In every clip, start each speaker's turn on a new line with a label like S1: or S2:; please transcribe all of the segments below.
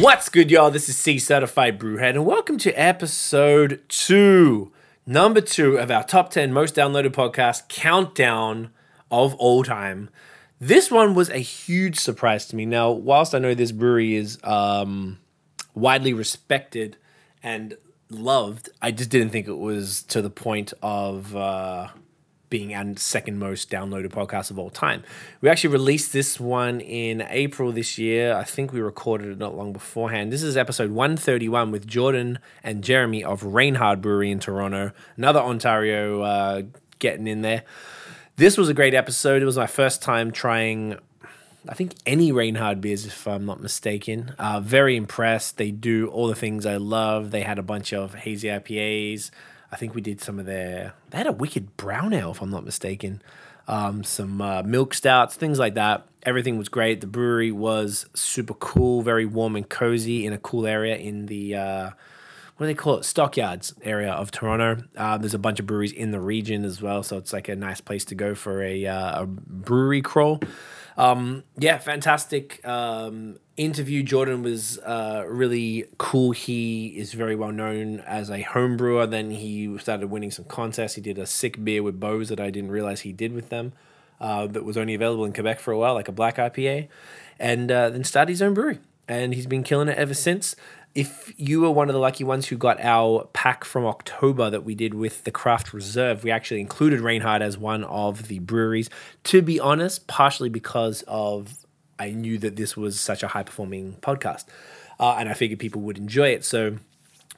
S1: What's good, y'all? This is C Certified Brewhead, and welcome to episode two, number two of our top 10 most downloaded podcast countdown of all time. This one was a huge surprise to me. Now, whilst I know this brewery is um, widely respected and loved, I just didn't think it was to the point of. Uh, being our second most downloaded podcast of all time. We actually released this one in April this year. I think we recorded it not long beforehand. This is episode 131 with Jordan and Jeremy of Reinhard Brewery in Toronto, another Ontario uh, getting in there. This was a great episode. It was my first time trying I think any Reinhard beers, if I'm not mistaken. Uh, very impressed. They do all the things I love. They had a bunch of hazy IPAs. I think we did some of their. They had a wicked brown ale, if I'm not mistaken. Um, some uh, milk stouts, things like that. Everything was great. The brewery was super cool, very warm and cozy in a cool area in the. Uh, what do they call it? Stockyards area of Toronto. Uh, there's a bunch of breweries in the region as well, so it's like a nice place to go for a, uh, a brewery crawl. Um, yeah, fantastic um, interview. Jordan was uh, really cool. He is very well known as a home brewer. Then he started winning some contests. He did a sick beer with Bose that I didn't realize he did with them. Uh, that was only available in Quebec for a while, like a black IPA, and uh, then started his own brewery. And he's been killing it ever since. If you were one of the lucky ones who got our pack from October that we did with the Craft Reserve, we actually included Reinhard as one of the breweries. To be honest, partially because of I knew that this was such a high performing podcast, uh, and I figured people would enjoy it. So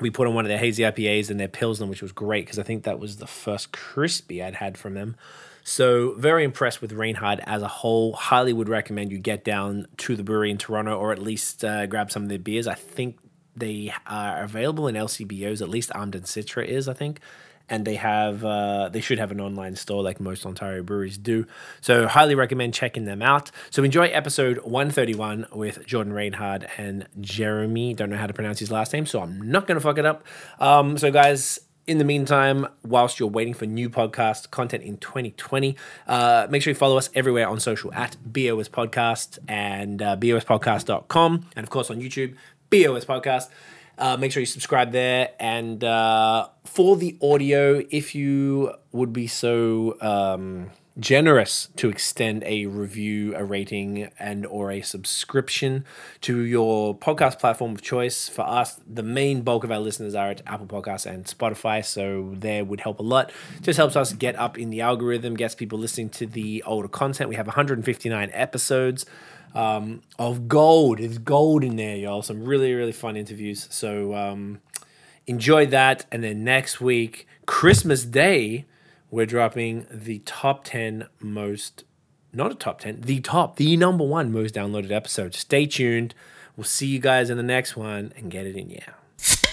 S1: we put on one of their hazy IPAs and their Pilsner, which was great because I think that was the first crispy I'd had from them. So very impressed with Reinhard as a whole. Highly would recommend you get down to the brewery in Toronto or at least uh, grab some of their beers. I think they are available in LCBOs. At least Armden Citra is, I think. And they have, uh, they should have an online store like most Ontario breweries do. So highly recommend checking them out. So enjoy episode 131 with Jordan Reinhard and Jeremy. Don't know how to pronounce his last name, so I'm not gonna fuck it up. Um, so guys, in the meantime, whilst you're waiting for new podcast content in 2020, uh, make sure you follow us everywhere on social at BOS Podcast and uh, bospodcast.com. And of course on YouTube, BOS Podcast. Uh, make sure you subscribe there. And uh, for the audio, if you would be so um, generous to extend a review, a rating, and or a subscription to your podcast platform of choice. For us, the main bulk of our listeners are at Apple Podcasts and Spotify, so there would help a lot. Just helps us get up in the algorithm, gets people listening to the older content. We have 159 episodes um, of gold. There's gold in there, y'all. Some really, really fun interviews. So um, enjoy that. And then next week, Christmas Day, we're dropping the top 10 most, not a top 10, the top, the number one most downloaded episode. Stay tuned. We'll see you guys in the next one and get it in, yeah.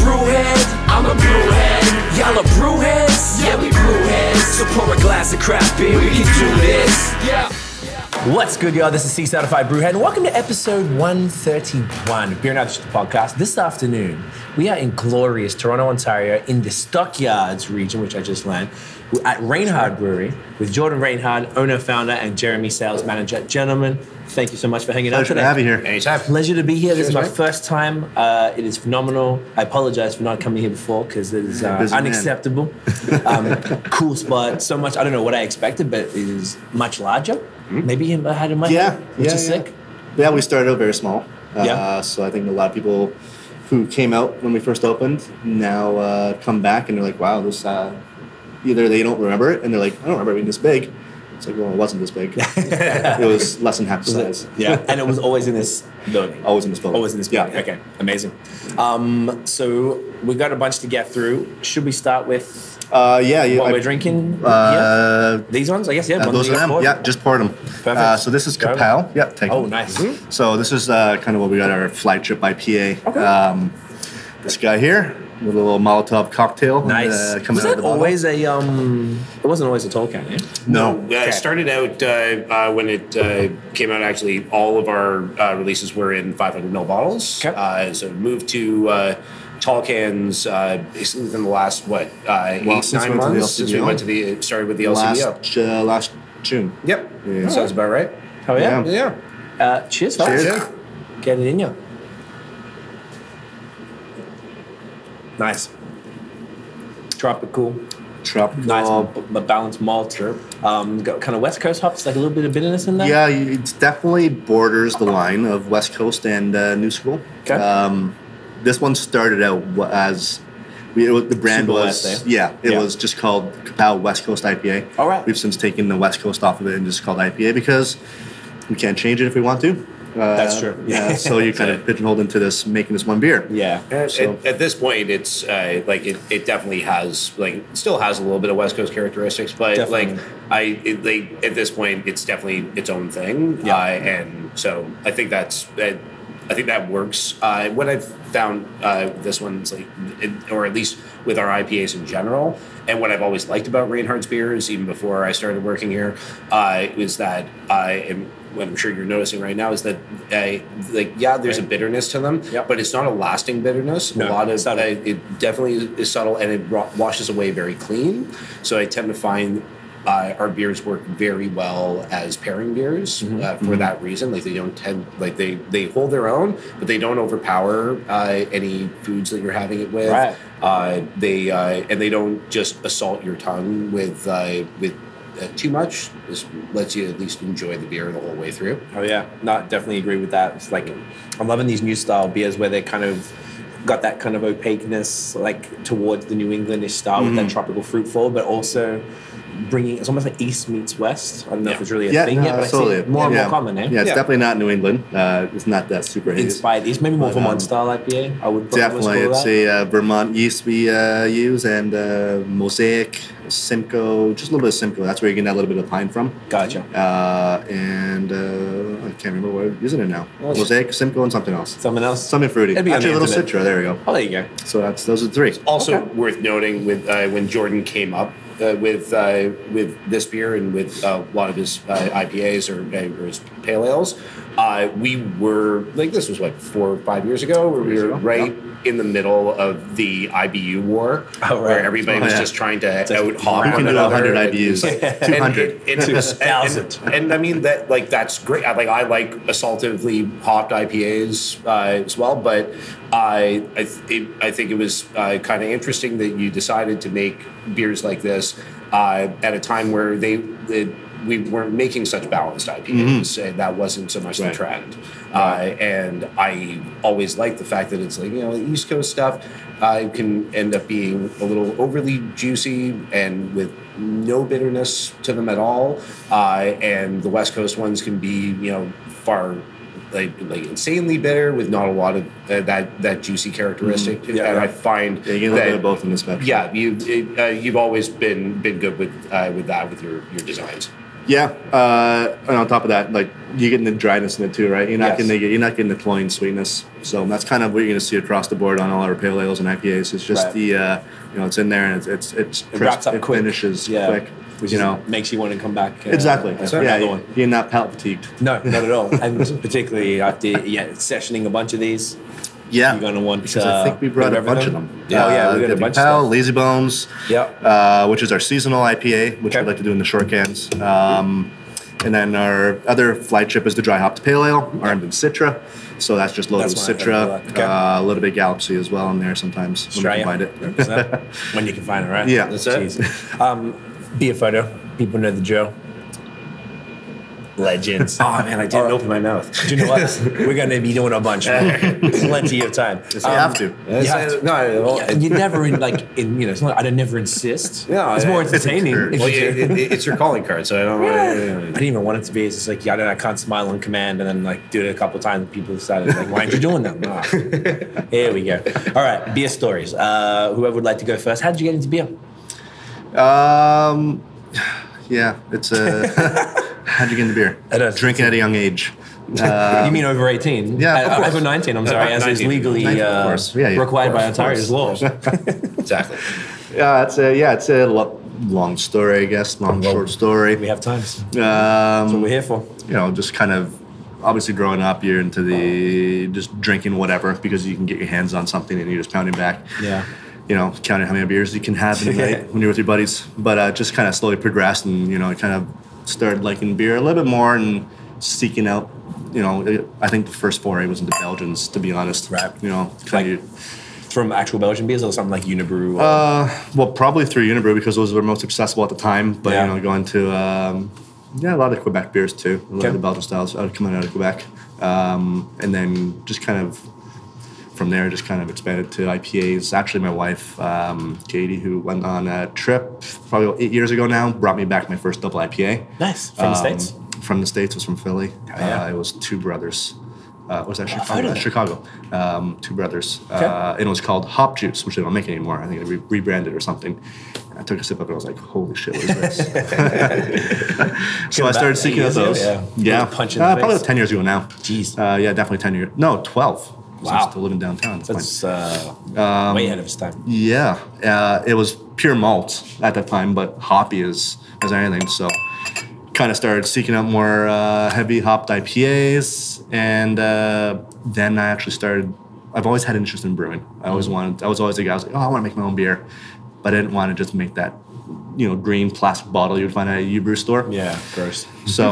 S2: brewhead? I'm a brewhead. Y'all are brewheads? Yeah, we brewheads. So pour a glass of craft beer, we can do this. Yeah.
S1: What's good, y'all? This is C Certified Brewhead, and welcome to episode 131 of Beer and Other Shit, the podcast. This afternoon, we are in glorious Toronto, Ontario, in the Stockyards region, which I just learned, We're at Reinhard Brewery with Jordan Reinhard, owner, founder, and Jeremy, sales manager. Gentlemen, thank you so much for hanging out
S3: Pleasure
S1: today.
S3: to have you here.
S4: Anytime.
S1: Pleasure to be here. This is my
S3: mate.
S1: first time. Uh, it is phenomenal. I apologize for not coming here before because it is uh,
S3: busy man.
S1: unacceptable. um, cool spot. So much. I don't know what I expected, but it is much larger. Maybe I had a much.
S3: Hmm? Yeah,
S1: which
S3: yeah,
S1: is
S3: yeah.
S1: sick.
S3: Yeah, we started out very small. Uh,
S1: Yeah.
S3: So I think a lot of people who came out when we first opened now uh, come back and they're like, wow, this. Uh, either they don't remember it and they're like, I don't remember it being this big. It's like, well, it wasn't this big. it was less than half the size.
S4: Yeah.
S1: and it was always in this building.
S3: Always in this building.
S4: Always in this building.
S3: Yeah.
S4: Okay. Amazing.
S1: Um, so we got a bunch to get through. Should we start with
S3: Uh, yeah, yeah.
S1: What
S3: I-
S1: we're drinking? yeah.
S3: Uh,
S1: These ones, I guess. Yeah,
S3: yeah,
S1: one
S3: those
S1: that
S3: are
S1: you got
S3: them.
S1: poured.
S3: Yeah, just poured them.
S1: Perfect.
S3: Uh, so this is
S1: Go.
S3: Capel. Yeah, take.
S1: Oh,
S3: them.
S1: nice.
S3: So this is uh, kind of what we got our flagship IPA.
S1: Okay.
S3: Um, this guy here with a little Molotov cocktail.
S1: Nice.
S3: Uh, coming
S1: was
S3: out
S1: that
S3: of the bottle.
S1: always a um? It wasn't always a tall can. Yeah?
S3: No.
S5: Yeah,
S1: Okay.
S5: it started out uh, uh, when it uh, came out. Actually, all of our uh, releases were in 500 ml bottles.
S1: Okay.
S5: Uh, so it moved to uh, tall cans uh, basically within the last what uh,
S3: Well,
S5: eight
S3: since we
S5: nine
S3: went to the
S5: months since we
S3: LCBO.
S5: went to the it started with the
S3: Last
S5: LCBO.
S3: uh, last June.
S5: Yep,
S3: Yeah.
S5: sounds about right.
S1: Oh yeah.
S3: Yeah.
S5: Yeah,
S1: Uh, cheers, fellas.
S3: Cheers.
S1: Get it in you. Nice. Tropical,
S3: Tropical.
S1: nice, b- b- balanced malt. Um, got kind of West Coast hops, like a little bit of bitterness in there.
S3: Yeah, it definitely borders the line of West Coast and uh, New School.
S1: Okay.
S3: Um, this one started out wa- as we, it, was- the brand
S1: Super
S3: was
S1: West, eh?
S3: yeah, it
S1: Yeah.
S3: was just called Capel West Coast IPA.
S1: All right.
S3: We've since taken the West Coast off of it and just called IPA because we can't change it if we want to. Uh,
S1: That's true.
S3: Yeah. so you're kind of pigeonholed into this making this one beer.
S1: Yeah.
S5: At,
S3: So-
S5: Uh, at, at this point, it's uh, like it, it definitely has like it still has a little bit of West Coast characteristics, but
S1: Definitely.
S5: like I it, like at this point, it's definitely its own thing.
S1: Yeah.
S5: Uh, and so I think that's that. I think that works. Uh, what I've found uh, this one's like, it, or at least with our IPAs in general, and what I've always liked about Reinhardt's beers, even before I started working here, uh, is that I am. What I'm sure you're noticing right now is that, uh, like, yeah, there's a bitterness to them,
S1: Yep.
S5: but it's not a lasting bitterness.
S1: No,
S5: a lot of
S1: it's not a-
S5: uh, it definitely is subtle and it ro- washes away very clean. So I tend to find uh, our beers work very well as pairing beers
S1: Mm-hmm.
S5: uh, for that reason. Like they don't tend like they they hold their own, but they don't overpower uh, any foods that you're having it with.
S1: Right.
S5: Uh, they uh, and they don't just assault your tongue with uh, with uh, too much. This lets you at least enjoy the beer the whole way through.
S1: Oh yeah, no, definitely agree with that. It's like I'm loving these new style beers where they kind of got that kind of opaqueness, like towards the New Englandish style with that tropical fruit flavor, but also bringing it's almost like East meets West. I don't know if it's really a
S3: Yeah,
S1: thing
S3: no,
S1: yet, but
S3: absolutely.
S1: I see it more and
S3: yeah.
S1: more common. Eh?
S3: Yeah, it's
S5: Yeah.
S3: definitely not New England. Uh, it's not that super hazy.
S1: inspired. It's maybe more
S3: But,
S1: Vermont
S3: um,
S1: style IPA. I would probably
S3: Definitely,
S1: call
S3: it's
S1: that.
S3: a uh, Vermont yeast we uh, use, and uh, Mosaic, Simcoe, just a little bit of Simcoe. That's where you get that little bit of pine from.
S1: gotcha.
S3: Uh, and uh, I can't remember what I'm using it now.
S1: Nice.
S3: Mosaic, Simcoe, and something else.
S1: Someone else.
S3: Something fruity.
S1: It'd be on
S3: Actually, a
S1: the
S3: little
S1: internet.
S3: citra. There we go.
S1: Oh, there you go.
S3: So that's those are three.
S5: Also
S1: Okay.
S5: worth noting with uh, when Jordan came up uh, with uh, with this beer and with uh, a lot of his uh, IPAs or, uh, or his pale ales, uh, we were like this was what four or five years ago where we
S3: Years
S5: were
S3: ago,
S5: right in the middle of the IBU war
S1: Oh, right.
S5: where everybody
S3: Oh,
S5: was
S3: yeah.
S5: just trying to
S1: like
S5: out hop
S1: You
S5: one
S3: can do
S5: another
S3: 100
S5: and-
S3: IBUs,
S5: and-
S3: 200.
S5: and, and, and,
S1: 2,000.
S5: and, I mean that like that's great. I, like I like assaultively hopped IPAs uh, as well, but I I, th- it, I think it was uh, kind of interesting that you decided to make beers like this uh, at a time where they. It, we weren't making such balanced IPAs, and that wasn't so much the
S3: Right.
S5: trend. Uh, and I always like the fact that it's like you know the East Coast stuff uh, can end up being a little overly juicy and with no bitterness to them at all. Uh, and the West Coast ones can be you know far like, like insanely bitter with not a lot of uh, that that juicy characteristic.
S1: Yeah,
S5: and
S1: yeah.
S5: I find
S3: Mm-hmm. Yeah, you get a little bit
S5: that-
S3: of both in this batch.
S5: Yeah, you it, uh, you've always been been good with uh, with that with your your designs.
S3: Yeah, uh, and on top of that, like you're getting the dryness in it too, right? You're not
S1: Yes.
S3: getting the, you're not getting the cloying sweetness. So that's kind of what you're going to see across the board on all our pale ales and IPAs. It's just
S1: Right.
S3: the uh, you know it's in there and it's it's, it's
S1: It wraps up
S3: it
S1: quick.
S3: finishes
S1: yeah.
S3: quick.
S1: Which
S3: you
S1: is-
S3: know
S1: makes you want to come back. uh,
S3: exactly.
S1: and
S3: Yeah,
S1: another
S3: you-
S1: one.
S3: you're not palate fatigued.
S1: No, not at all. And particularly after yeah, sessioning a bunch of these,
S3: Yeah,
S1: You're gonna want,
S3: because
S1: uh,
S3: I think we brought
S1: bit
S3: a
S1: of
S3: bunch of
S1: everything?
S3: them.
S1: Yeah, oh, yeah, we
S3: we
S1: got a bunch of
S3: Pal,
S1: stuff.
S3: Lazy Bones.
S1: Yep.
S3: Uh, which is our seasonal IPA, which
S1: Okay.
S3: we like to do in the short cans. Um, and then our other flagship is the dry hopped pale ale, armed in Citra. So that's just loaded
S1: That's
S3: with
S1: what I heard
S3: Citra,
S1: about. Okay.
S3: uh, a little bit of Galaxy as well in there sometimes
S1: Australia.
S3: when we can find it.
S1: when you can find it, right?
S3: Yeah. That's
S5: it.
S1: Jeez. Um, be a photo. People know the drill. Legends. oh man, I didn't open my mouth. Do you know what? We're gonna be doing a bunch. Plenty of time. Um,
S3: you have to.
S1: You have to.
S5: No,
S1: Yeah, you never in, like in, you know. It's not, I don't never insist.
S5: No,
S1: it's more
S5: it's
S1: entertaining.
S3: encouraged.
S1: if
S5: Well,
S1: you-
S5: it, it, it's your calling card, so I don't.
S1: I didn't even want it to be. It's just like, yeah, I, don't, I can't smile on command. And then, like, do it a couple times. People decided, like, why aren't you doing that? Ah. Here we go. All right, beer stories. Uh, whoever would like to go first. How did you get into beer?
S3: Um, yeah, it's a. how'd you get into beer?
S1: It is.
S3: Drinking at a young age. Uh,
S1: you mean over 18?
S3: yeah,
S1: Uh,
S3: of course.
S1: over 19, I'm sorry, as is
S5: 19.
S1: legally
S3: 19, of
S1: uh,
S3: course. Yeah, yeah, of
S1: required by
S3: course, of
S1: Ontario's laws.
S5: Exactly.
S3: yeah, it's a yeah, it's a lo- long story, I guess. Long short story.
S1: we have times. That's what
S3: Um,
S1: we're here for.
S3: you know, just kind of obviously growing up, you're into the just drinking whatever because you can get your hands on something and you're just pounding back.
S1: Yeah.
S3: You know, counting how many beers you can have in a night when you're with your buddies. But uh, just kind of slowly progressed and, you know, I kind of started liking beer a little bit more and seeking out, you know, I think the first foray was into Belgians, to be honest.
S1: Right.
S3: You know, kind
S1: Like-
S3: of.
S1: From actual Belgian beers or something like Unibrew? Or,
S3: Uh, well, probably through Unibrew because those were most accessible at the time. But
S1: Yeah.
S3: you know, going to um, yeah, a lot of Quebec beers too. A lot
S1: Okay.
S3: of the Belgian styles out coming out of Quebec, um, and then just kind of from there, just kind of expanded to IPAs. Actually, my wife um, Katie, who went on a trip probably eight years ago now, brought me back my first double IPA.
S1: nice. From the
S3: Um,
S1: States?
S3: From the states was from Philly.
S1: yeah.
S3: Uh, it was two brothers. Uh, was that
S1: heard
S3: Chicago?
S1: of that.
S3: Chicago. Um, two brothers. Uh, and it was called Hop Juice, which they don't make anymore. I think they re- rebranded or something. I took a sip of it. I was like, "Holy shit, what is this?" so I
S1: About
S3: started
S1: eight
S3: seeking out
S1: years ago?
S3: those.
S1: Yeah.
S3: yeah.
S1: Little punch in the
S3: Uh, probably
S1: face.
S3: about ten years ago now.
S1: Jeez.
S3: Uh, yeah, definitely ten years. No, twelve. 'cause
S1: Wow.
S3: I'm still living downtown. It's fine.
S1: That's uh, way ahead of its time.
S3: Um, Yeah, uh, it was pure malt at that time, but hoppy as as anything. So, kind of started seeking out more uh, heavy hopped IPAs, and uh, then I actually started. I've always had an interest in brewing. I always wanted. I was always a guy. I was like, oh, I want to make my own beer, but I didn't want to just make that, you know, green plastic bottle you'd find at a U brew store.
S1: Yeah, gross.
S3: So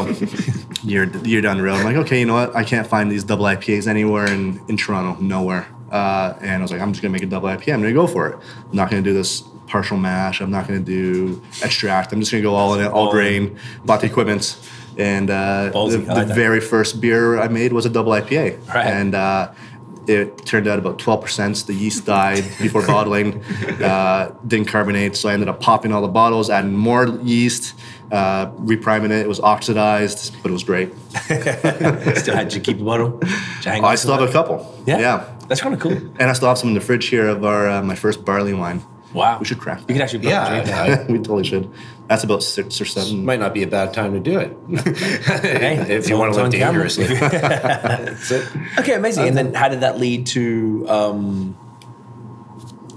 S3: year year down the road, I'm like, okay, you know what? I can't find these double IPAs anywhere in, in Toronto, nowhere. Uh, and I was like, I'm just gonna make a double IPA. I'm gonna go for it. I'm not gonna do this partial mash. I'm not gonna do extract. I'm just gonna go all in, it, all grain. Bought the equipment, and uh,
S1: Ballsy,
S3: the,
S1: I like
S3: the
S1: that.
S3: very first beer I made was a double IPA.
S1: Right.
S3: And uh, it turned out about 12%. The yeast died before bottling, uh, didn't carbonate. So I ended up popping all the bottles, adding more yeast, uh, repriming it. It was oxidized, but it was great.
S1: Still had to keep the bottle. Did you hang
S3: I
S1: on to
S3: still have
S1: it?
S3: a couple.
S1: Yeah. That's kind of cool.
S3: And I still have some in the fridge here of our uh, my first barley wine.
S1: Wow.
S3: We should crack
S1: You could actually probably
S5: Yeah,
S1: drink that.
S5: I-
S3: we totally should. That's about six or seven.
S5: might not be a bad time to do it. if
S1: it's
S5: you
S1: on-
S5: want
S1: it's
S5: to live
S1: on camera.
S5: dangerously.
S1: Okay, amazing. And then how did that lead to um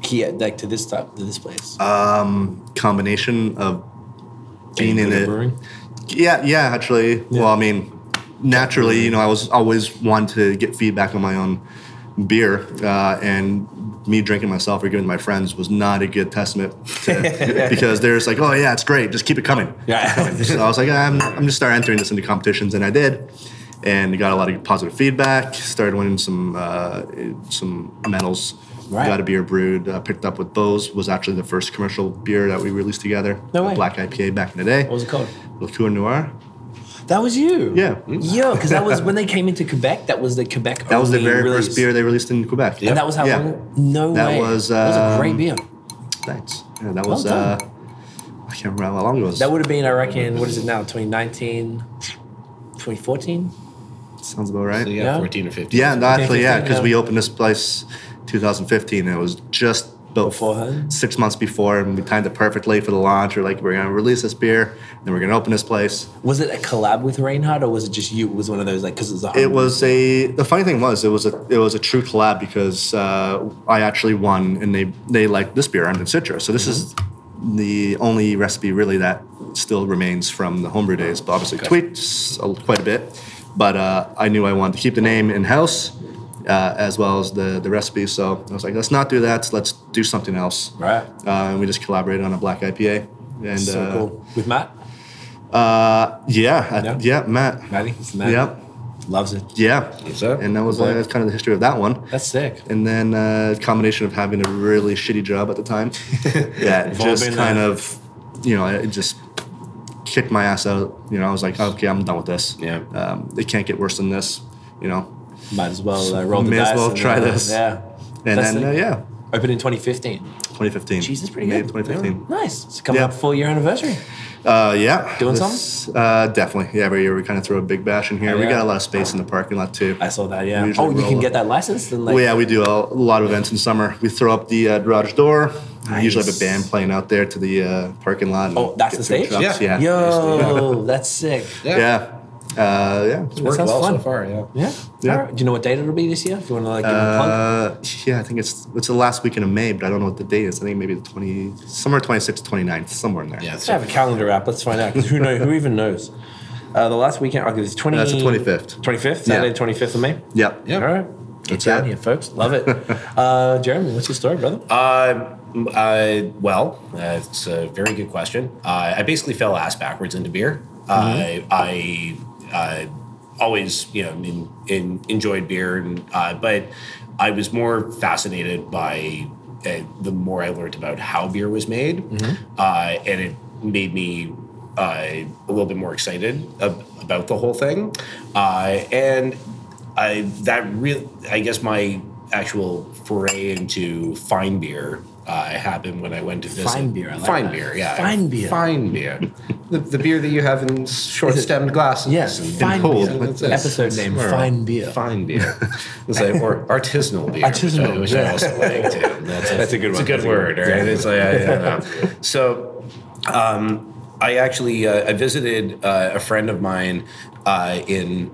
S1: here like to this type to this place?
S3: Uh, combination of being in
S1: Buddha
S3: it.
S1: Brewing?
S3: Yeah, yeah, actually. Well, I mean, naturally, you know, I was always wanted to get feedback on my own beer, uh, and me drinking myself or giving to my friends was not a good testament to, because they're just like, oh, yeah, it's great, just keep it coming.
S1: yeah.
S3: So I was like, I'm, I'm just start entering this into competitions, and I did, and got a lot of positive feedback. Started winning some uh, some medals.
S1: Right.
S3: Got a beer brewed, uh, picked up with Bose. Was actually the first commercial beer that we released together.
S1: No
S3: a
S1: way.
S3: Black IPA back in the day.
S1: What was it called?
S3: Liqueur Noir.
S1: That was you.
S3: Yeah.
S1: Yeah, because that was when they came into Quebec. That was the Quebec.
S3: That was the
S1: only
S3: very
S1: release.
S3: first beer they released in Quebec.
S1: And that was how
S3: Yeah.
S1: long? No
S3: That
S1: way.
S3: was,
S1: that was a
S3: um,
S1: great beer.
S3: Thanks. Yeah, that was.
S1: Well
S3: uh,
S1: done.
S3: I can't remember how long ago it was.
S1: That would have been, I reckon, what is it now? 2019, 2014?
S3: sounds about right.
S5: So
S3: Yeah,
S5: yeah,
S1: Yeah.
S5: 14 or 15.
S3: yeah no, actually, yeah,
S1: 15,
S3: because
S1: yeah.
S3: we opened this place 2015, and it was just about
S1: Beforehand?
S3: six months before, and we timed it perfectly for the launch. We're like, we're gonna release this beer, then we're gonna open this place.
S1: Was it a collab with Reinhardt or was it just you? It was one of those, like, because it was a
S3: It was a. The funny thing was, it was a. It was a true collab because uh, I actually won, and they they liked this beer, Armed in Citra. So this is the only recipe really that still remains from the homebrew days, but obviously tweaks a- quite a bit. But uh, I knew I wanted to keep the name in house, uh, as well as the the recipe. So I was like, let's not do that. Let's do something else.
S1: Right.
S3: Uh, and we just collaborated on a black IPA. And
S1: so
S3: uh,
S1: cool. With Matt?
S3: uh, yeah, I-
S1: Yeah?
S3: yeah, Matt.
S1: Matty? He's the man.
S3: Yep.
S1: Loves it.
S3: Yeah.
S5: sir.
S3: And that was uh, that's kind of the history of that one.
S1: That's sick.
S3: And then uh, combination of having a really shitty job at the time that
S1: all
S3: just
S1: been
S3: kind
S1: there.
S3: of, you know, it just kicked my ass out. You know, I was like, okay, I'm done with this.
S5: Yeah.
S3: Um, it can't get worse than this, you know.
S1: Might as well uh, roll the
S3: May as
S1: dice.
S3: well
S1: and,
S3: try
S1: uh,
S3: this.
S1: Yeah.
S3: And
S1: That's
S3: then,
S1: sick.
S3: uh, yeah.
S1: Opened in 2015.
S3: 2015.
S2: Jesus, pretty
S3: May
S2: good.
S3: of 2015.
S2: Nice. It's coming
S3: Yeah.
S2: up full year anniversary.
S3: Uh, yeah.
S2: Doing
S3: something? Uh, definitely. Yeah, every year we kind of throw a big bash in here. We
S2: Yeah.
S3: got a lot of space in the parking lot too.
S2: I saw that. Yeah.
S3: Usually
S2: oh, you
S3: roll
S2: can
S3: up.
S2: get that licensed and like.
S3: Well, yeah, we do a, a lot of events in summer. We throw up the uh, garage door. We usually have
S2: Nice.
S3: a band playing out there to the uh, parking lot. and
S2: Oh, that's
S3: get
S2: the
S3: food
S2: stage?
S3: trucks.
S5: Yeah.
S3: Yeah.
S2: Yo, that's sick.
S5: Yeah.
S3: Yeah. Uh, yeah.
S5: It's worked
S2: sounds
S5: well so
S2: fun.
S5: far, yeah.
S2: Yeah.
S3: Yeah.
S2: Alright. Do you know what date it'll be this year? If you want to like give them a plug.
S3: Uh, yeah, I think it's it's the last weekend of May, but I don't know what the date is. I think maybe the 20, somewhere 26th, 29th, somewhere in there.
S5: Yeah.
S2: I have a calendar app. Let's find out. 'cause who know? Who even knows? Uh, the last weekend. Okay, it's twenty.
S3: That's the 25th.
S2: Twenty fifth. Saturday,
S3: Yeah.
S2: twenty fifth of May.
S3: Yep.
S5: Yeah.
S2: All right. Get
S3: That's
S2: down
S3: it.
S2: here, folks. Love it. uh, Jeremy, what's your story, brother?
S5: Uh, m- uh, well, uh, it's a very good question. Uh, I basically fell ass backwards into beer. Uh, I uh, always, you know, in, in, enjoyed beer, and, uh, but I was more fascinated by uh, the more I learned about how beer was made, uh, and it made me uh, a little bit more excited ab- about the whole thing. Uh, and I that real I guess my actual foray into fine beer uh, happened when I went to visit
S2: Fine beer, I like
S5: fine
S2: that.
S5: beer, yeah,
S2: Fine beer.
S5: fine beer, the, the beer that you have in short-stemmed glasses.
S2: Yes,
S5: and-
S2: fine
S3: cold.
S2: beer.
S5: That's it.
S2: Episode name: Fine beer.
S5: Fine beer, It's like- or artisanal beer,
S2: Artisanal,
S5: which I, which
S2: yeah.
S5: I also like too. That's, a good It's a good word, right? It's like I, I don't know. So, um, I actually uh, I visited uh, a friend of mine uh, in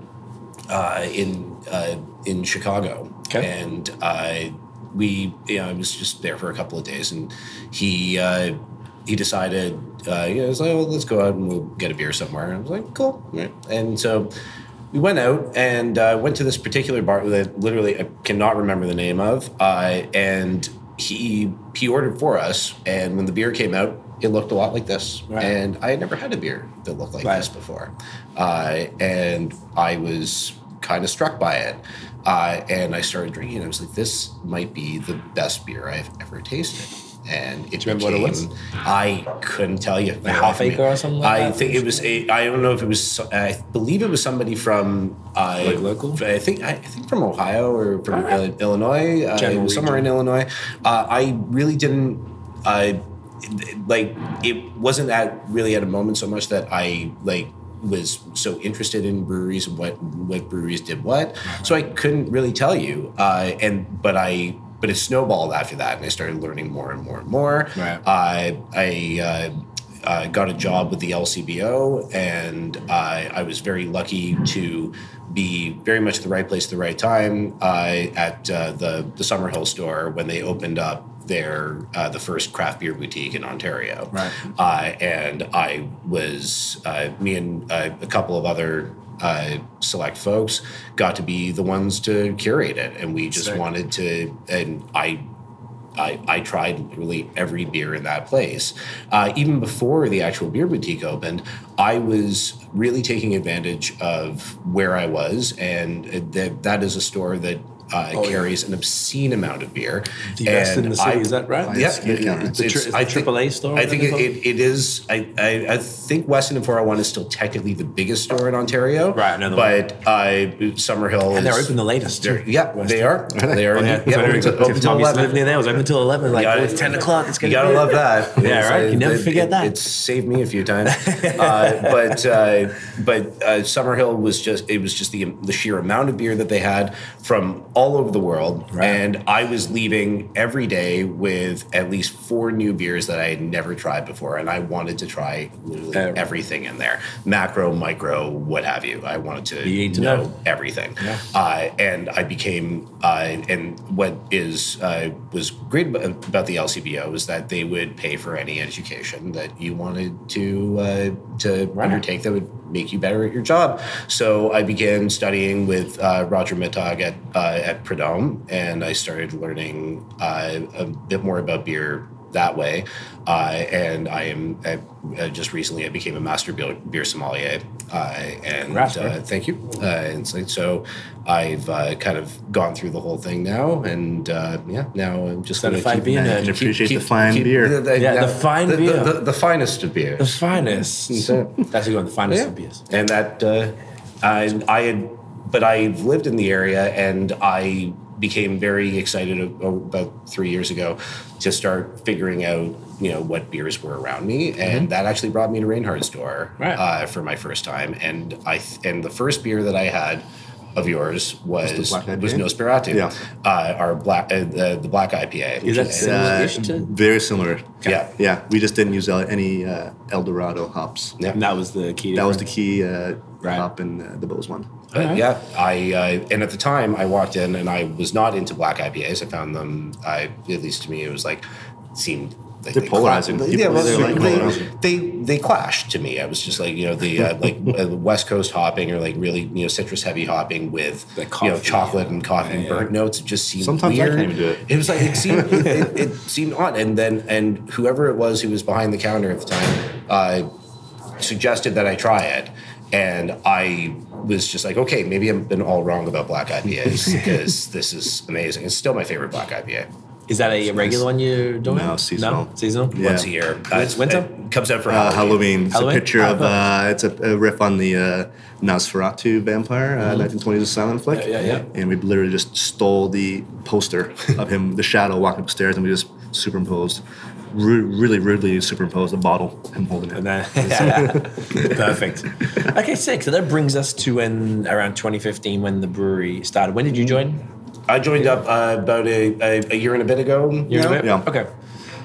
S5: uh, in uh, in Chicago,
S2: Okay.
S5: and uh, we you know I was just there for a couple of days, and he uh, he decided uh, you know, I was like, well, let's go out and we'll get a beer somewhere, and I was like, cool, all right. and so. We went out and uh, went to this particular bar that literally I cannot remember the name of, uh, and he he ordered for us. And when the beer came out, it looked a lot like this.
S2: Right.
S5: And I had never had a beer that looked like
S2: Right.
S5: this before. Uh, and I was kind of struck by it. Uh, and I started drinking. I was like, this might be the best beer I've ever tasted. And it
S2: remember what it
S5: became,
S2: was?
S5: I couldn't tell you.
S2: Like half acre or something like
S5: I
S2: that?
S5: think it was a. I don't know if it was. I believe it was somebody from. Uh,
S2: Like local?
S5: I think. I, I think from Ohio or from
S2: Alright.
S5: uh, Illinois. Uh,
S2: General
S5: it was somewhere in
S2: region.
S5: Illinois. Uh, I really didn't. I like it wasn't at really at a moment so much that I like was so interested in breweries and what what breweries did what. So I couldn't really tell you. Uh, and but I. But it snowballed after that, and I started learning more and more and more.
S2: Right.
S5: I I uh, uh, got a job with the LCBO, and I, I was very lucky to be very much at the right place at the right time uh, at uh, the the Summerhill store when they opened up their uh, the first craft beer boutique in Ontario.
S2: Right.
S5: Uh, and I was uh, me and uh, a couple of other. Uh, select folks got to be the ones to curate it, and we just
S2: Sick.
S5: wanted to. And I I, I tried literally every beer in that place. Uh, even before the actual beer boutique opened, I was really taking advantage of where I was, and uh, that that is a store that uh,
S2: Oh, yeah.
S5: carries an obscene amount of beer.
S2: The best in the city.
S5: I-
S2: is that right?
S5: yeah,
S3: Yeah, yeah,
S5: it's,
S2: The tri-
S5: it's-
S2: it's
S5: I
S2: the
S5: think-
S2: AAA store,
S5: I think
S2: is
S5: it,
S2: that
S5: it, it is. I, I, I think Weston and 401 is still technically the biggest store in Ontario.
S2: Right, I know the
S5: But I Summerhill
S2: And they're
S5: is-
S2: open the latest.
S5: they're- yeah, they are. They are. Yeah,
S2: Yeah,
S5: open
S2: open
S5: till-
S2: to,
S5: open till
S2: lived
S5: 11.
S2: near there. It was open until eleven. Like
S5: gotta-
S2: oh, it's ten o'clock. It's
S5: You
S2: gonna.
S5: gotta
S2: be-
S5: love that.
S2: Yeah,
S5: It's,
S2: right?
S5: uh,
S2: You never
S5: it-
S2: forget
S5: it-
S2: that.
S5: It's saved me a few times. uh, but uh, but uh, Summerhill was just it was just the the sheer amount of beer that they had from all over the world,
S2: Right.
S5: and I was leaving every day with at least four new beers that I had never tried before, and I wanted to try literally
S2: Uh,
S5: everything in there, macro, micro, what have you. I wanted to
S2: You need to know.
S5: everything. Uh, and I became, uh, and what is uh, was great ab- about the LCBO is that they would pay for any education that you wanted to uh, to undertake that would make you better at your job. So I began studying with uh, Roger Mittag at uh, at Prudhomme, and I started learning uh, a bit more about beer that way. Uh, and I am I, uh, just recently I became a master beer, beer sommelier. Uh, and
S2: Congrats, man.
S5: uh, thank you. Uh, and so, so I've uh, kind of gone through the whole thing now, and uh, yeah, now I'm just gonna
S2: Certified
S5: keep-
S2: beer
S5: keep-
S2: nerd.
S3: And
S5: keep-
S3: appreciate
S5: keep-
S3: the fine
S5: keep-
S3: beer.
S2: Yeah, the fine
S5: the,
S2: beer.
S5: the, the, the finest of beer.
S2: the finest.
S5: So-
S2: That's one of the finest of beers.
S5: and that uh, I, I had, but I lived in the area, and I became very excited a- about three years ago to start figuring out you know what beers were around me, and that actually brought me to Reinhardt's door
S6: Right.
S5: uh, for my first time. And I th- and the first beer that I had of yours was
S3: black IPA?
S5: was Nosferatu,
S3: Yeah.
S5: uh, our black uh, the, the black
S6: Is
S5: IPA.
S6: that
S5: which
S3: Uh,
S6: similar-ish to?
S3: very similar.
S5: Yeah.
S3: yeah. We just didn't use uh, any uh, El Dorado hops.
S5: Yeah.
S1: And that was the key.
S3: That was the
S1: difference.
S3: key uh,
S1: Right.
S3: hop in uh, the Bose one.
S5: Uh, Yeah, I uh, and at the time I walked in and I was not into black IPAs. I found them, I at least to me, it was like seemed like
S3: They're
S5: they
S3: polarizing.
S5: cla-
S3: People-
S5: yeah, well,
S3: they're like polarizing.
S5: they, they they clashed to me. I was just like you know the uh, like uh, West Coast hopping or like really you know citrus heavy hopping with
S1: The
S5: you know
S1: coffee.
S5: chocolate and coffee and burnt notes. It just seemed
S3: Sometimes I
S5: weird.
S3: can't even do it.
S5: It was like it seemed it, it, it seemed odd. And then and whoever it was who was behind the counter at the time. Uh, suggested that I try it. And I was just like, okay, maybe I've been all wrong about black IPAs because this is amazing. It's still my favorite black IPA.
S1: Is that a regular one you're doing?
S3: No, seasonal.
S1: seasonal.
S3: Yeah.
S5: Once a year. Uh, it's
S1: when's
S5: it
S1: up?
S5: comes out for
S3: Uh, Halloween. It's
S1: Halloween?
S3: a picture of.
S1: Oh,
S3: Uh, it's a, a riff on the uh, Nosferatu vampire, uh, 1920s silent flick.
S1: Mm-hmm. Yeah, yeah, yeah.
S3: And we literally just stole the poster of him, the shadow walking upstairs, and we just superimposed, ru- really rudely superimposed a bottle, him holding it.
S1: And then- Perfect. Okay, sick. So that brings us to when around 2015 when the brewery started. When did you join?
S5: I joined up uh, about a, a, a year and a bit ago.
S1: Year and a
S5: now.
S1: bit?
S3: Yeah.
S1: Okay.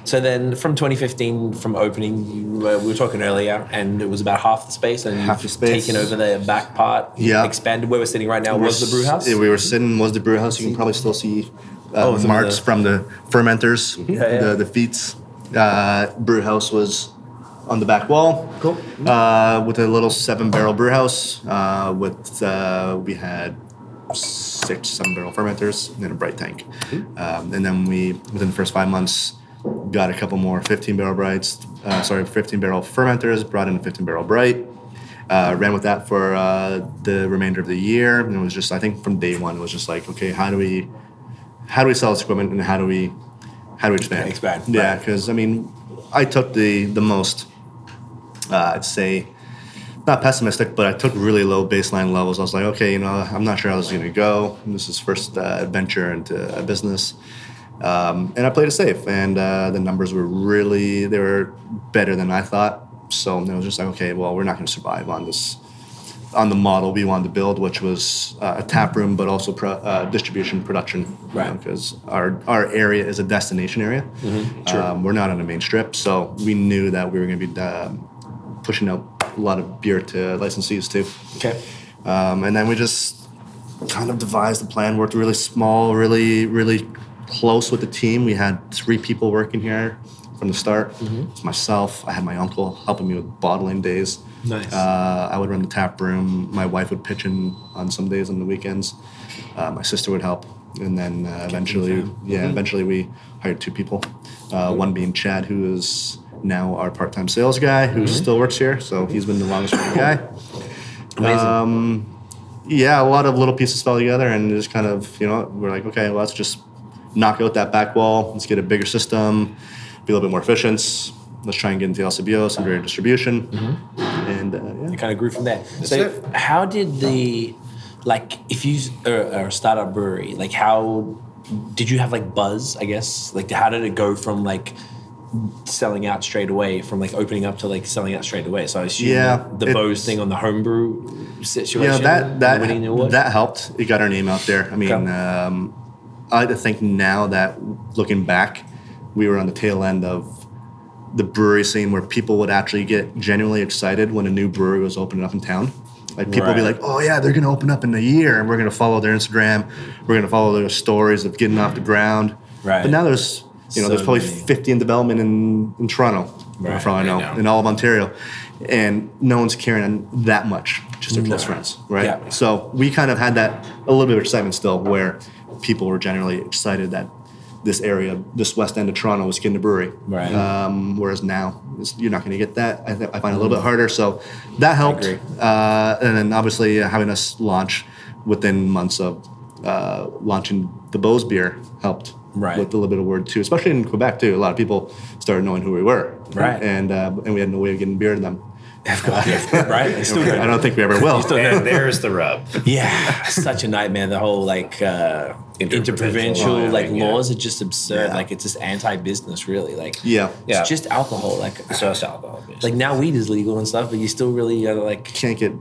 S1: So then from 2015, from opening, you, uh, we were talking earlier, and it was about half the space, and
S3: Half the
S1: you've
S3: space.
S1: taken over the back part,
S3: Yeah.
S1: expanded where we're sitting right now
S3: We're
S1: was the brew
S3: s-
S1: house.
S3: yeah, we were sitting was the brew house. You can probably still see uh,
S1: Oh, some of
S3: marks
S1: the-
S3: from the fermenters,
S1: Yeah, yeah.
S3: the the feats. Uh, brew house was on the back wall.
S1: Cool.
S3: Uh, with a little seven barrel brew house. Uh, with uh, we had six seven barrel fermenters and then a bright tank,
S1: Hmm.
S3: um, and then we within the first five months got a couple more 15 barrel brights. Uh, sorry, 15 barrel fermenters. Brought in a 15 barrel bright uh, ran with that for uh, the remainder of the year and it was just i think from day one it was just like okay how do we how do we sell this equipment and how do we how do we expand
S1: Expand,
S3: yeah
S1: right.
S3: because i mean i took the the most uh, i'd say not pessimistic but i took really low baseline levels i was like okay you know i'm not sure how this is going to go this is first uh, adventure into a business um, and I played it safe. And uh, the numbers were really they were better than I thought. So it was just like, okay, well, we're not going to survive on this on the model we wanted to build, which was uh, a tap room, but also pro- uh, distribution production.
S1: Right.
S3: Because our our area is a destination area. Um, we're not on a main strip, so we knew that we were going to be uh, pushing out a lot of beer to licensees too.
S1: okay.
S3: Um, and then we just kind of devised a plan, worked really small, really, really close with the team. We had three people working here from the start. It's myself, I had my uncle helping me with bottling days.
S1: Nice.
S3: Uh, I would run the tap room. My wife would pitch in on some days on the weekends. Uh, my sister would help. And then uh, eventually, yeah, eventually we hired two people. Uh, one being Chad, who is now our part-time sales guy, who still works here. So he's been the longest-running guy.
S1: Amazing.
S3: yeah, a lot of little pieces fell together, and just kind of, you know, we're like, okay, well, let's just knock out that back wall. Let's get a bigger system, be a little bit more efficient. Let's try and get into LCBO, some greater distribution, and uh, yeah.
S1: it kind of grew from there. so,
S5: it.
S1: how did the like if you s- are, are a startup brewery, like how did you have like buzz? I guess like how did it go from like selling out straight away from like opening up to like selling out straight away? So I assume
S3: Yeah,
S1: that the
S3: it's-
S1: Bose thing on the homebrew situation.
S3: Yeah, that
S1: winning the
S3: that
S1: award?
S3: that helped. It got our name out there. I mean,
S1: Okay.
S3: um, I think now that looking back, we were on the tail end of the brewery scene where people would actually get genuinely excited when a new brewery was opening up in town. Like people would be
S1: Right.
S3: like, "Oh yeah, they're going to open up in a year, and we're going to follow their Instagram. We're going to follow their stories of getting off the ground."
S1: Right.
S3: But now there's you know
S1: So
S3: there's probably
S1: many.
S3: 50 in development in in Toronto,
S1: Right,
S3: for all I
S5: right
S3: know,
S5: now.
S3: in all of Ontario, and no one's caring that much. Just their close
S1: No.
S3: friends, right?
S1: Yeah.
S3: So we kind of had that a little bit of excitement still, where people were generally excited that this area, this west end of Toronto, was getting a brewery.
S1: Right.
S3: Um, whereas now it's, you're not going to get that. I, th- I find it a little bit harder. So that helped.
S1: agree.
S3: Uh, and then obviously uh, having us launch within months of uh, launching the Bose beer helped.
S1: Right.
S3: With a little bit of word too, especially in Quebec too. A lot of people started knowing who we were.
S1: Right.
S3: And uh, and we had no way of getting beer to them.
S1: right? It's still
S3: I don't think we ever will.
S5: And there's the rub.
S1: Yeah, such a nightmare. The whole like uh, interprovincial
S5: law,
S1: like
S5: I mean, yeah.
S1: laws are just absurd.
S3: Yeah.
S1: Like it's just anti-business, really. Like
S3: Yeah.
S5: Yeah.
S1: it's just alcohol. Like
S5: So it's alcohol. Basically.
S1: like now weed is legal and stuff, but you still really gotta like.
S3: Can't get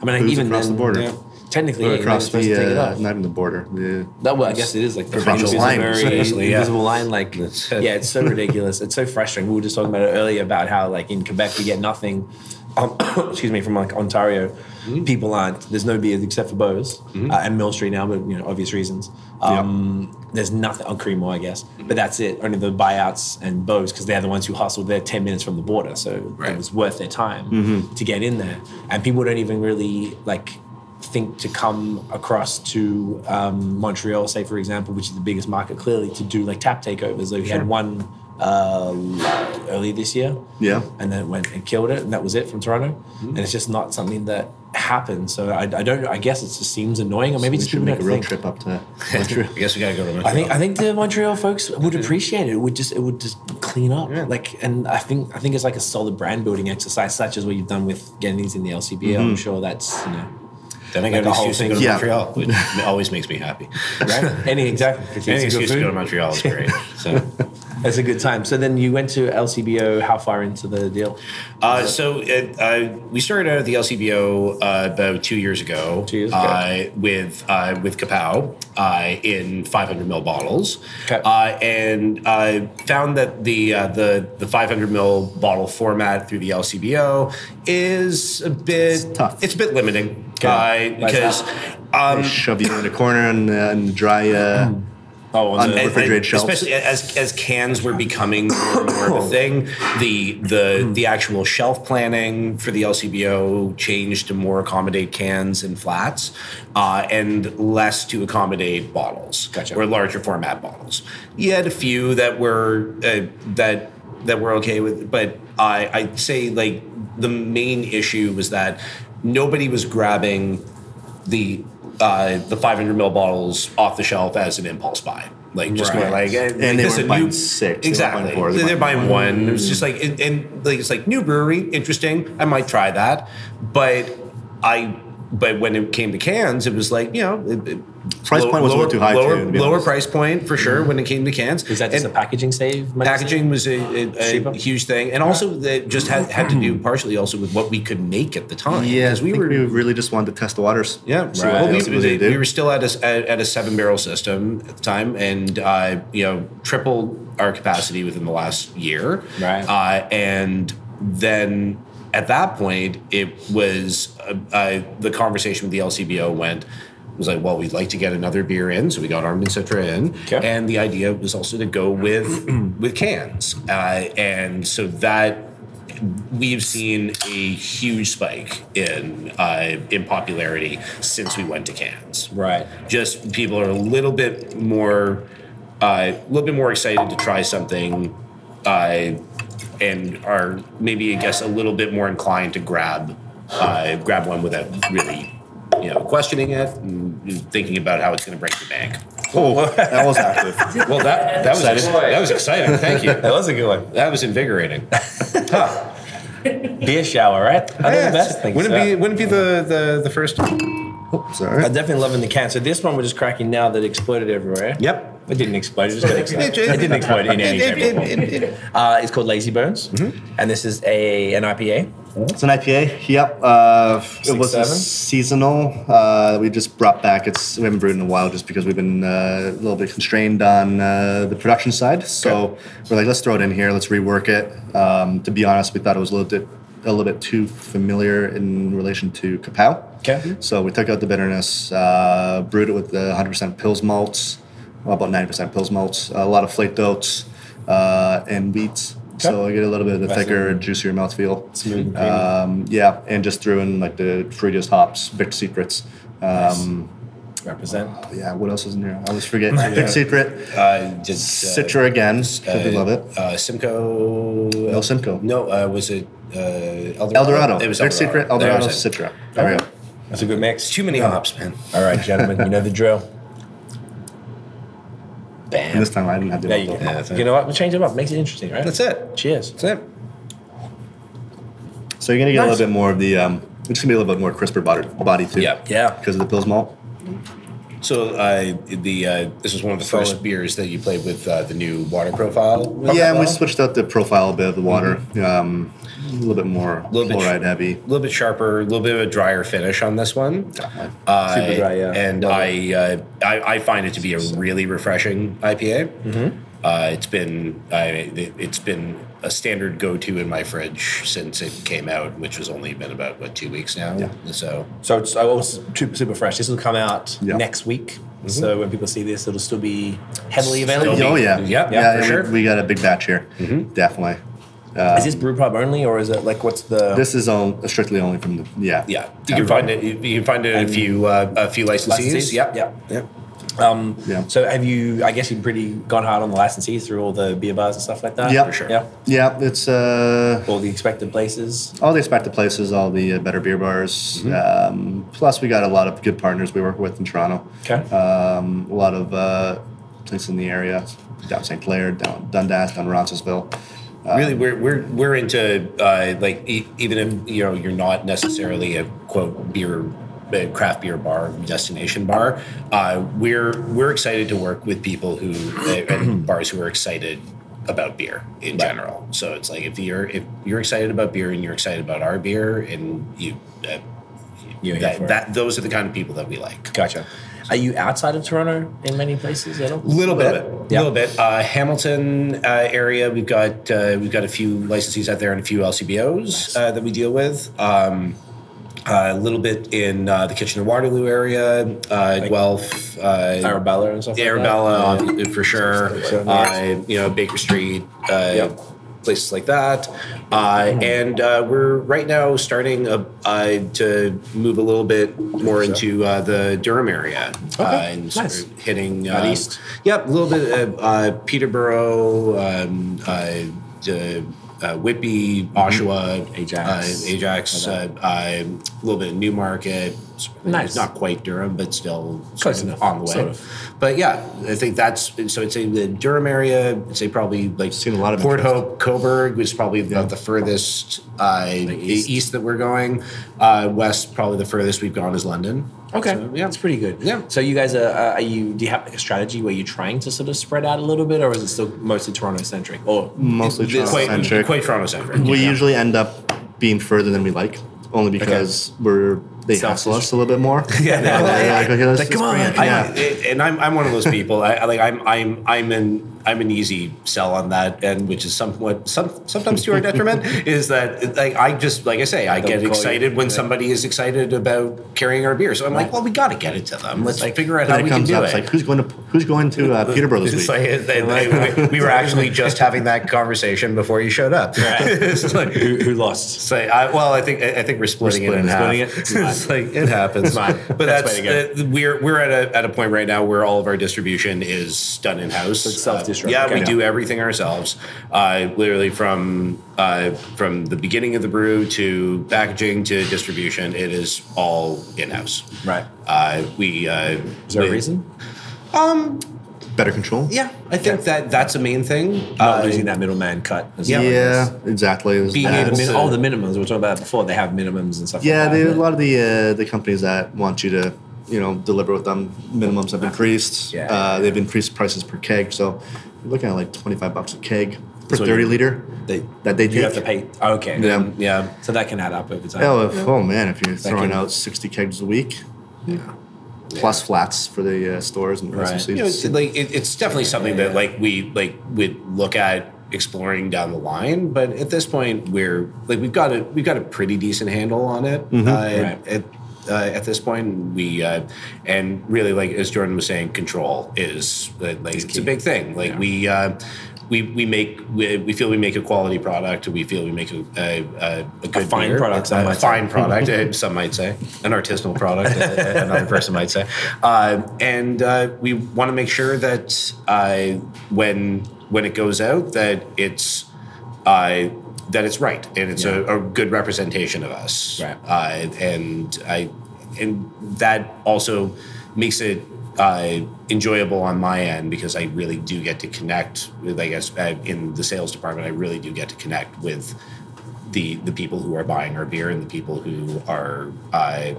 S1: I mean,
S3: booze
S1: even
S3: across
S1: then,
S3: the border.
S1: yeah, technically,
S3: or
S1: yeah,
S3: across
S1: you're not supposed to take it
S3: the uh,
S1: off.
S3: not even the border. The,
S1: That well, I guess it is like the
S3: Across the line,
S5: essentially, yeah.
S1: invisible line. Like,
S5: That's it.
S1: yeah, it's so ridiculous. It's so frustrating. We were just talking about it earlier about how like in Quebec we get nothing. Um, excuse me, from like Ontario,
S5: Mm-hmm.
S1: people aren't. There's no beers except for Bose uh, and Mill Street now, but you know obvious reasons. Um, There's nothing on Cremo, I guess, but that's it. Only the buyouts and Bose because they're the ones who hustled. They're ten minutes from the border, so it
S5: Right.
S1: was worth their time
S3: Mm-hmm.
S1: to get in there. And people don't even really like think to come across to um, Montreal, say for example, which is the biggest market clearly, to do like tap takeovers. Like we had one uh, early this year,
S3: yeah.
S1: and then it went and killed it, and that was it from Toronto. And it's just not something that happens. So I, I don't. I guess it just seems annoying, or maybe
S3: We
S1: it's just
S3: should
S1: people
S3: make a
S1: don't
S3: real
S1: think.
S3: trip up to Montreal.
S5: I guess we gotta go to.
S1: I think I think the Montreal folks would appreciate it. It would just it would just clean up. Like and I think I think it's like a solid brand building exercise, such as what you've done with getting these in the LCBO.
S5: Mm-hmm.
S1: I'm sure that's you know
S5: Then I
S1: Like
S5: got an
S1: the whole
S5: excuse to go to
S1: thing.
S3: Yeah.
S5: Montreal, which always makes me happy.
S1: right? Any exactly
S5: Any excuse to go to Montreal is great. So,
S1: That's a good time. So then you went to LCBO. How far into the deal?
S5: uh, so it, uh, we started out at the LCBO uh, about two years ago.
S1: Two years ago.
S5: Uh, with uh, with Kapow uh, in 500 ml bottles,
S1: Okay.
S5: uh, and I found that the uh, the the 500 ml bottle format through the LCBO is a bit it's
S3: tough.
S5: a bit limiting.
S1: Okay.
S5: Uh,
S1: Why is
S5: because
S3: They
S5: um,
S3: shove you in a corner and, uh, and dry. Uh,
S1: Oh, on
S3: the-
S5: And-
S3: refrigerated
S5: and
S3: shelves.
S5: Especially as as cans were becoming more and more of a thing, the the the actual shelf planning for the LCBO changed to more accommodate cans and flats, uh, and less to accommodate bottles
S1: Gotcha.
S5: or larger format bottles. You had a few that were uh, that that were okay with, but I I'd say like the main issue was that nobody was grabbing the uh, the 500 ml bottles off the shelf as an impulse buy. Like just going
S1: Right.
S5: like, eh,
S3: they
S5: like, this
S3: weren't
S5: is a
S3: buying
S5: new-
S3: six, they were
S5: Exactly,
S3: buying four, they
S5: They- they're
S3: were buying
S5: buying one. It was just like, and, and like it's like new brewery, interesting. I might try that, but I, but when it came to cans, it was like you know, it, it-
S3: Price point was a
S5: lower,
S3: little too high,
S5: Lower,
S3: too, to be
S5: lower
S3: honest.
S5: price point for sure when it came to cans.
S1: Is that just
S5: And-
S1: a packaging save? might you say?
S5: packaging was a, a,
S1: Cheaper?
S5: a huge thing, and also that just had, had to do partially also with what we could make at the time.
S3: yeah, I
S5: because we
S3: think
S5: were
S3: we really just wanted to test the waters.
S5: yeah. So
S3: Right.
S5: well, we,
S3: That's what they do.
S5: we were still at a s- at, at a seven barrel system at the time, and uh, you know tripled our capacity within the last year.
S1: Right.
S5: Uh, and then at that point, it was uh, uh, the conversation with the LCBO went. it Was like, well, we'd like to get another beer in, so we got Armed and Citra in,
S1: Okay.
S5: and the idea was also to go with with cans, uh, and so that we've seen a huge spike in uh, in popularity since we went to cans.
S1: Right.
S5: Just people are a little bit more uh, a little bit more excited to try something, uh, and are maybe I guess a little bit more inclined to grab uh, grab one without really you know questioning it and thinking about how it's going to break the bank.
S3: Oh, that was active.
S5: Well, that that was that was exciting. Thank you.
S1: That was a good one.
S5: That was invigorating.
S1: Beer shower, right? I think the best thing.
S5: Wouldn't it be wouldn't it be the the the first
S3: Sorry.
S1: I'm definitely loving the can. So this one we're just cracking now that exploded everywhere.
S5: Yep.
S1: It didn't explode. It just got excited.
S5: It- it-
S1: It didn't explode in any
S5: It- it-
S1: shape or
S5: it-
S1: form.
S5: it- it-
S1: Uh, it's called Lazy Bones,
S5: Mm-hmm.
S1: and this is a an IPA.
S3: It's an IPA. Yep. Uh, it was a
S1: seven?
S3: seasonal. Uh, we just brought back. It's we haven't brewed in a while just because we've been uh, a little bit constrained on uh, the production side. So we're like, let's throw it in here. Let's rework it. Um, to be honest, we thought it was a little bit a little bit too familiar in relation to Kapow.
S1: Okay.
S3: So we took out the bitterness, uh, brewed it with the 100% pills malts, well, about 90% pills malts, a lot of flaked oats, uh, and wheats. So I get a little bit of the thicker, juicier mouthfeel.
S1: Smooth and creamy.
S3: Um, yeah, and just threw in like the fruitiest hops, Vic Secrets. Um,
S1: Represent.
S3: Yeah, what else is in there? I always forget. Vic Secret,
S5: Uh, just, uh,
S3: Citra again. Hope you love it.
S5: Uh, Simcoe.
S3: El Simcoe.
S5: No, uh, was it uh, Eldorado?
S3: Eldorado.
S5: It was
S3: Vic Secret, Eldorado,
S5: That was it.
S3: Citra. There we go.
S1: That's a good mix.
S5: Too many hops, man.
S1: All right, gentlemen, you know the drill. Bam.
S3: And this time I didn't have the
S1: There you go.
S3: Eldorado.
S5: that's it.
S1: you know what? We'll change them up. Makes it interesting, right?
S5: That's it.
S1: Cheers.
S5: That's it.
S3: So you're gonna get a
S1: Nice.
S3: little bit more of the. Um, it's gonna be a little bit more crisper body, body too.
S5: Yeah.
S1: Yeah.
S3: Because of the pills malt.
S5: So uh, the uh, this was one of the first
S1: Solid.
S5: beers that you played with uh, the new water profile. with
S3: Yeah, and we
S5: Bella?
S3: switched out the profile a bit of the water, um, a little bit more
S5: Mm-hmm. Little bit-
S3: chloride heavy.
S5: a little bit sharper, a little bit of a drier finish on this one. Uh,
S1: Super dry, yeah.
S5: And
S1: Love
S5: I, uh, I, I find it to be a really refreshing IPA.
S1: Mm-hmm.
S5: Uh, it's been, I, it, it's been a standard go-to in my fridge since it came out, which has only been about what two weeks now. So
S1: So it's I was super, super fresh. This will come out
S3: Yeah.
S1: next week. So when people see this, it'll still be heavily available.
S5: Mm-hmm. be-
S3: Oh yeah,
S5: Yeah, yeah, for
S3: we,
S5: sure. Mm-hmm.
S3: we got a big batch here, definitely.
S5: uh,
S1: Is this brew pub only, or is it like what's the?
S3: This is on, strictly only from the yeah
S5: yeah, you can find it. You can find it in a few, uh, a few licensees.
S1: Licensees?
S5: Yep.
S1: Yep. Yep. Um,
S3: Yeah.
S1: So have you? I guess you've pretty gone hard on the licensees through all the beer bars and stuff
S5: uh,
S1: like that.
S3: Yep.
S1: For
S3: For
S1: sure.
S3: sure.
S1: Yeah.
S3: yeah. It's uh,
S1: All the expected places.
S3: all the expected places, all the uh, better beer bars.
S5: Mm-hmm.
S3: Um, plus, we got a lot of good partners we work with in Toronto.
S1: Okay.
S3: Um, a lot of uh, places in the area, down St. Clair, down Dundas, down Roncesville.
S5: really we're we're we're into uh, like e- even if you know you're not necessarily a quote beer uh, craft beer bar destination bar uh, we're we're excited to work with people who uh, and bars who are excited about beer in general so it's like if you're if you're excited about beer and you're excited about our beer and you uh,
S1: You're here for
S5: that,
S1: it.
S5: that those are the kind of people that we like
S1: Gotcha. Are you outside of Toronto in many places at all?
S5: little bit,
S1: Yeah.
S5: little bit. Uh, Hamilton uh, area, we've got uh, we've got a few licensees out there and a few LCBOs uh, that we deal with. Um, a little bit in uh, the Kitchener Waterloo area, uh, Guelph, uh,
S1: Arabella and stuff. like that?
S5: Arabella
S1: Yeah.
S5: obvi- for sure.
S1: Certainly.
S5: Uh, you know, Baker Street, uh,
S1: Yep.
S5: places like that. Uh,
S1: Mm-hmm.
S5: And uh, we're right now starting uh uh, to move a little bit more into uh, the Durham area uh,
S1: Okay.
S5: and sort
S1: Nice.
S5: of hitting
S1: Out
S5: uh,
S1: east?
S5: Yep, a little bit uh, uh, Peterborough. Um, uh, d- uh, Whippy, Oshawa,
S1: Mm-hmm. Ajax.
S5: uh, Ajax,
S1: All
S5: uh, uh, a little bit of Newmarket.
S1: Nice.
S5: not quite Durham, but still sort
S1: Close
S5: of
S1: enough,
S5: on the way.
S1: sort of.
S5: But yeah, I think that's so. I'd say the Durham area. I'd say probably like
S3: Seen a lot of
S5: Port
S3: interest.
S5: Hope, Coburg was probably about the furthest uh,
S1: east.
S5: east. that we're going. Uh, west, probably the furthest we've gone is London.
S1: Okay,
S5: So,
S1: yeah,
S5: yeah,
S1: it's pretty good.
S5: Yeah.
S1: So you guys are, uh, are you? Do you have like a strategy where you're trying to sort of spread out a little bit, or is it still mostly Toronto centric? Or
S3: Mostly
S5: It's quite,
S3: Toronto-centric.
S5: quite Toronto centric.
S3: We usually end up being further than we like, only because we're they hassle us a little bit more. yeah, like, okay, let's-
S1: Like,
S3: let's
S1: come
S3: bring
S1: on,
S3: it-
S1: I-
S3: yeah.
S5: I- and I'm, I'm one of those people. I, I like I'm I'm I'm an I'm an easy sell on that, and which is somewhat some sometimes to our detriment is that like I just like I say I get
S1: call you.
S5: excited when
S1: Yeah.
S5: somebody is excited about carrying our beer. So I'm like, well, we got to get it to them. Let's
S1: Like,
S5: figure out how
S3: Then
S5: we
S3: it
S5: can
S3: comes
S5: do
S3: up.
S5: it.
S3: It's like who's going to who's going to uh, Peterborough this
S5: It's
S3: week?
S5: like, they- they- we- we were actually just having that conversation before you showed up. It's like-
S1: who, who lost?
S5: Say, I, well, I think I I think we're splitting,
S3: splitting
S5: it in
S3: it.
S5: half.
S1: Splitting it? It's
S5: it's like it happens, but that's,
S1: That's the way to
S5: uh, we're we're at a at a point right now where all of our distribution is done in house.
S1: it's self-distributed.
S5: yeah, we
S1: Okay.
S5: do everything ourselves. Uh, literally from uh, from the beginning of the brew to packaging to distribution, it is all in house.
S1: Right.
S5: Uh, we uh,
S1: Is there a
S5: we-
S1: reason?
S3: Better control.
S5: Yeah, I think that that's a main thing.
S1: Not
S5: Uh,
S1: losing that middleman cut. as
S5: Yeah.
S1: well, I
S3: Yeah,
S1: guess.
S3: exactly. There's
S5: Being
S3: that.
S1: The min-
S5: Also-
S1: all the minimums we were talking about before. They have minimums and stuff.
S3: Yeah,
S1: like that,
S3: they, a
S1: but-
S3: lot of the uh, the companies that want you to, you know, deliver with them minimums have increased.
S1: Yeah.
S3: uh, they've increased prices per keg, so you're looking at like twenty five bucks a keg per
S1: So you-
S3: thirty liter.
S1: they,
S3: that they
S1: you have to
S3: take.
S1: pay. Okay.
S3: Yeah.
S5: Um, yeah.
S1: So that can add up over time.
S3: Oh, if- oh man, if you're throwing
S1: can-
S3: out sixty kegs a week, plus flats for the uh, stores and the
S1: Right.
S3: rest of
S5: you know, it's,
S3: seats.
S5: like it, it's definitely something that like we like would look at exploring down the line. But at this point, we're like we've got a we've got a pretty decent handle on it. Uh,
S1: Right.
S5: At uh, at this point, we uh, and really like as Jordan was saying, control is uh, like it's a big thing. Like
S1: Yeah.
S5: we. Uh, we, we make we, we feel we make a quality product. We feel we make a, a, a, a good
S1: fine
S5: beer.
S1: product,
S5: It's
S1: some
S5: a
S1: might say.
S5: fine product, eh, some might say, an artisanal product, eh, another person might say. Uh, and uh, we want to make sure that uh, when when it goes out, that it's uh, that it's right and it's a, a good representation of us.
S1: Right.
S5: Uh, and I and that also makes it. Uh, enjoyable on my end because I really do get to connect with, I guess, uh, in the sales department, I really do get to connect with the the people who are buying our beer and the people who are uh,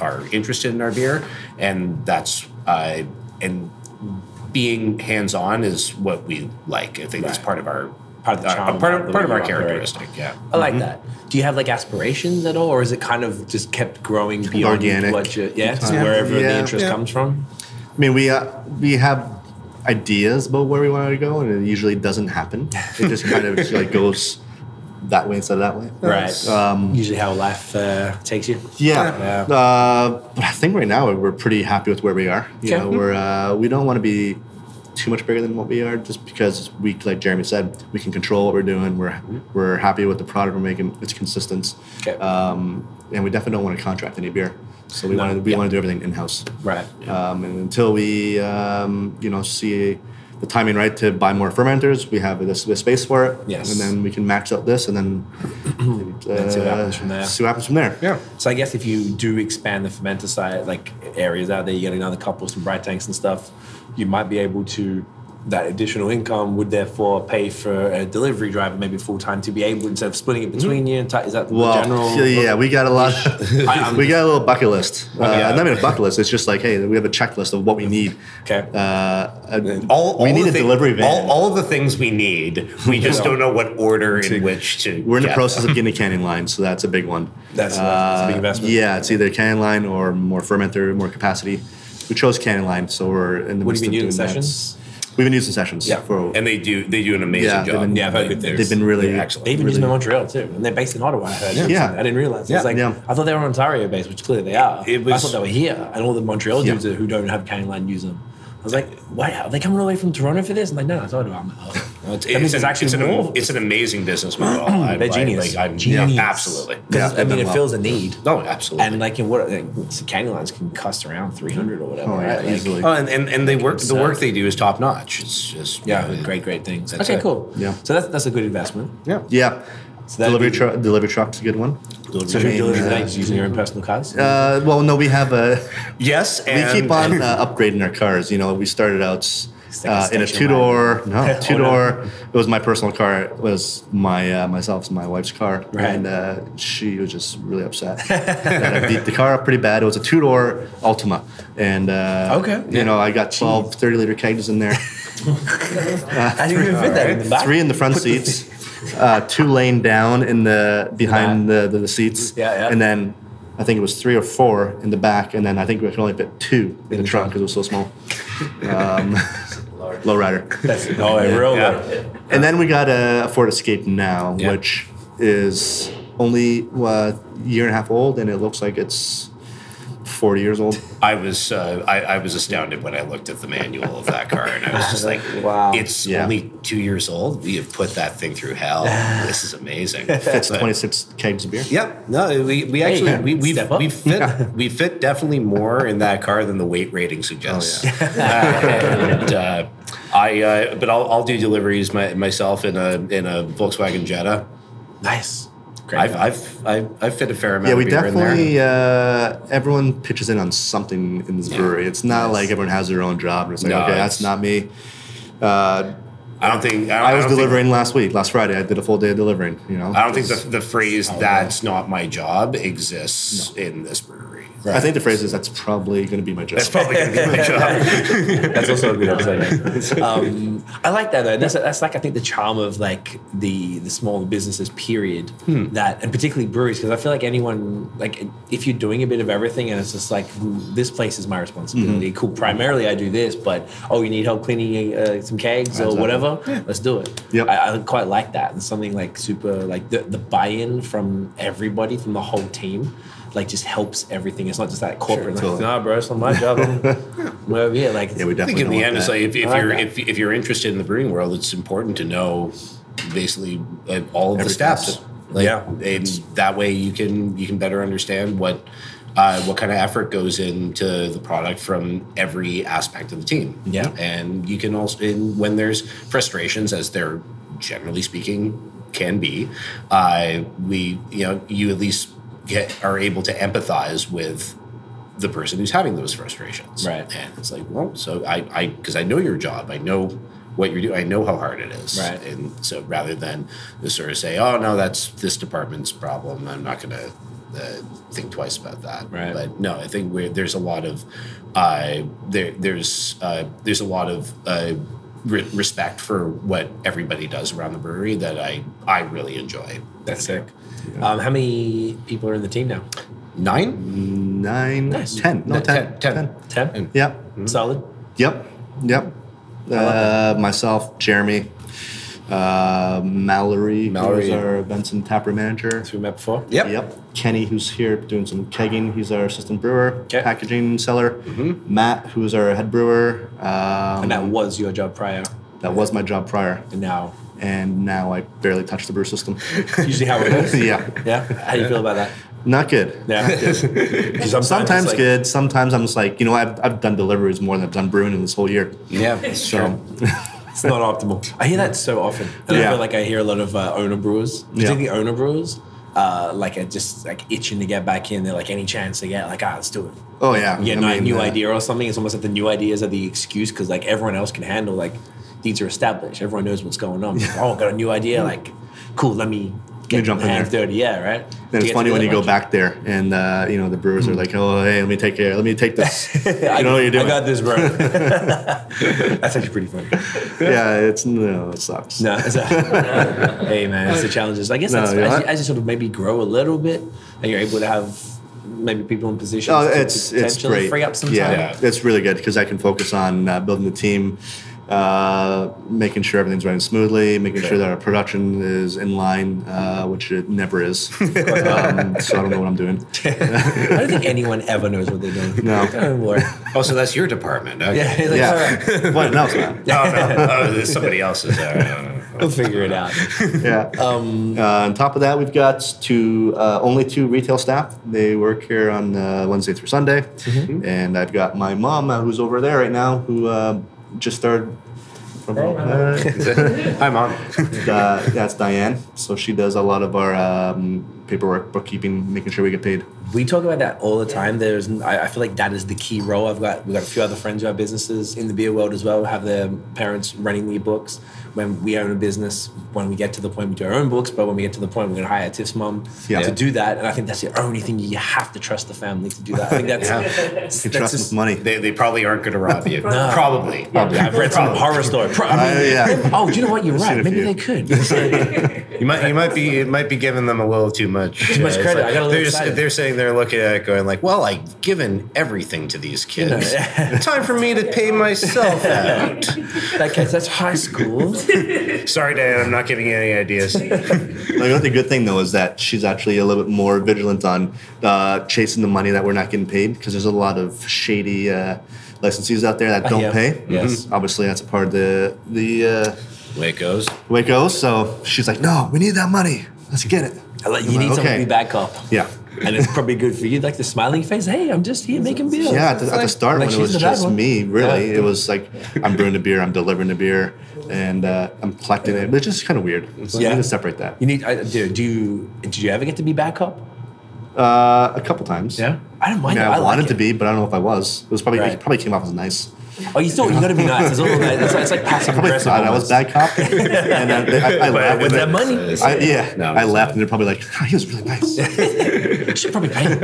S5: are interested in our beer, and that's uh, and being hands on is what we like. I think it's
S1: Right.
S5: part of our
S1: Part of the
S5: uh,
S1: charm,
S5: part
S1: part
S5: of,
S1: of
S5: part of
S1: the
S5: our
S1: way you operate.
S5: characteristic. Yeah.
S1: I
S3: Mm-hmm.
S1: like that. Do you have like aspirations at all, or is it kind of just kept growing beyond
S3: Organic.
S1: what you? Yeah,
S3: Yeah.
S1: wherever the
S3: Yeah.
S1: interest
S3: Yeah.
S1: comes from.
S3: I mean, we uh, we have ideas about where we want to go, and it usually doesn't happen. It just kind of just, like goes that way instead of that way.
S1: Right.
S3: Um,
S1: Usually, how life uh, takes you.
S3: yeah.
S1: Yeah.
S3: Uh, but I think right now we're pretty happy with where we are. You
S1: Okay.
S3: know, we're uh, we don't want to be too much bigger than what we are, just because we, like Jeremy said, we can control what we're doing. We're we're happy with the product we're making. It's consistent.
S1: Okay.
S3: Um, and we definitely don't want to contract any beer. So we
S1: No,
S3: want to we
S1: yeah.
S3: want to do everything in house.
S1: Right.
S3: Um, and until we, um, you know, see the timing right to buy more fermenters, we have this, this space for it.
S1: Yes.
S3: And then we can max out this, and then uh,
S1: see what happens from there.
S3: See what happens from there.
S5: Yeah.
S1: So I guess if you do expand the fermenter side, like areas out there, you get another couple, some bright tanks and stuff, you might be able to. That additional income would therefore pay for a delivery driver, maybe full time, to be able instead of splitting it between you. and ti- Is that the
S3: Mm-hmm. Well,
S1: general?
S3: yeah, yeah, we got a lot.
S1: I'm
S3: we got a little bucket list. Uh,
S1: Okay.
S3: Not even a bucket list. It's just like, hey, we have a checklist of what we need.
S1: Okay.
S3: Uh, uh,
S5: All,
S3: we
S5: all
S3: need
S5: the
S3: a
S5: thi-
S3: delivery van.
S5: All, all of the things we need. We just don't know what order in which to.
S3: We're in the
S5: get
S3: process
S5: them.
S3: of getting a canning line, so that's a big one. Uh,
S1: That's- that's a big investment.
S3: Yeah, it's either a canning line or more fermenter, more capacity. We chose canning line, so we're in the
S1: What
S3: midst
S1: have you been
S3: of
S1: doing
S3: doing that.
S1: sessions?
S3: We've been using sessions.
S1: Yeah,
S3: for
S5: and they do they do an amazing
S3: Yeah, they've
S5: job.
S3: been-
S1: Yeah, I've heard good
S5: They're-
S1: things.
S3: They've been really-
S5: they're
S1: They
S5: excellent.
S1: even use
S3: Really-
S1: them in Montreal too, and they're based in Ottawa. I heard.
S3: Yeah.
S1: I didn't realize. I was like,
S3: Yeah.
S1: I thought they were Ontario based, which clearly they are.
S5: It
S1: I
S5: was-
S1: thought they were here, and all the Montreal
S3: Yeah.
S1: dudes who don't have Canning Line use them. I was like, why are they coming all the way from Toronto for this? And like, no, it's Ottawa. I'm like, oh.
S5: It's,
S1: That means
S5: it's, an,
S1: it's actually
S5: it's, an,
S1: more-
S5: it's an amazing business model. I,
S1: They're
S5: I-
S1: genius.
S5: Like, I'm,
S1: genius.
S5: Yeah, absolutely.
S1: 'Cause,
S3: Yeah,
S1: I
S3: they've
S1: mean,
S3: done
S1: it
S3: well.
S1: fills a need.
S5: No, absolutely.
S1: And like, in what like, so canning lines can cost around 300 or whatever.
S3: Oh, yeah,
S1: right? Like,
S3: easily.
S5: Oh, and, and, and they work. The
S1: stuff.
S5: work they do is top notch. It's just
S1: Yeah,
S5: really
S1: great, great things.
S5: That's
S1: okay,
S5: it.
S1: cool.
S3: Yeah.
S1: So that's that's a good investment.
S5: Yeah.
S3: yeah.
S1: that'd
S3: delivery
S1: be-
S3: truck. Delivery truck's a good one.
S1: So who
S3: mean,
S1: delivers
S3: uh,
S1: that? Just using your own personal cars?
S3: Uh, well, no, we have a.
S5: Yes,
S3: We
S5: and
S3: keep on uh, upgrading our cars. You know, we started out
S1: like a
S3: uh, in a
S1: station
S3: two door. No,
S1: wagon.
S3: two door. It was my personal car. It was my uh, myself's my wife's car,
S1: Right.
S3: and uh, she was just really upset that I beat the car up pretty bad. It was a two door Altima, and uh,
S1: Okay.
S3: you know, I got 12, 30 liter kegs in there.
S1: I didn't even fit that in the back.
S3: three in the front seats, uh, two laying down in the behind the, the, the seats,
S1: Yeah, yeah.
S3: and then I think it was three or four in the back, and then I think we could only fit two in, the trunk because it was so small. Um, low rider,
S1: That's, oh, a real
S5: Yeah.
S1: one.
S3: and then we got a Ford Escape now,
S1: Yeah.
S3: which is only uh, year and a half old, and it looks like it's forty years old.
S5: I was uh, I, I was astounded when I looked at the manual of that car, and I was just like,
S1: Wow.
S5: It's
S3: Yeah.
S5: only two years old. We have put that thing through hell. this is amazing."
S3: Fits
S5: But-
S3: twenty six kegs of beer.
S5: Yep. No, we, we actually
S1: Hey,
S5: we we,
S1: step up.
S5: we fit we fit definitely more in that car than the weight rating suggests. Uh, and, uh, I uh, but I'll, I'll do deliveries my, myself in a in a Volkswagen Jetta.
S1: Nice. Great.
S5: I've I've I've, I've fit a fair amount.
S3: Yeah,
S5: of
S3: we
S5: beer In there.
S3: definitely. Uh, everyone pitches in on something in this brewery. It's not like everyone has their own job. It's like,
S5: No,
S3: okay,
S5: it's-
S3: that's not me. Uh,
S5: I don't think I, don't-
S3: I was
S5: don't think-
S3: delivering last week, last Friday. I did a full day of delivering. You know,
S5: I don't think the, the phrase
S3: Oh,
S5: "that's not my job" exists in this brewery.
S3: I think the phrase is that's probably going to be my job.
S5: That's probably gonna be my job.
S1: That's also a good episode. um, I like that though. That's, that's like I think the charm of like the the small businesses period
S3: Hmm.
S1: that, and particularly breweries, because I feel like anyone like if you're doing a bit of everything and it's just like this place is my responsibility.
S3: Mm-hmm.
S1: Cool. Primarily I do this, but oh, you need help cleaning uh, some kegs or
S3: Exactly.
S1: whatever. Let's do it.
S3: Yep.
S1: I, I quite like that. And something like super like the, the buy-in from everybody from the whole team. Like just helps everything. It's not just that corporate. like,
S3: totally.
S1: nah, bro, it's not my job. I'm, I'm over here. Like,
S3: yeah, we definitely.
S5: I think in
S3: don't
S5: the
S3: want
S5: end, it's
S3: that.
S5: like if, if
S1: I like
S5: you're
S1: that.
S5: if, if you're interested in the brewing world, it's important to know basically uh, all of the
S3: Everything.
S5: steps. Like,
S1: Yeah.
S5: and that way you can you can better understand what uh, what kind of effort goes into the product from every aspect of the team.
S1: Yeah.
S5: and you can also and when there's frustrations, as there generally speaking can be, uh, we you know you at least get are able to empathize with the person who's having those frustrations.
S1: Right.
S5: And it's like, well, so I, I, because I know your job, I know what you're doing, I know how hard it is.
S1: Right.
S5: And so rather than just sort of say, oh no, that's this department's problem, I'm not going to uh, think twice about that.
S1: Right.
S5: But no, I think we're, there's a lot of uh, there there's uh, there's a lot of uh, re- respect for what everybody does around the brewery that I I really enjoy.
S1: That's sick. Um, how many people are in the team now?
S5: Nine,
S3: Nine,
S1: Nice.
S3: ten, no,
S5: No,
S3: ten,
S5: ten, ten.
S1: Ten.
S3: Yep,
S1: Solid.
S3: yep, yep. Uh, myself, Jeremy, uh, Mallory,
S5: Mallory.
S3: who's our Benson Tapper manager.
S1: Who we met before.
S5: Yep.
S3: Yep. Kenny, who's here doing some kegging, he's our assistant brewer,
S1: Okay.
S3: packaging seller. Matt, who's our head brewer. Um,
S1: Mm-hmm. And that was your job prior,
S3: that was my job prior,
S1: and now
S3: and now I barely touch the brew system.
S1: usually how it is.
S3: yeah,
S1: Yeah. How do you feel about that?
S3: not good.
S1: Yeah. Because sometimes,
S3: Sometimes
S1: it's like-
S3: good. Sometimes I'm just like, you know, I've, I've done deliveries more than I've done brewing in this whole year.
S5: Yeah.
S3: So
S1: It's not optimal. I hear that so often. And I
S3: Yeah.
S1: feel like I hear a lot of uh, owner brewers, particularly
S3: Yeah.
S1: owner brewers, uh, like are just like itching to get back in. They're like any chance they get, like ah, let's do it.
S3: Oh yeah,
S1: Yeah, not a new
S3: uh,
S1: idea or something. It's almost like the new ideas are the excuse because like everyone else can handle like these are established. Everyone knows what's going on. Like, oh, got a new idea. Like, cool. Let me get
S3: jump
S1: my
S3: in
S1: hands
S3: there.
S1: dirty. Yeah, right.
S3: And
S1: You
S3: it's
S1: get
S3: funny
S1: to
S3: when
S1: do
S3: you
S1: that much.
S3: go
S1: Hmm.
S3: back there and uh, you know the brewers are like, oh hey, let me take care, let me take this. you
S1: I,
S3: know what you're doing.
S1: I got this, bro. That's actually pretty funny.
S3: yeah, it's no, it sucks.
S1: No, it's a, hey man, it's the challenges. I guess
S3: No,
S1: that's,
S3: you're
S1: as,
S3: right.
S1: you, as you sort of maybe grow a little bit, and you're able to have maybe people in positions
S3: Oh,
S1: to
S3: it's it's
S1: potentially
S3: great.
S1: free up some
S3: yeah,
S1: time.
S5: Yeah.
S3: it's really good because I can focus on uh, building the team, uh, making sure everything's running smoothly, making sure that our production is in line, uh, which it never is. um, so I don't know what I'm doing.
S1: I don't think anyone ever knows what they're doing.
S3: No.
S1: Don't worry.
S5: Oh, so that's your department. Okay.
S1: Yeah, like,
S3: Yeah.
S1: all right,
S3: What? No, it's not.
S5: Oh, no. oh, there's somebody else's. there.
S1: we'll figure it out.
S3: Yeah.
S1: Um,
S3: Uh, on top of that, we've got two, uh, only two retail staff. They work here on uh, Wednesday through Sunday,
S1: Mm-hmm.
S3: and I've got my mom uh, who's over there right now, who uh, just started. From
S5: Hi, mom.
S3: uh, that's Diane. So she does a lot of our um, paperwork, bookkeeping, making sure we get paid.
S1: We talk about that all the time. There's, I, I feel like that is the key role. I've got, we've got a few other friends who have businesses in the beer world as well. Have their parents running the books. When we own a business, when we get to the point, we do our own books. But when we get to the point, we're gonna hire Tiff's mom
S3: Yeah.
S1: to do that. And I think that's the only thing you have to trust the family to do that. I think that's, that's
S3: You trust
S1: just-
S3: with money.
S5: They, they probably aren't going to rob you.
S1: No.
S5: Probably.
S1: Probably. I've read some horror story. Pro- I mean,
S3: Uh, yeah.
S1: Oh, do you know what? You're
S3: I've seen
S1: right.
S3: a
S1: Maybe
S3: few.
S1: they could.
S5: You might, you might be, it might be giving them a little too much. Too
S1: much credit. I got a little
S5: they're, just-
S1: excited.
S5: they're saying they're looking at it, going like, "Well, I've given everything to these kids.
S1: know.
S5: Time for me to pay myself out."
S1: that case, that's high school.
S5: Sorry, Diane, I'm not giving you any ideas.
S3: Like, the good thing though is that she's actually a little bit more vigilant on uh, chasing the money that we're not getting paid because there's a lot of shady uh, licensees out there that don't
S1: Uh, yeah.
S3: pay.
S1: Yes.
S3: Mhm. obviously that's a part of the the uh,
S5: Waco's.
S3: Waco. So she's like, no, we need that money. Let's get it.
S1: I like- You
S3: I'm
S1: need
S3: like,
S1: someone to
S3: okay.
S1: be back up.
S3: Yeah,
S1: and it's probably good for you. Like the smiling face. Hey, I'm just here making beer.
S3: yeah. At the,
S1: It's
S3: at the
S1: like-
S3: start,
S1: like
S3: when it
S1: she's
S3: was
S1: the bad
S3: just
S1: one.
S3: me, really,
S1: Yeah.
S3: it was like I'm brewing the beer, I'm delivering the beer, and uh, I'm collecting it. It's just kind of weird. So
S1: Yeah.
S3: I need to separate that.
S1: You need, I, dude. Do you did you ever get to be back up?
S3: Uh, a couple times.
S1: I don't
S3: I,
S1: mind.
S3: mean,
S1: it.
S3: I,
S1: I
S3: wanted
S1: like
S3: to be, but I don't know if I was. It was probably
S1: Right.
S3: it probably came off as nice.
S1: It. Oh, you still you got to be nice. It's, all nice. it's, like- it's like passive
S3: Probably
S1: aggressive.
S3: thought I was
S1: almost.
S3: bad cop, and then they, I, I laughed.
S1: With
S3: and
S1: that
S3: they-
S1: money,
S3: I, yeah,
S5: No,
S3: I
S5: it's
S3: laughed, and they're probably like, "Oh, "He was really nice."
S1: you should probably pay.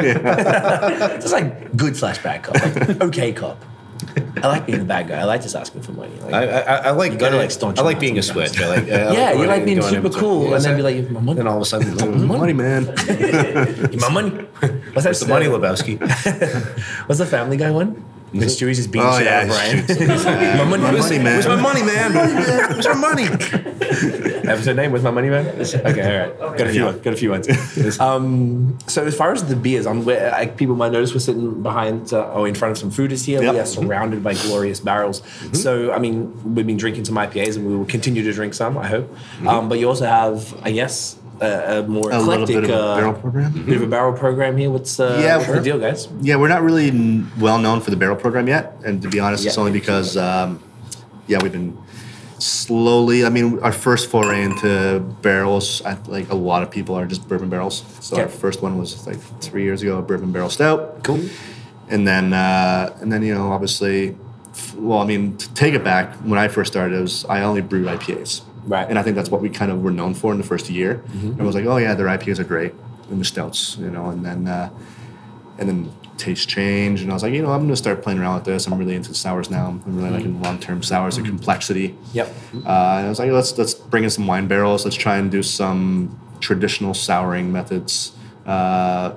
S1: it's like good slash bad cop, like okay cop. I like being the bad guy. I like just asking for money. Like,
S5: I, I, I like. You
S1: gotta, like, staunch
S5: I
S1: them
S5: like
S1: out
S5: being a
S1: sometimes.
S5: switch. I like. I
S1: yeah, you
S5: going
S1: like
S5: in-
S1: being
S5: going in
S1: super
S5: between.
S1: cool,
S5: Yeah,
S1: and then be
S5: exactly.
S1: like, my money,
S5: And all of a sudden,
S3: Money man.
S1: my money. What's that?
S5: it's the money,
S1: uh,
S5: Lebowski.
S1: What's the Family Guy one? Miss Stewie's just beating
S3: Oh,
S1: shit out
S3: yeah,
S1: of
S3: he's
S1: Brian. my money,
S3: My
S1: where's-
S3: money, man.
S1: Where's my money, man?
S5: Where's my money?
S1: Episode name was my money man. Okay, all right. Got a few. Got a few ones. Um, so as far as the beers, I'm where like, people might notice we're sitting behind uh, oh in front of some food is here.
S3: Yep. Mm-hmm.
S1: We are surrounded by glorious barrels. So I mean, we've been drinking some IPAs and we will continue to drink some. I hope. Um, but you also have, I guess, a, a more
S3: Mm-hmm. A little
S1: eclectic
S3: bit of a
S1: uh,
S3: barrel program. Mm-hmm.
S1: Bit of a barrel program here. What's, uh,
S3: Yeah,
S1: what's the
S3: sure.
S1: deal, guys?
S3: Yeah, we're not really n- well known for the barrel program yet, and to be honest, it's
S1: Yeah.
S3: only because, um, yeah, we've been slowly. I mean, our first foray into barrels, I, like a lot of people are just bourbon barrels. So our
S1: Okay.
S3: first one was like three years ago, a bourbon barrel stout,
S1: Cool.
S3: and then uh, and then you know obviously, f- well, I mean, to take it back when I first started, it was I only brewed IPAs,
S1: Right.
S3: And I think that's what we kind of were known for in the first year. Everyone's like, oh yeah, their IPAs are great. in the stouts, you know, and then uh, and then taste change. And I was like, you know, I'm gonna start playing around with this. I'm really into sours now. I'm really liking long term sours and complexity.
S1: Yep.
S3: Uh, and I was like, let's let's bring in some wine barrels. Let's try and do some traditional souring methods. Uh,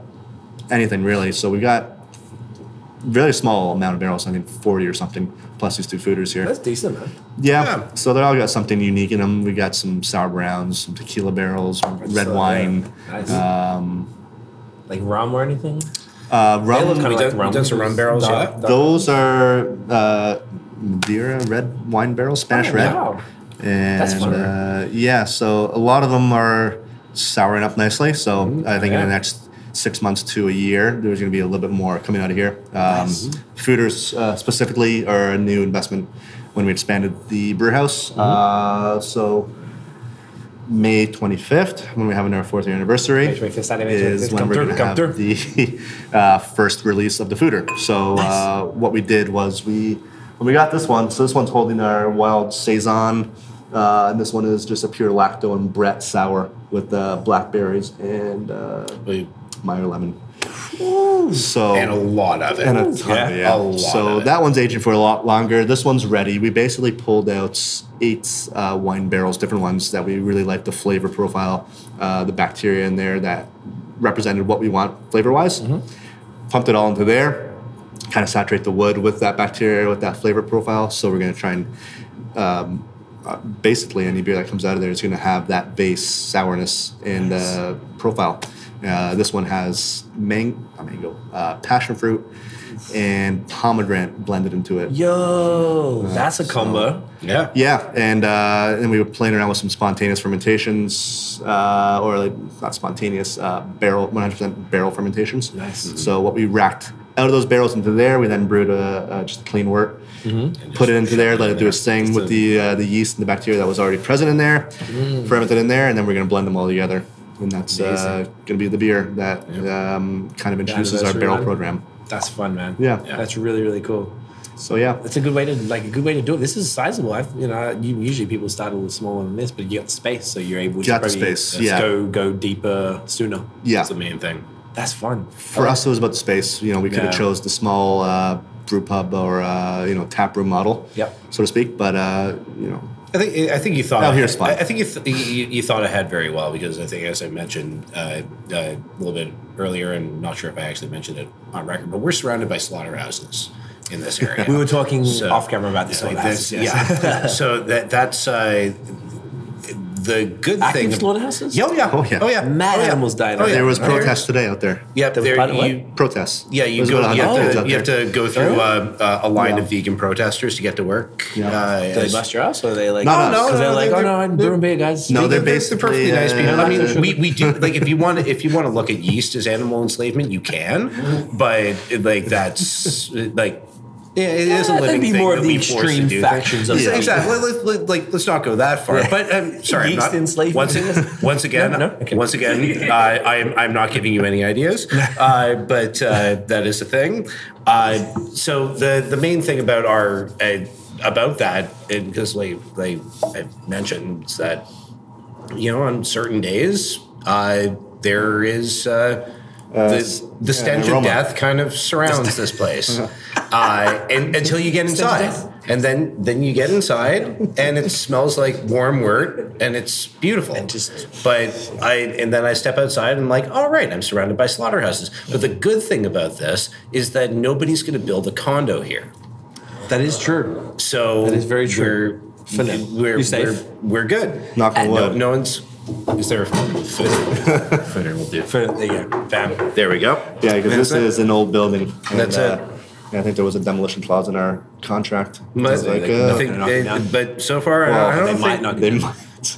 S3: anything really. So we got very small amount of barrels. I think 40 or something. Plus these two fooders here.
S1: That's decent, man.
S3: Yeah.
S5: Yeah.
S3: So they all got something unique in them. We got some sour browns, some tequila barrels, red
S1: So,
S3: wine, um,
S1: yeah. Nice. like rum or anything?
S3: uh, rum.
S1: look kinda
S5: We've
S1: like
S5: done-
S1: rum.
S5: we've done some rum barrels,
S1: Dark-
S5: yeah.
S1: dark-
S3: Those are uh, Madeira red wine barrels, Spanish
S1: Oh,
S3: red.
S1: wow.
S3: And
S1: funny.
S3: uh, yeah, so a lot of them are souring up nicely. So I think in
S1: Mm-hmm. yeah.
S3: the next six months to a year, there's going to be a little bit more coming out of here. Um, Fooders uh, specifically are a new investment when we expanded the brew house.
S1: Mm-hmm.
S3: Uh, so May 25th, when we have our fourth year anniversary,
S1: May 25th, Saturday, May
S3: is
S1: 25th.
S3: when
S1: Come
S3: we're
S1: through,
S3: going to
S1: come through.
S3: have the uh, first release of the fooder. So uh, what we did was we when we got this one. So this one's holding our wild saison, uh, and this one is just a pure lacto and Brett sour with uh, blackberries and uh, Meyer lemon. So
S5: and a lot of it.
S3: Oh. and a ton of it, yeah.
S5: A lot
S3: so
S5: of it.
S3: that one's aging for a lot longer. This one's ready. We basically pulled out eight uh, wine barrels, different ones that we really liked the flavor profile, uh, the bacteria in there that represented what we want flavor wise. Pumped it all into there, kind of saturate the wood with that bacteria, with that flavor profile. So we're going to try and um, uh, basically any beer that comes out of there is going to have that base sourness and uh, profile. Uh, this one has mang- uh, mango, uh, passion fruit, and pomegranate blended into it.
S1: Yo, that's a combo.
S5: yeah.
S3: Yeah, and uh, and we were playing around with some spontaneous fermentations, uh, or like not spontaneous uh, barrel, one hundred percent barrel fermentations. Nice. So what we racked out of those barrels into there, we then brewed a, uh just a clean wort, put it into there, let it do its thing with the uh, the yeast and the bacteria that was already present in there, fermented in there, and then we're gonna blend them all together, and that's uh, gonna be the beer that um, kind of introduces our
S1: anniversary
S3: barrel
S1: run.
S3: program.
S1: That's fun, man.
S3: Yeah.
S5: Yeah.
S1: That's really, really cool.
S3: So yeah,
S1: It's a good way to like a good way to do it. This is sizable. I've you know you, usually people start a little smaller than this, but you got the space, so you're able to
S3: Got the
S1: probably
S3: space,
S1: just
S3: yeah.
S1: go go deeper sooner.
S3: yeah.
S5: That's the main thing.
S1: That's fun.
S3: for us, it was about the space. You know, we could have
S1: Yeah.
S3: chose the small uh, brew pub or uh, you know tap room model,
S1: Yep.
S3: so to speak. But uh, you know,
S5: I think I think you thought.
S3: Oh, here's fun.
S5: I, I think you, th- you you thought ahead very well because I think as I mentioned uh, uh, a little bit earlier, and not sure if I actually mentioned it on record, but we're surrounded by slaughterhouses in this area.
S1: We were talking
S5: So-
S1: off camera about this.
S5: So
S1: one.
S5: that's-
S1: yes.
S5: yeah. so that that's uh, the good
S1: Active
S5: thing.
S1: slaughterhouses?
S5: Yeah, oh yeah,
S3: Oh, yeah.
S5: oh yeah.
S1: Mad
S5: oh, yeah.
S1: animals died
S5: Oh,
S1: out
S5: yeah.
S3: there was
S5: There-
S3: protests today out there.
S5: Yeah, there,
S1: Pardon, what?
S5: you,
S3: Protests.
S5: yeah, you
S3: There's
S5: go.
S3: about
S5: You have,
S3: 100 kids
S5: to,
S3: out
S5: you have
S3: there.
S5: to go through uh, uh, a line
S3: Yeah.
S5: of vegan protesters to get to work.
S3: Yeah.
S5: Uh,
S1: Did
S5: as-
S1: they bust your ass, or are they like?
S3: Not us.
S1: no,
S3: 'Cause
S1: they're
S5: no,
S1: like,
S5: they're-
S1: oh no, I'm
S5: they're-
S1: brewing beer, guys.
S3: No, they're
S5: they're- they're
S3: basically,
S5: perfectly nice
S3: uh,
S5: people. I mean,
S1: yeah.
S5: we, we do like if you want if you want to look at yeast as animal enslavement, you can, but like that's like yeah, it is a
S1: Yeah, that'd
S5: living
S1: be
S5: thing
S1: more
S5: that
S1: of the
S5: we force to
S1: extreme
S5: do
S1: factions of
S5: things.
S1: the
S5: exactly. Let, let, like let's not go that far. But um, sorry, I'm
S1: Yeast
S5: not,
S1: enslavement.
S5: Once, a- once again,
S1: No, no, okay.
S5: once again, uh, I'm I'm not giving you any ideas, uh, but uh, that is a thing. Uh, so the the main thing about our uh, about that, and because like like I mentioned, is that you know, on certain days, uh, there is uh, the, the stench of
S3: aroma.
S5: death kind of surrounds this place, uh, and until you get
S1: of
S5: inside,
S1: death.
S5: and then then you get inside, and it smells like warm wort, and it's beautiful. but I and then I step outside, and I'm like, all right, I'm surrounded by slaughterhouses. But the good thing about this is that nobody's going to build a condo here.
S1: That is true.
S5: So
S1: That is very true.
S5: We're,
S1: For now.
S5: We're,
S1: You're safe.
S5: we're we're good.
S3: Knock on
S5: no,
S3: wood.
S5: no one's. Is there a footer? footer will do.
S1: For, there you go.
S5: Bam. There we go.
S3: Yeah, because this
S5: That's
S3: is an old building. And,
S5: That's it.
S3: and I think there was a demolition clause in our contract.
S5: But,
S3: It's like,
S5: I
S3: uh,
S5: think
S1: knock
S5: they-
S1: it down.
S5: but so far, I-
S3: Well,
S5: I don't
S3: they
S5: think,
S1: might not-
S3: they might.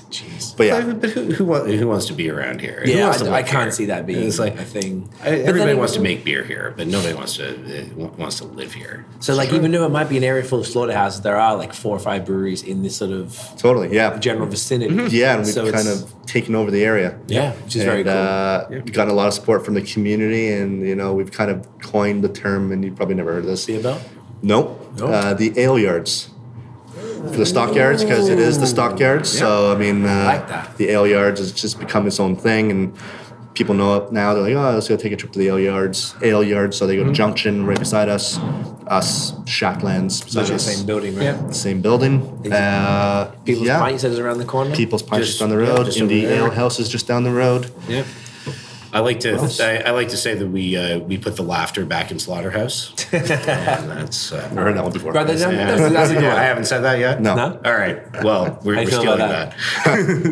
S3: But yeah,
S5: But who, who, wants, who wants to be around here? Who
S1: Yeah,
S5: wants to
S1: I, I
S5: live
S1: can't
S5: here?
S1: see that being
S5: It's like
S1: a thing. But
S5: I-
S1: then
S5: everybody
S1: it-
S5: wants to make beer here, but nobody wants to uh, wa- wants to live here.
S1: So, like, even though it might be an area full of slaughterhouses, there are like four or five breweries in this sort of
S3: totally. Yeah.
S1: general vicinity.
S3: Yeah, and we've
S1: So it's-
S3: kind of taken over the area.
S1: yeah, which is very
S3: Mm-hmm. and
S1: cool.
S3: uh, gotten a lot of support from the community, and you know we've kind of coined the term, and you've probably never heard of this.
S1: See about
S3: Nope.
S1: Nope.
S3: Uh, the ale yards. For the stockyards, because it is the stockyards. So I mean, uh,
S1: like that.
S3: the ale yards has just become its own thing, and people know it now. They're like, oh, let's go take a trip to the ale yards. Ale yards. So they go
S1: Mm-hmm.
S3: to Junction right beside us. Us Shacklands.
S1: Those
S3: beside
S1: are the
S3: us.
S1: same building, right?
S7: Yeah.
S3: Same building. Uh,
S1: People's
S3: yeah.
S1: Pint says around the corner.
S3: People's Pint
S7: Just-
S3: just down the
S7: yeah,
S3: road.
S7: just over
S3: Indie
S7: there.
S3: Ale House is just down the road.
S7: Yeah.
S5: I like to I, I like to say that we uh, we put the laughter back in slaughterhouse. and that's
S3: I
S5: uh,
S3: heard that one before.
S1: Write that down.
S5: yeah.
S1: That's, that's a good
S5: Yeah,
S1: one.
S5: I haven't said that yet.
S3: No.
S1: No?
S5: All right. Well, we're,
S1: How you
S5: we're
S1: feel
S5: stealing
S1: about
S5: that.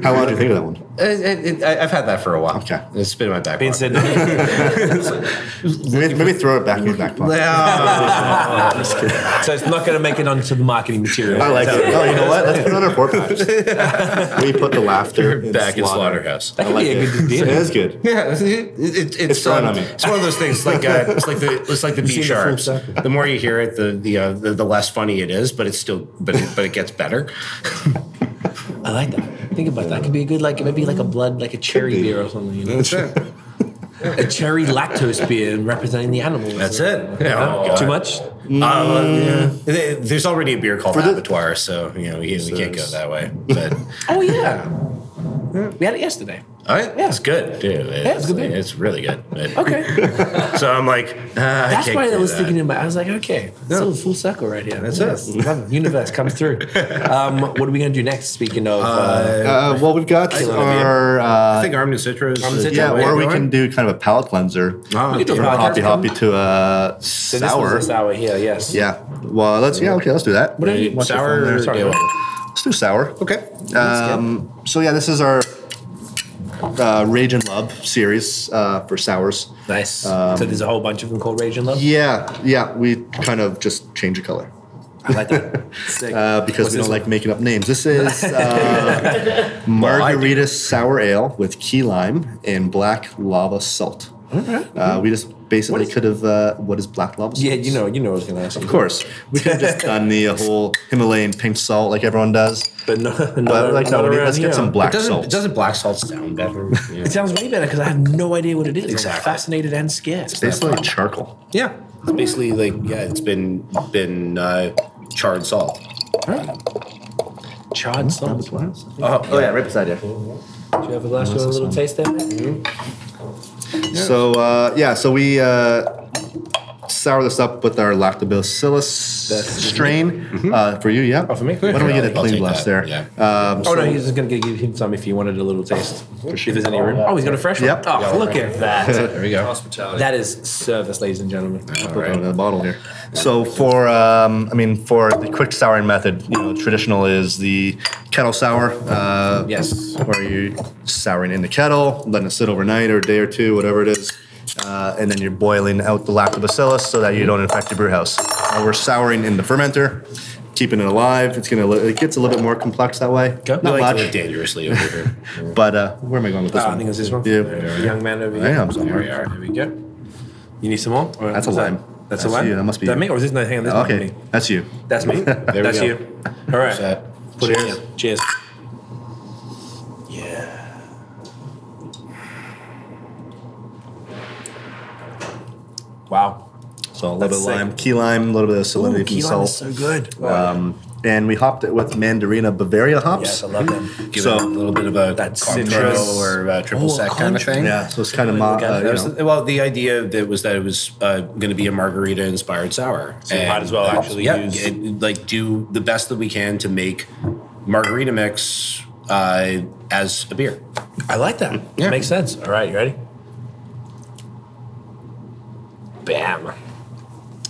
S3: How long do you think of that one?
S5: It- it- it- I, I've had that for a while.
S3: Okay.
S5: It's been in my back.
S1: Being
S5: pocket.
S1: said, no.
S3: Maybe, maybe throw it back in your back pocket.
S1: so it's not going to make it onto the marketing material.
S3: I like it. Oh, you know what? Let's put it on our four packs. we put the laughter in
S5: back in
S3: slaughter.
S5: slaughterhouse.
S1: That
S3: I
S1: could
S3: like
S1: be a
S3: it.
S1: good deal.
S3: It is good.
S5: Yeah, it, it, it's um,
S3: It's growing on me.
S5: It's one of those things like uh, it's like the it's like the B
S1: seen the full
S5: sharps.
S1: circle.
S5: The more you hear it, the the, uh, the the less funny it is, but it's still but it, but it gets better.
S1: I like that. Think about that. Could be a good, like maybe like a blood, like a cherry
S3: Could be.
S1: beer or something. You know? a cherry lactose beer representing the animals.
S5: That's it. Yeah, oh,
S1: Huh?
S5: God.
S1: Too much. Mm.
S5: Uh, yeah. There- There's already a beer called
S3: the-
S5: Abattoir, so you know we, we can't go that way. But
S1: Oh yeah. We had it yesterday.
S5: all right, yeah, it's good, dude. It's,
S1: Yeah, it's good beer.
S5: it's really good. But-
S1: Okay.
S5: So I'm like, ah, I
S1: That's
S5: can't
S1: why
S5: do
S1: I was
S5: that.
S1: thinking about. I was like, okay, that's a full circle right here. That's
S5: us.
S1: Love it. Universe comes through. Um, what are we gonna do next? Speaking of, uh,
S3: Uh, well, we've got our.
S5: I
S3: Uh,
S5: think Armed and Citrus. is
S1: Citra,
S5: the
S3: yeah,
S5: way
S3: or we
S5: going.
S3: can do kind of a palate cleanser.
S5: Ah,
S1: We can do
S3: From
S1: a
S3: hoppy
S1: podcast.
S3: hoppy to uh,
S1: so this
S3: sour.
S1: was a sour here. Yes.
S3: Yeah. Well, let's. Yeah. Okay. Let's do that.
S1: What are you?
S5: Sour or
S1: Sorry.
S5: Dale?
S3: Let's do sour.
S5: Okay.
S3: Um, so yeah, this is our uh, Rage and Love series uh, for sours.
S1: Nice. so there's a whole bunch of them called Rage and Love.
S3: Yeah. Yeah. We kind of just change the color.
S1: I like that. Sick.
S3: uh,
S1: What's
S3: because we
S1: this one?
S3: don't like making up names. This is uh, Margarita Sour Ale with key lime and black lava salt. Uh, we just basically could have. Uh, what is black lava salt?
S1: Yeah, you know, you know, I was gonna ask.
S3: Of course, we could have just done the uh, whole Himalayan pink salt like everyone does.
S1: But no,
S3: But
S1: not-
S3: like, no,
S1: not
S3: we-
S1: around
S3: let's
S1: here.
S3: get some black
S5: Doesn't
S3: salt.
S5: doesn't black salt sound better? Yeah.
S1: It sounds way better because I have no idea what it is. I'm
S5: Exactly.
S1: fascinated and scared.
S3: Basically, like charcoal.
S5: Yeah, it's basically like yeah, it's been been uh, charred salt.
S1: Charred salt. Do
S3: Oh, oh yeah, right beside you.
S1: you have a glass? You want a little taste there? mate?
S3: So uh, yeah, so we uh, sour this up with our lactobacillus strain uh, for you. Yeah,
S1: for me?
S3: Why don't we
S5: Yeah,
S3: get a
S5: I'll
S3: clean
S5: take
S3: glass
S5: that,
S3: there?
S5: yeah.
S3: Um,
S1: Oh no, he's just gonna give him some if you wanted a little taste. If there's any room. Oh, he's got a fresh one.
S3: Yep.
S1: Oh, look at that.
S5: There we go.
S8: Hospitality.
S1: that is service, ladies and gentlemen.
S5: All
S3: Put it in
S5: right.
S3: the bottle here. So for um, I mean for the quick souring method, you know, traditional is the kettle sour. Uh,
S1: Yes.
S3: Where you souring in the kettle, letting it sit overnight or a day or two, whatever it is. Uh, and then you're boiling out the lactobacillus so that you don't infect your brew house. Uh, we're souring in the fermenter, keeping it alive. It's gonna li- it gets a little bit more complex that way. Not
S5: We like to live
S3: much,
S5: dangerously over here.
S3: but uh, where am I going with this
S1: Ah, I
S3: one?
S1: think it's this one.
S3: Yeah.
S1: The young man over
S3: I
S1: here.
S3: am
S5: There we
S3: somewhere.
S5: are.
S1: There we go. You need some more? Or
S3: That's a
S1: what's that?
S3: lime.
S1: That's, a
S3: That's
S1: lime.
S3: you, that must be
S1: That
S3: you.
S1: Ah, me, or is this no? Hang on, this
S3: Okay,
S1: might
S3: that's you.
S1: That's me.
S5: we
S1: That's
S5: go.
S1: you. All right.
S5: Set.
S1: Put it
S5: Cheers.
S1: in. Cheers. Yeah. Wow.
S3: So a little
S1: That's
S3: bit of
S1: sick.
S3: lime, key lime, a little bit of salinity
S1: Ooh,
S3: from
S1: key
S3: the
S1: lime
S3: salt.
S1: is so good.
S3: Um, and we hopped it with Mandarina Bavaria hops.
S1: yes, I love them.
S5: Give
S3: So-
S5: it a little bit of a
S1: That's
S5: cocktail
S1: citrus.
S5: or uh triple
S1: Oh,
S5: sec kind of
S1: contra-
S5: thing.
S3: yeah, so it's kind of
S1: Really
S3: ma-
S1: look at
S3: uh,
S1: it.
S3: you
S5: That was-
S3: know,
S5: well, the idea that was that it was uh, going to be a margarita-inspired sour.
S1: So you might as well
S5: uh,
S1: actually
S5: yeah,
S1: use-
S5: it- like do the best that we can to make margarita mix uh, as a beer.
S1: I like that.
S5: Yeah.
S1: Makes sense. All right, you ready? Bam.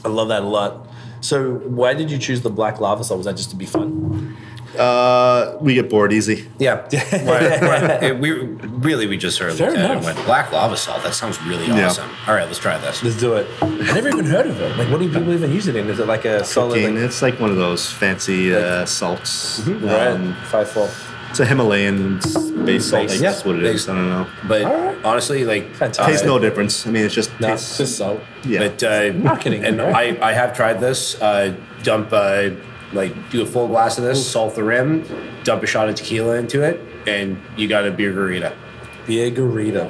S1: I love that a lot. So, why did you choose the black lava salt? Was that just to be fun?
S3: uh, we get bored easy.
S5: Yeah, Right, right. It- we really we just sort of
S1: Fair
S5: looked at it and
S1: enough.
S5: went black lava salt. That sounds really
S3: Yeah.
S5: awesome. All right, let's try this.
S1: Let's do it. I never even heard of it. Like, what do people even use it in? Is it like a solid?
S3: Cooking,
S1: Like, Mm-hmm.
S3: it's like one of those fancy uh, salts. Um,
S1: right. Five four.
S3: It's a Himalayan s- base salt.
S1: Base,
S3: I guess
S1: yeah.
S3: what it is. I don't know.
S5: But
S1: All right.
S5: honestly, like
S1: Fantastic.
S3: Tastes no difference. I mean, it's just
S1: No, it's
S3: tastes.
S1: just salt.
S3: yeah.
S5: But uh,
S1: Not kidding,
S5: And
S1: right?
S5: I, I have tried this. Uh, dump uh, like do a full glass of this, salt the rim, dump a shot of tequila into it, and you got a beer garita.
S1: Beer garita.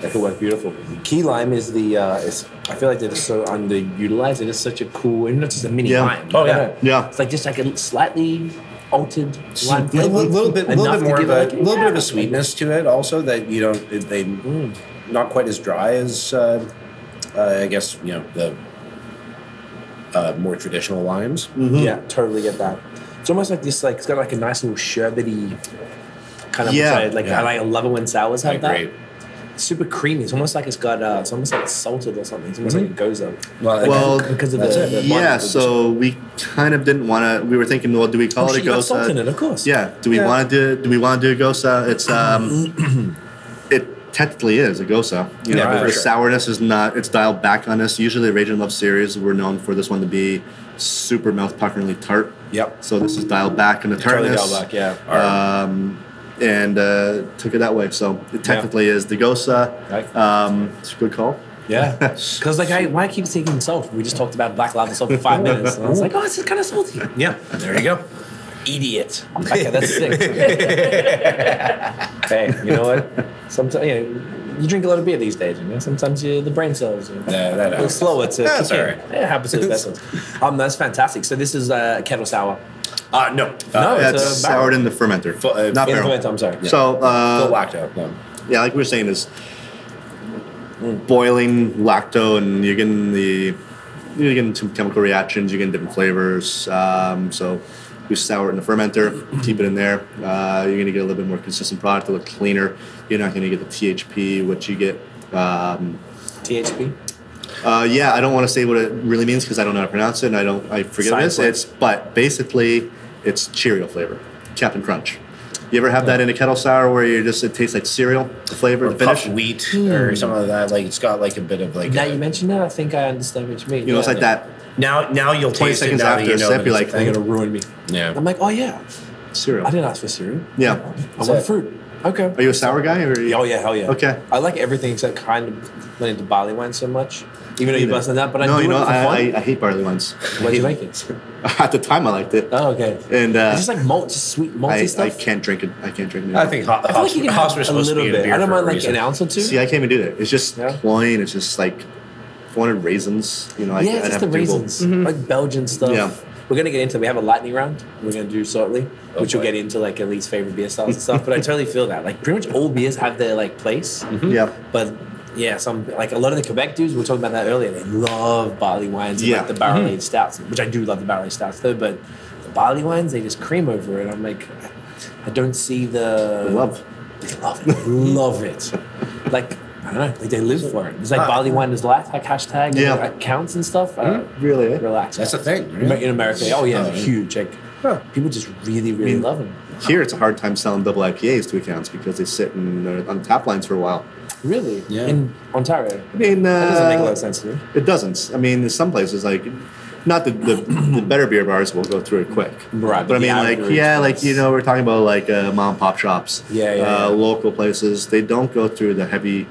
S1: That could work beautiful. Key lime is the. Uh, is, I feel like they're so underutilized. It is such a cool. And it's just a mini
S3: Yeah.
S1: lime.
S5: Oh, yeah.
S1: I don't know.
S3: Yeah.
S1: It's like just like a slightly altered
S5: a
S1: lime
S5: little,
S1: flavor.
S5: little bit, little
S1: enough
S5: bit
S1: to
S5: more of
S1: give
S5: a
S1: it, like, Mm-hmm.
S5: little bit of
S1: yeah. Mm.
S5: a sweetness to it, also that you don't it- they not quite as dry as uh, uh, I guess you know the uh, more traditional limes.
S1: Yeah,
S5: Mm-hmm.
S1: totally get that. It's almost like this, like it's got like a nice little sherbety kind of
S3: Yeah.
S1: yeah, like
S5: Yeah.
S1: I like I love it when sours have
S5: Like,
S1: that.
S5: great.
S1: It's super creamy. It's almost like it's got uh, it's almost like it's salted or something. It's almost like it goes up.
S5: Well,
S3: Well,
S1: because of
S5: that's
S1: the,
S5: it.
S1: the body
S3: yeah,
S1: of the-
S3: so we kind of didn't want to. We were thinking, well, do we call
S1: Oh,
S3: it
S1: shit,
S3: a
S1: you got
S3: ghost?
S1: salt
S3: uh,
S1: in it, of course.
S3: Yeah. Do we
S1: Yeah.
S3: want to do? Do we want to do a gosa? It's um, it technically is a gosa. You know,
S5: Yeah,
S3: the
S5: for sure.
S3: sourness is not. It's dialed back on us. Usually, Rage and Love series we're known for this one to be super mouth puckeringly tart.
S5: Yep.
S3: So this is dialed back on the
S1: Totally
S3: tartness.
S1: dialed back, yeah.
S3: Um, and uh, took it that way. So it technically is the gosa.
S1: Right.
S3: Um, it's a good call.
S1: Yeah. Because like, I, why keep taking salt? We just talked about black lava salt for five minutes. And I was like, oh, this is kind of salty.
S5: yeah, there you go.
S1: Idiot. Okay, that's sick. hey, you know what? Sometimes you, know, you drink a lot of beer these days. You know, sometimes you, the brain cells are
S5: Yeah, that
S1: a little
S5: happens.
S1: slower to.
S5: That's
S1: kick in.
S5: all right.
S1: Yeah, It happens to the best ones. Um, that's fantastic. So this is uh, kettle sour.
S5: Uh, no,
S1: No,
S5: uh,
S1: Oh, it's
S3: That's
S1: a barrel.
S3: soured in the fermenter,
S5: Fu- uh,
S3: not
S1: In
S3: barrel.
S1: fermenter, I'm sorry. Yeah.
S3: So uh,
S5: no lacto. No.
S3: Yeah, like we were saying, is boiling lacto, and you're getting the you're getting some chemical reactions, you're getting different flavors. Um, so we sour it in the fermenter, keep it in there. Uh, you're gonna get a little bit more consistent product, a little cleaner. You're not gonna get the THP, which you get. Um,
S1: THP.
S3: uh, yeah, I don't want to say what it really means because I don't know how to pronounce it, and I don't I forget what
S1: Science
S3: it's.
S1: word.
S3: It's but basically, it's Cheerio flavor, Captain Crunch. You ever have that in a kettle sour where you're just it tastes like cereal, the flavor,
S5: Or
S3: the finish?
S5: puffed wheat or something like that. Like it's got like a bit of like.
S1: Now
S5: a-
S1: you mentioned that, I think I understand what you mean.
S3: You know, it's
S1: Yeah.
S3: like that
S5: now, now you'll
S3: 20
S5: taste
S3: seconds
S5: it now
S3: after
S5: that you
S3: a
S5: know
S3: sip,
S5: it,
S3: you're
S5: it's
S3: like,
S5: like,
S1: It'll ruin me.
S5: yeah.
S1: I'm like, oh yeah,
S3: cereal.
S1: I didn't ask for cereal.
S3: Yeah.
S1: I want fruit. Okay.
S3: Are you a sour guy or? Are you,
S1: Oh yeah, hell yeah.
S3: Okay.
S1: I like everything except kind of not into barley wine so much. Even though you're
S3: Neither.
S1: busting that, but I
S3: no,
S1: do
S3: you
S1: it
S3: know,
S1: for
S3: I, I,
S1: fun.
S3: I hate barley wines.
S1: Why'd you like it?
S3: At the time, I liked it,
S1: Oh, okay.
S3: and uh,
S1: it's just like malt, just sweet malty
S3: I, I
S1: stuff.
S3: can't drink it. I can't drink it.
S5: I think hot,
S1: I feel like you can have
S5: hops are
S1: a
S5: supposed to
S1: little
S5: be in
S1: bit.
S5: beer
S1: I don't
S5: for a
S1: mind like
S5: reason.
S1: an ounce or two.
S3: See, I can't even do that. It's just
S1: Yeah.
S3: plain. It's just like if I wanted raisins. You know, I,
S1: yeah,
S3: I'd
S1: just
S3: have
S1: the
S3: to do both.
S1: raisins, like Belgian stuff.
S3: Yeah.
S1: We're gonna get into. We have a lightning round. We're gonna do shortly, which we'll
S5: boy.
S1: get into like at least favorite beer styles and stuff. But I totally feel that. Like pretty much all beers have their like place.
S3: Yeah.
S1: But yeah, some like a lot of the Quebec dudes, we were talking about that earlier, they love barley wines and
S3: Yeah.
S1: like the barrel aged stouts, which I do love the barrel aged stouts though, but the barley wines, they just cream over it. I'm like, I don't see the
S3: They love.
S1: They love it. love it. Like, I don't know, like they live for it. It's like
S5: Ah.
S1: barley wine is life, like hashtag
S3: Yeah.
S1: yeah. like counts and stuff. I don't know.
S3: Really? eh?
S1: Relax.
S5: Mm-hmm. That's the thing.
S1: Amer- In America, oh yeah,
S5: Oh, yeah.
S1: huge. Like, people just really, really love them.
S3: Here, it's a hard time selling double IPAs to accounts because they sit in, uh, on tap lines for a while.
S1: Really?
S5: Yeah.
S1: In Ontario.
S3: I mean, uh,
S1: That doesn't make a lot of sense to me.
S3: It doesn't. I mean, in some places, like, not the, the, the better beer bars will go through it quick.
S1: Right,
S3: But I
S1: the
S3: mean, like,
S1: average
S3: yeah, like,
S1: ones.
S3: you know, we're talking about, like, uh, mom and pop shops.
S1: Yeah, yeah,
S3: uh,
S1: yeah.
S3: Local places. They don't go through the heavy,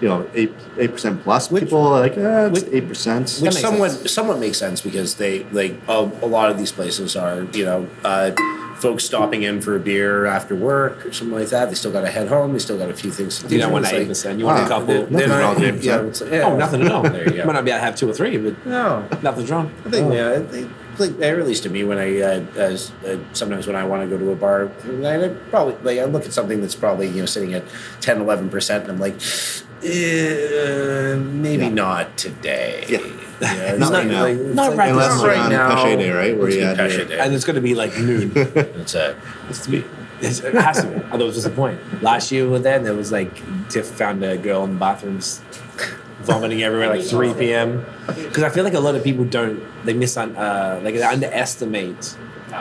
S3: you know, 8, 8% plus. People are like, eh, it's
S5: which-
S3: 8%.
S5: Which
S1: makes
S5: somewhat
S1: sense.
S5: somewhat makes sense because they like a, a lot of these places are you know uh, folks stopping in for a beer after work or something like that. They still got to head home. They still got a few things to do.
S1: You don't want
S5: It's
S1: to eight
S5: like-
S1: percent. You want
S3: ah,
S1: a couple.
S5: They- they're
S3: Nothing
S5: not-
S3: wrong with eight
S5: yeah,
S3: percent.
S5: it's like, yeah.
S1: Oh, nothing at all.
S5: There you go.
S1: Might not be able to have two or three, but
S5: No,
S1: nothing's wrong. Oh.
S5: I
S3: Oh.
S5: think yeah, they, like at least to me when I uh, as, uh, sometimes when I want to go to a bar, I I probably like I look at something that's probably you know sitting at 10, 11 percent, and I'm like, eh, maybe not today.
S3: Yeah.
S5: Yeah, it's
S3: Not
S5: like-
S3: right now.
S5: like-
S1: Not
S5: it's
S1: right now.
S5: like,
S3: Unless
S5: not
S3: we're
S5: right
S3: on
S5: now.
S3: Pache Day, right? Where
S5: It's
S3: you
S5: gonna
S3: had
S5: be Pache
S3: your-
S5: Day. uh,
S1: And it's going to be like noon.
S5: That's it.
S1: It's- it has to be. Otherwise, what's the point? Last year we were there, and there was like Tiff found a girl in the bathrooms vomiting everywhere, like 3 p.m. Because I feel like a lot of people don't they miss on uh, like they underestimate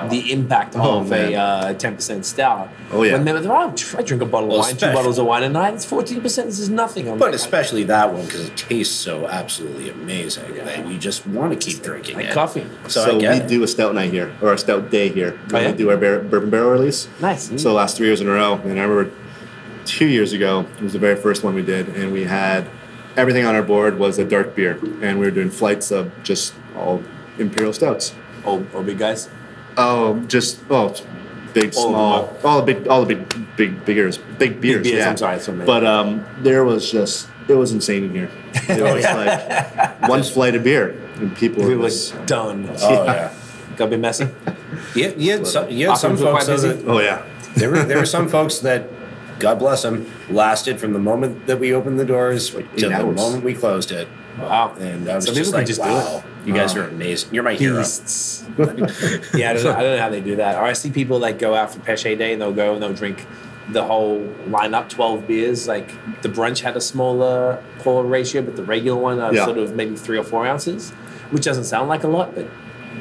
S1: the impact
S3: Oh,
S1: of
S3: man.
S1: a uh, 10% stout.
S3: Oh, yeah.
S1: When they're, they're, oh, I drink a bottle of
S5: Well,
S1: wine, two
S5: especially-
S1: bottles of wine a night. It's 14%. This is nothing. I'm
S5: But
S1: like,
S5: especially that one because it tastes so absolutely amazing that you just want to keep drinking
S1: like
S5: it.
S1: coffee.
S5: So,
S3: So
S5: I
S3: we
S5: get it.
S3: do a stout night here, or a stout day here. when
S1: Oh, yeah?
S3: We do our bar- bourbon barrel release.
S1: Nice.
S3: So last three years in a row, and I remember two years ago it was the very first one we did, and we had everything on our board was a dark beer, and we were doing flights of just all imperial stouts.
S1: Oh, oh, big guys.
S3: Oh, just oh,
S1: All of
S3: big, small,
S1: them
S3: all the big, all the big, big, big beers, big beers.
S1: beers,
S3: yeah.
S1: I'm sorry, that's what I meant.
S3: but um, there was just it was insane in here. It
S1: Oh,
S3: was like one flight of beer, and people
S1: We
S3: were
S1: were
S3: just-
S1: done.
S5: oh yeah.
S1: Gotta be messy.
S5: Yeah, yeah, some, yeah.
S1: Often
S5: Some
S1: we're quite
S5: folks though,
S1: busy.
S5: that-
S3: Oh yeah.
S5: there were there were some folks that, God bless them, lasted from the moment that we opened the doors to the
S3: hours.
S5: moment we closed it.
S1: Wow.
S5: And I was
S1: Some people
S5: just
S1: can
S5: like,
S1: just do it.
S5: wow, you guys are amazing. You're my hero.
S1: Beasts. uh, yeah, I don't, know, I don't know how they do that. Or I see people like go out for Peche Day and they'll go and they'll drink the whole lineup, 12 beers. Like the brunch had a smaller pour ratio, but the regular one uh,
S3: Yeah.
S1: sort of maybe three or four ounces, which doesn't sound like a lot, but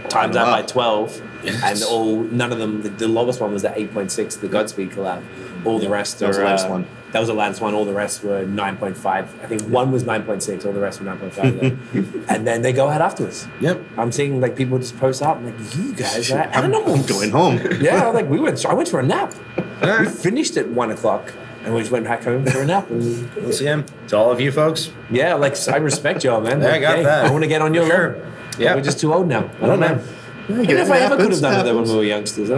S1: times out
S3: Wow.
S1: by 12. And all, none of them, the, the lowest one was the 8.6, the Godspeed collab. All the rest
S3: That was
S1: are,
S3: the last
S1: uh,
S3: one.
S1: That was the last one. All the rast were 9.5. I think one was 9.6, all the rest were 9.5. and then they go out afterwards.
S9: Yep.
S1: I'm seeing like people just post up and like you guys are
S3: I'm,
S1: animals.
S3: I'm going home.
S1: Yeah, like we went. I went for a nap. we finished at one o'clock and we just went back home for a nap. And,
S5: We'll see him. To all of you folks,
S1: yeah, like I respect y'all, man.
S5: Yeah, I
S1: Like,
S5: got
S1: hey,
S5: that.
S1: I want to get on your
S5: Sure.
S1: level.
S5: Yeah.
S1: we're just too old now. I don't know.
S3: Yeah,
S1: I don't know if I ever could
S3: happens,
S1: have done it when
S3: happens.
S1: we were youngsters. I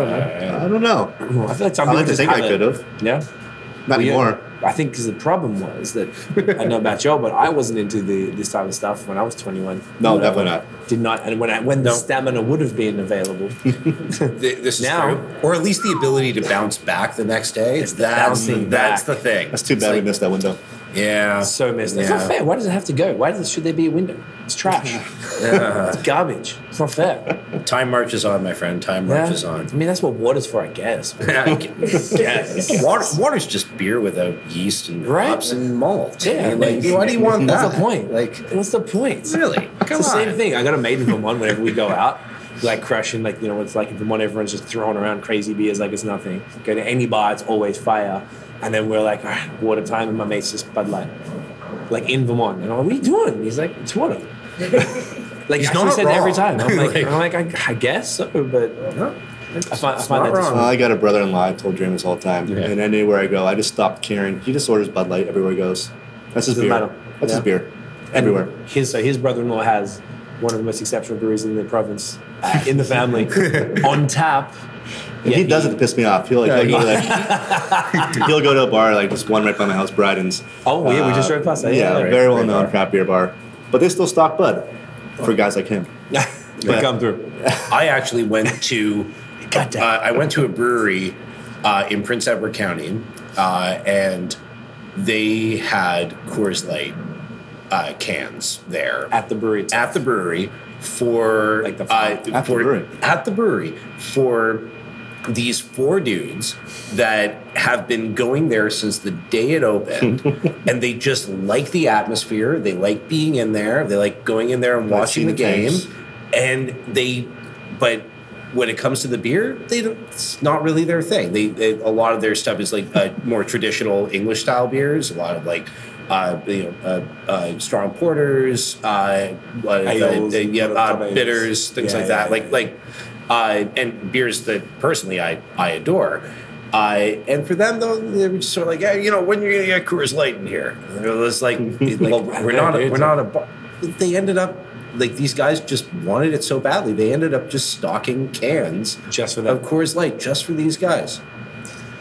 S1: don't know.
S3: I don't know.
S1: I feel like some
S3: I
S1: people
S3: like to
S1: just
S3: think I
S1: have it.
S3: could have.
S1: Yeah.
S3: Not
S1: Yeah.
S3: anymore.
S1: I think because the problem was that I don't know about y'all, but I wasn't into the this type of stuff when I was 21.
S3: No,
S1: When I-
S3: definitely not.
S1: Did not, and when I, when the stamina would have been available,
S5: th- this is
S1: Now-
S5: true. Or at least the ability to bounce back the next day.
S1: It's the
S5: that's
S1: bouncing
S5: that's
S1: back.
S5: the thing.
S3: That's too bad we missed that window.
S5: Yeah.
S1: so missed. It's
S5: Yeah.
S1: not fair. Why does it have to go? Why does, should there be a window? It's trash. It's garbage. It's not fair.
S5: Time marches on, my friend. Time
S1: Yeah.
S5: marches
S1: I
S5: on.
S1: mean, that's what water's for, I guess. but-
S5: yes. Water, water's just beer without yeast and
S1: Right?
S5: hops and malt.
S1: Yeah,
S5: I mean,
S1: like-
S5: like, why do you want that?
S1: What's the point?
S5: Like,
S1: what's the point?
S5: really? Come
S1: it's the
S5: on.
S1: same thing. I got a maiden from one whenever we go out, like crushing, like you know, it's like in Vermont, everyone's just throwing around crazy beers like it's nothing. Go to any bar, it's always fire. And then we're like, all right, water time, and my mate's just Bud Light, like in Vermont. And I'm like, what are you doing? And he's like, it's water. like
S5: He's
S1: I
S5: not
S1: said that every time.
S5: wrong.
S1: I'm like,
S5: Like-
S1: I'm like, I, I guess so, but I find, I
S5: it's
S1: find
S5: not
S1: that just
S5: wrong.
S3: Well, Uh, I got a brother-in-law. I told Jeremy this all the time, and anywhere I go, I just stop caring. He just orders Bud Light everywhere he goes. That's his
S1: Doesn't
S3: beer.
S1: matter.
S3: That's
S1: Yeah.
S3: his beer. Everywhere.
S1: His so his brother-in-law has one of the most exceptional breweries in the province, uh, in the family, on tap.
S3: And he does it to piss me off. He'll like, he'll, go to, like he'll go to a bar like this one right by my house, Bryden's. Uh,
S1: Oh yeah, we just drove past that.
S3: yeah,
S1: right.
S3: very well-known craft beer bar, but they still stock Bud for guys like him.
S1: They come through.
S5: I actually went to uh, I went to a brewery uh, in Prince Edward County, uh, and they had Coors Light uh, cans there
S1: at the brewery. itself.
S5: at the brewery for
S1: Like the
S5: uh,
S1: farm.
S3: At the
S5: for-
S3: brewery.
S5: at the brewery for these four dudes that have been going there since the day it opened and they just like the atmosphere they like being in there they like going in there and
S3: Like
S5: watching the
S3: seeing
S5: game
S3: things.
S5: and they but when it comes to the beer they don't, it's not really their thing they, they a lot of their stuff is like uh, more traditional english style beers a lot of like uh, you know, uh, uh, strong porters, uh, uh,
S1: Ales,
S5: uh, yeah,
S1: club
S5: uh,
S1: ales.
S5: bitters, things
S1: Yeah,
S5: like
S1: yeah,
S5: that.
S1: yeah.
S5: like like uh, and beers that personally I I adore. I and for them though they were just sort of like yeah you know when you're gonna get Coors Light in here And it was like, well, we're not a, we're not a bar. they ended up like these guys just wanted it so badly they ended up just stocking cans
S1: Just for them.
S5: of Coors Light just for these guys.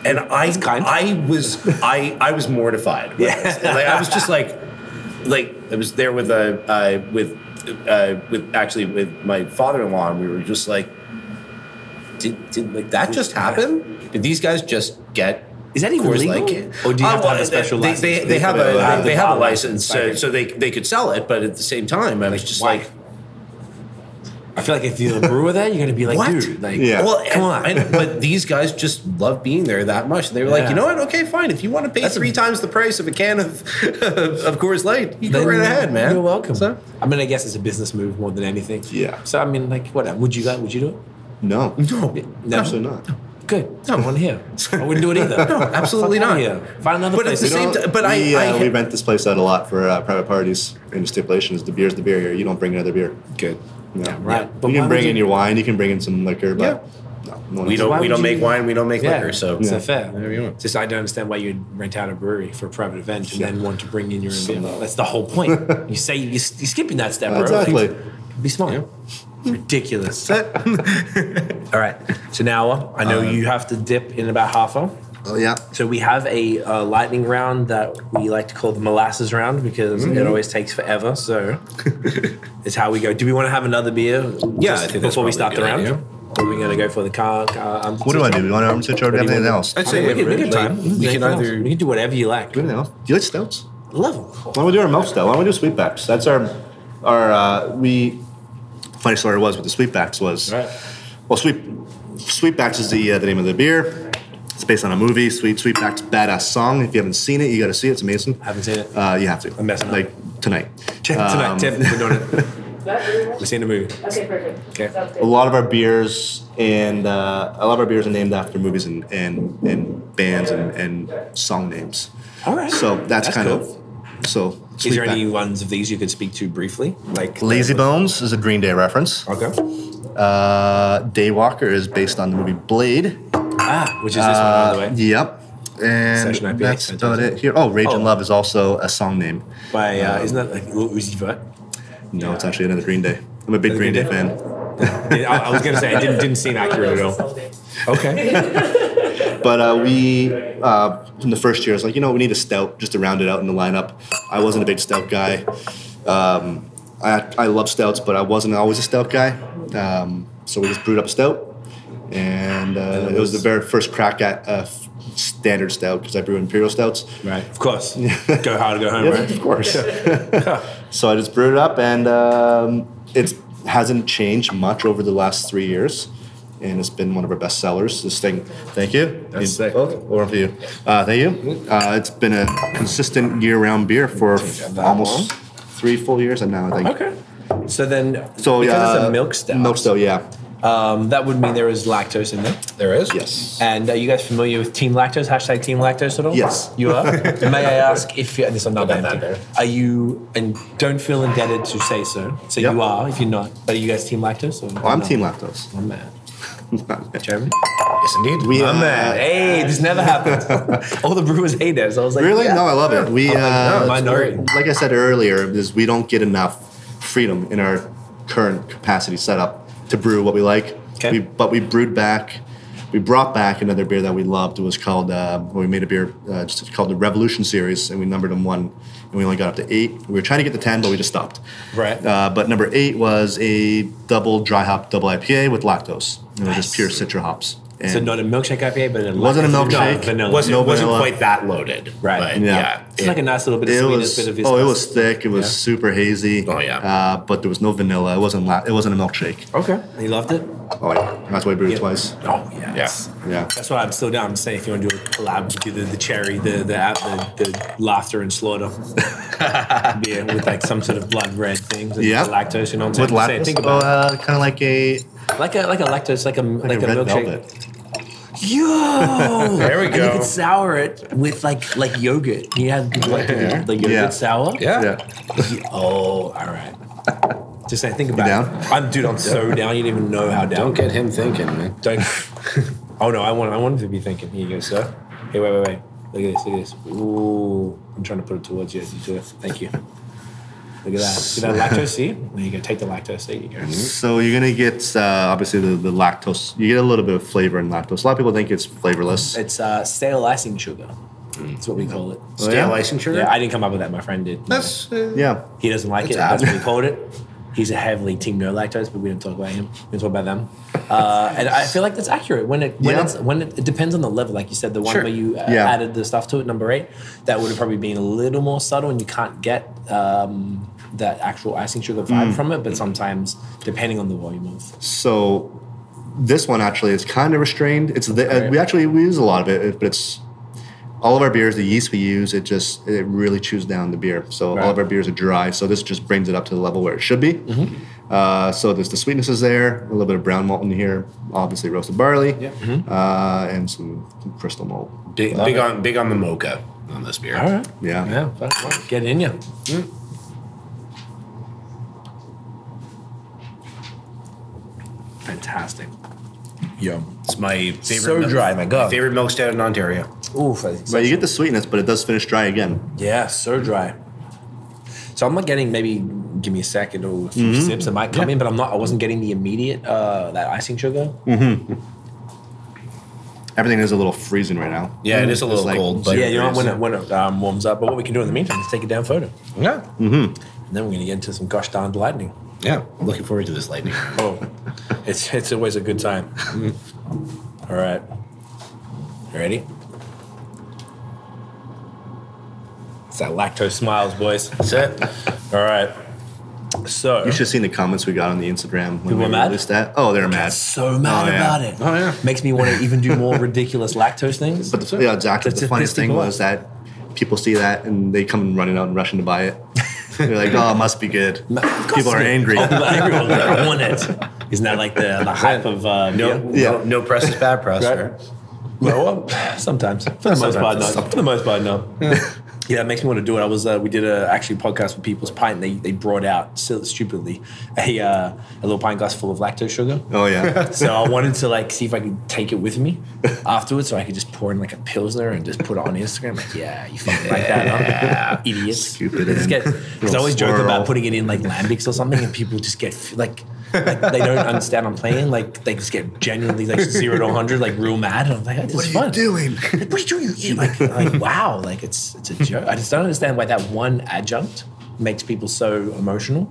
S5: And I,
S1: kind.
S5: I was, I, I was mortified. when I was- like, I was just like, like I was there with uh, uh, with uh, with actually with my father-in-law, and we were just like, did, did like that just happen? Did these guys just get?
S1: Is that even
S5: Coors
S1: legal?
S5: Light? Oh,
S1: Or do you have to have a
S5: well,
S1: special
S5: they, They,
S1: license?
S5: they have
S3: They
S5: a
S3: have
S5: they,
S1: to
S5: have
S1: file
S5: a
S1: it.
S5: license, so,
S1: Okay.
S5: so they they could sell it, but at the same time, I was just
S1: why?
S5: like,
S1: I feel like if you're the brewer there, you're gonna be like,
S5: What?
S1: dude, like,
S3: Yeah.
S5: Well,
S1: Come
S5: come
S1: on.
S5: on. but these guys just love being there that much. They were
S1: Yeah.
S5: like, you know what? Okay, fine. If you want to pay three times the price of a can of of Coors Light, you go
S1: then
S5: right ahead, man.
S1: You're welcome.
S5: So,
S1: I mean, I guess it's a business move more than anything.
S3: Yeah.
S1: So I mean, like, whatever. Would you guys? Would you do it?
S3: No,
S5: no,
S1: No.
S3: absolutely not.
S1: Good. No, I want to hear. I wouldn't do it either. No,
S5: absolutely not.
S1: Find another
S5: But at
S1: place.
S5: the
S1: to
S3: We
S5: same
S3: don't-
S5: ti- but I-
S3: we, uh,
S5: I-
S3: we rent this place out a lot for uh, private parties, and the stipulation is the beer's the beer here. You don't bring another beer.
S5: good.
S3: No.
S1: right.
S3: You
S1: But why
S3: can
S1: would
S3: bring in
S1: you-
S3: your wine. You can bring in some liquor, but no, no one
S5: We
S3: else-
S5: don't
S1: why
S5: we
S1: would
S5: don't
S1: you
S5: make
S1: do that?
S5: wine. We don't make
S1: Yeah,
S5: liquor. So
S1: it's
S3: Yeah.
S1: not fair.
S5: There you go.
S1: Just I don't understand why you'd rent out a brewery for a private event and then want to bring in your own beer. That's the whole point. you say you, you're skipping that step, bro.
S3: Exactly.
S1: Be smart. Ridiculous. All right. So now uh, I
S3: Uh,
S1: know you have to dip in about half hour.
S3: Oh yeah.
S1: So we have a uh, lightning round that we like to call the molasses round because
S3: Mm.
S1: it always takes forever. So it's how we go. Do we want to have another beer?
S5: Yeah,
S1: just
S5: I think that's
S1: before we
S5: probably
S1: start
S5: a
S1: the
S5: good
S1: round.
S5: idea.
S1: What are we gonna go for the car? car um,
S3: What do I do? We want to arms hitch or do we have anything
S1: do?
S3: else?
S5: I'd
S1: I mean,
S5: say
S1: we can, we can time.
S5: We can either.
S1: we can do whatever you like.
S3: Do anything else? Do you like stouts?
S1: Level.
S3: Why don't we do our milk stout? Why don't we do sweetbacks? That's our our uh, we. Funny story was with the sweetbacks was well sweet sweetbacks is the uh, the name of the beer. It's based on a movie, Sweet Sweetbacks Badass Song. If you haven't seen it, you got to see it. It's amazing.
S1: Haven't seen it.
S3: Uh, you have to.
S1: I'm messing up.
S3: like tonight.
S1: Check tonight,
S3: Um,
S1: Tiff. We're doing it.
S10: That pretty much?
S1: We're seeing the movie.
S10: Okay, perfect.
S1: Okay.
S10: Sounds good.
S3: A lot of our beers and uh, a lot of our beers are named after movies and and, and bands and, and song names.
S1: All right.
S3: So that's, kind
S1: cool.
S3: of so.
S1: Is there
S3: Sweetback.
S1: any ones of these you could speak to briefly? Like
S3: Lazy Bones is a Green Day reference.
S1: Okay.
S3: Uh, Daywalker is based on the movie Blade.
S1: Ah, which is this one
S3: Uh,
S1: by the way,
S3: yep. And
S1: Session IPA,
S3: that's about
S1: fantastic.
S3: it here. Oh, Rage
S1: Oh.
S3: and Love is also a song name.
S1: by uh, isn't that like Lil Uzi Vert?
S3: No, it's actually another Green Day. I'm a big Green Day fan.
S1: I, I was gonna say I didn't didn't seem accurate at all. Okay.
S3: But uh, we, uh, from the first year, I was like, you know, we need a stout just to round it out in the lineup. I wasn't a big stout guy. Um, I, I love stouts, but I wasn't always a stout guy. Um, so we just brewed up a stout. And uh, it was the very first crack at uh, f- standard stout because I brew imperial stouts.
S1: Right. Of course. Go hard or go home,
S3: Yeah,
S1: right?
S3: of course. so I just brewed it up, and um, it hasn't changed much over the last three years, and it's been one of our best sellers. This thing, thank you.
S5: That's sick.
S3: Oh, Or for you, uh, thank you. Uh, it's been a consistent year-round beer for
S1: that
S3: almost three full years now. I think.
S1: Okay. So then,
S3: So
S1: because
S3: yeah,
S1: it's a milk stout,
S3: Milk stout, yeah.
S1: um, that would mean there is lactose in there.
S5: There is?
S3: Yes.
S1: And are you guys familiar with Team Lactose? Hashtag Team Lactose at all?
S3: Yes.
S1: You are? May I ask if you, this I'm not
S5: About
S1: empty.
S5: that there.
S1: Are you, and don't feel indebted to say so. So
S3: Yep.
S1: you are, if you're not. Are you guys Team Lactose? Or
S3: Well, I'm
S1: not?
S3: Team Lactose.
S1: I'm mad. Jeremy?
S5: Yes, indeed.
S3: We,
S5: I'm
S3: uh,
S5: mad.
S1: Hey, this never happens. all the brewers hate us. I was like,
S3: Really?
S1: yeah.
S3: No, I love it. We uh,
S1: no, minority.
S3: like I said earlier, is we don't get enough freedom in our current capacity setup to brew what we like.
S1: Okay.
S3: We, but we brewed back, we brought back another beer that we loved. It was called, uh, well, we made a beer uh, just called the Revolution Series, and we numbered them one, and we only got up to eight. We were trying to get to ten, but we just stopped.
S1: Right.
S3: Uh, but number eight was a double dry hop double IPA with lactose. It was just pure citra hops. And
S1: So not a milkshake IPA, but a
S3: Wasn't a
S1: lactose- no,
S3: milkshake.
S1: vanilla.
S11: Wasn't,
S3: No
S11: wasn't
S3: vanilla.
S11: quite that loaded.
S1: Right.
S11: But
S3: Yeah.
S11: yeah.
S1: It's like a nice little bit of
S3: it
S1: sweetness,
S3: was
S1: bit of
S3: oh, it
S1: viscosity.
S3: was thick. It was super hazy.
S11: Oh, yeah.
S3: Uh, but there was no vanilla. It wasn't. La- it wasn't a milkshake.
S1: Okay. You loved it?
S3: Oh yeah, that's why I brewed
S1: Yeah.
S3: it twice.
S1: Oh, yes.
S3: Yeah.
S1: That's why I'm still down. I'm saying if you want to do a collab, do the, the cherry, the the, app- the the laughter and slaughter beer with like some sort of blood red thing. with
S3: Yeah.
S1: Lactose, you know what I'm
S3: With
S1: saying? Say-
S3: lactose,
S1: Think
S3: oh,
S1: about
S3: uh, kind of like a
S1: it. Like a like a lactose, like a like,
S3: like,
S1: a,
S3: a, red
S1: milkshake.
S3: velvet.
S1: Yo,
S11: There we
S1: And you
S11: go.
S1: could sour it with like like yogurt. You have like the, the yogurt
S3: Yeah.
S1: sour.
S5: Yeah.
S1: Oh, all right. Just saying, think about
S3: down?
S1: it. I'm dude. I'm so down. You don't even know how down.
S5: Don't get him thinking, man.
S1: Don't. oh no, I want. I wanted to be thinking. Here you go, sir. Hey, wait, wait, wait. Look at this. Look at this. Ooh, I'm trying to put it towards you as you do it. Thank you. Look at that. See that lactose? See? There you go. Take the lactose. There you go.
S3: So you're gonna get uh, obviously the, the lactose. You get a little bit of flavor in lactose. A lot of people think it's flavorless.
S1: It's uh, stale icing sugar. That's what we call it.
S3: Oh, yeah?
S5: Stale licensure?
S1: Yeah, I didn't come up with that. My friend did.
S5: That's. Uh,
S3: yeah.
S1: He doesn't like it.
S5: It's apt.
S1: That's what we called it. He's a heavily team no lactose, but we don't talk about him. We talk about them. Uh, and I feel like that's accurate. When it when
S3: Yeah.
S1: it's when it, it depends on the level, like you said, the one
S5: Sure.
S1: where you uh,
S3: Yeah.
S1: added the stuff to it, number eight, that would have probably been a little more subtle, and you can't get um, that actual icing sugar vibe from it. But sometimes, depending on the volume of,
S3: So this one actually is kind of restrained. It's the, uh, we actually we use a lot of it, it- but it's all of our beers. The yeast we use, it just it really chews down the beer. So all of
S1: Right.
S3: our beers are dry. So this just brings it up to the level where it should be.
S11: Mm-hmm.
S3: Uh, so there's the sweetness is there, a little bit of brown malt in here, obviously roasted barley, uh, and some crystal malt.
S11: Big, big on big on the mocha on this beer.
S1: all right,
S3: Yeah.
S1: yeah, get in Mm. you. Fantastic.
S5: Yum.
S11: It's my favorite.
S1: So dry, my God.
S11: favorite milk stout in Ontario.
S1: Oof, that's
S3: But you get the sweetness, but it does finish dry again.
S1: Yeah, so dry. So I'm not getting maybe give me a second or a few sips. It might come in, but I'm not. I wasn't getting the immediate uh, that icing sugar.
S3: Everything is a little freezing right now.
S11: Yeah, it is a
S3: Um,
S11: little
S3: It's like
S11: cold, but
S1: yeah, you know
S3: degrees.
S1: when it when it um, warms up. But what we can do in the meantime is take a damn photo,
S5: Yeah.
S1: and then we're gonna get into some gosh darn lightning.
S5: Yeah, I'm looking forward to this lightning.
S1: Oh, it's it's always a good time. All right, you ready? It's that lactose smiles, boys. That's it. All right. So
S3: You should have seen the comments we got on the Instagram when
S1: People
S3: we
S1: are mad?
S3: released that. Oh, they're mad.
S1: so mad
S3: Oh, yeah.
S1: about it.
S5: yeah.
S1: Makes me want to even do more ridiculous lactose things.
S3: But the, yeah, exactly.
S1: That's
S3: the
S1: a
S3: funniest thing
S1: fistic
S3: was that people see that and they come running out and rushing to buy it. They're like, "Oh, it must be good." People are angry.
S1: But everyone's like, I want it. Isn't that like the, the hype of uh, beer?
S12: No,
S3: Yeah.
S12: no, no press is bad press. sir.
S1: Well, well, sometimes. For the most part, no. For the most part, no. Yeah, it makes me want to do it. I was uh, we did a actually podcast with people's pint. And they they brought out so stupidly a uh, a little pint glass full of lactose sugar.
S3: Oh yeah.
S1: So I wanted to like see if I could take it with me afterwards, so I could just pour in like a pilsner and just put it on Instagram. Like, yeah, you fucking like that, huh? idiots.
S3: Scoop it
S1: They just
S3: in.
S1: get because I always joke
S3: Swirl.
S1: about putting it in like lambics or something, and people just get f- like. Like they don't understand I'm playing. Like they just get genuinely like zero to hundred, like real mad. And I'm like, what are fun.
S3: doing?
S1: Like, what are you doing? You eat like, like wow, like it's it's a joke. I just don't understand why that one adjunct makes people so emotional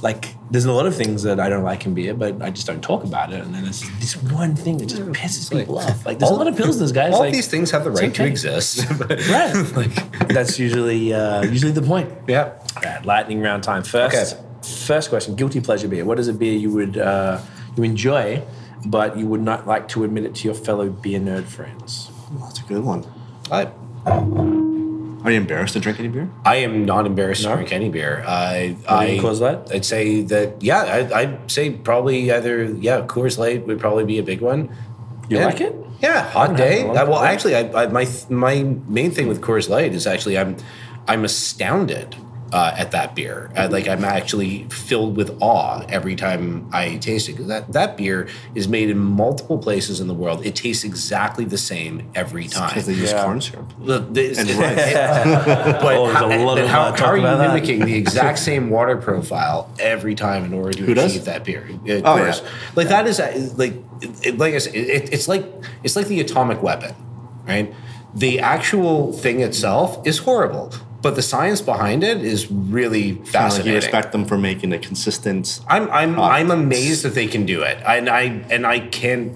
S1: like there's a lot of things that I don't like in beer, but I just don't talk about it. And then it's this one thing that just pisses people off. Like there's a lot of pilsners, guys.
S5: All
S1: like,
S5: these things have the
S1: it's
S5: right to
S1: okay.
S5: exist.
S1: right? that's usually uh, usually the point.
S5: yeah.
S1: All right, lightning round time. First,
S5: Okay.
S1: first question: guilty pleasure beer. What is a beer you would uh, you enjoy, but you would not like to admit it to your fellow beer nerd friends?
S3: Oh, That's a good one.
S5: I,
S3: Are you embarrassed to drink any beer?
S5: I am not embarrassed
S1: No?
S5: to drink any beer. I,
S1: Would
S5: I
S1: you cause that?
S5: I'd say that yeah. I, I'd say probably either yeah. Coors Light would probably be a big one.
S1: You
S5: Yeah.
S1: like it?
S5: Yeah, hot
S1: haven't had it
S5: day.
S1: in a long
S5: Uh, well,
S1: time.
S5: actually, I, I, my th- my main thing with Coors Light is actually I'm I'm astounded uh, at that beer. Uh, like I'm actually filled with awe every time I taste it. 'Cause That that beer is made in multiple places in the world. It tastes exactly the same every time.
S3: Because they use
S1: Yeah.
S3: corn syrup.
S5: The- the-
S3: And rice.
S5: but
S1: Oh, there's a
S5: how,
S1: lot
S5: but
S1: of,
S5: how,
S1: uh,
S5: how
S1: talk
S5: are you
S1: about that.
S5: mimicking the exact same water profile every time in order to
S3: Who does?
S5: achieve that beer? Of
S3: Oh, yeah.
S5: Like that is uh, like it- it, like I said, it, it's like it's like the atomic weapon, right? The actual thing itself is horrible, but the science behind it is really
S3: Kind of like
S5: fascinating.
S3: you respect them for making a consistent.
S5: I'm I'm
S3: Uh,
S5: I'm amazed that they can do it, and I and I can't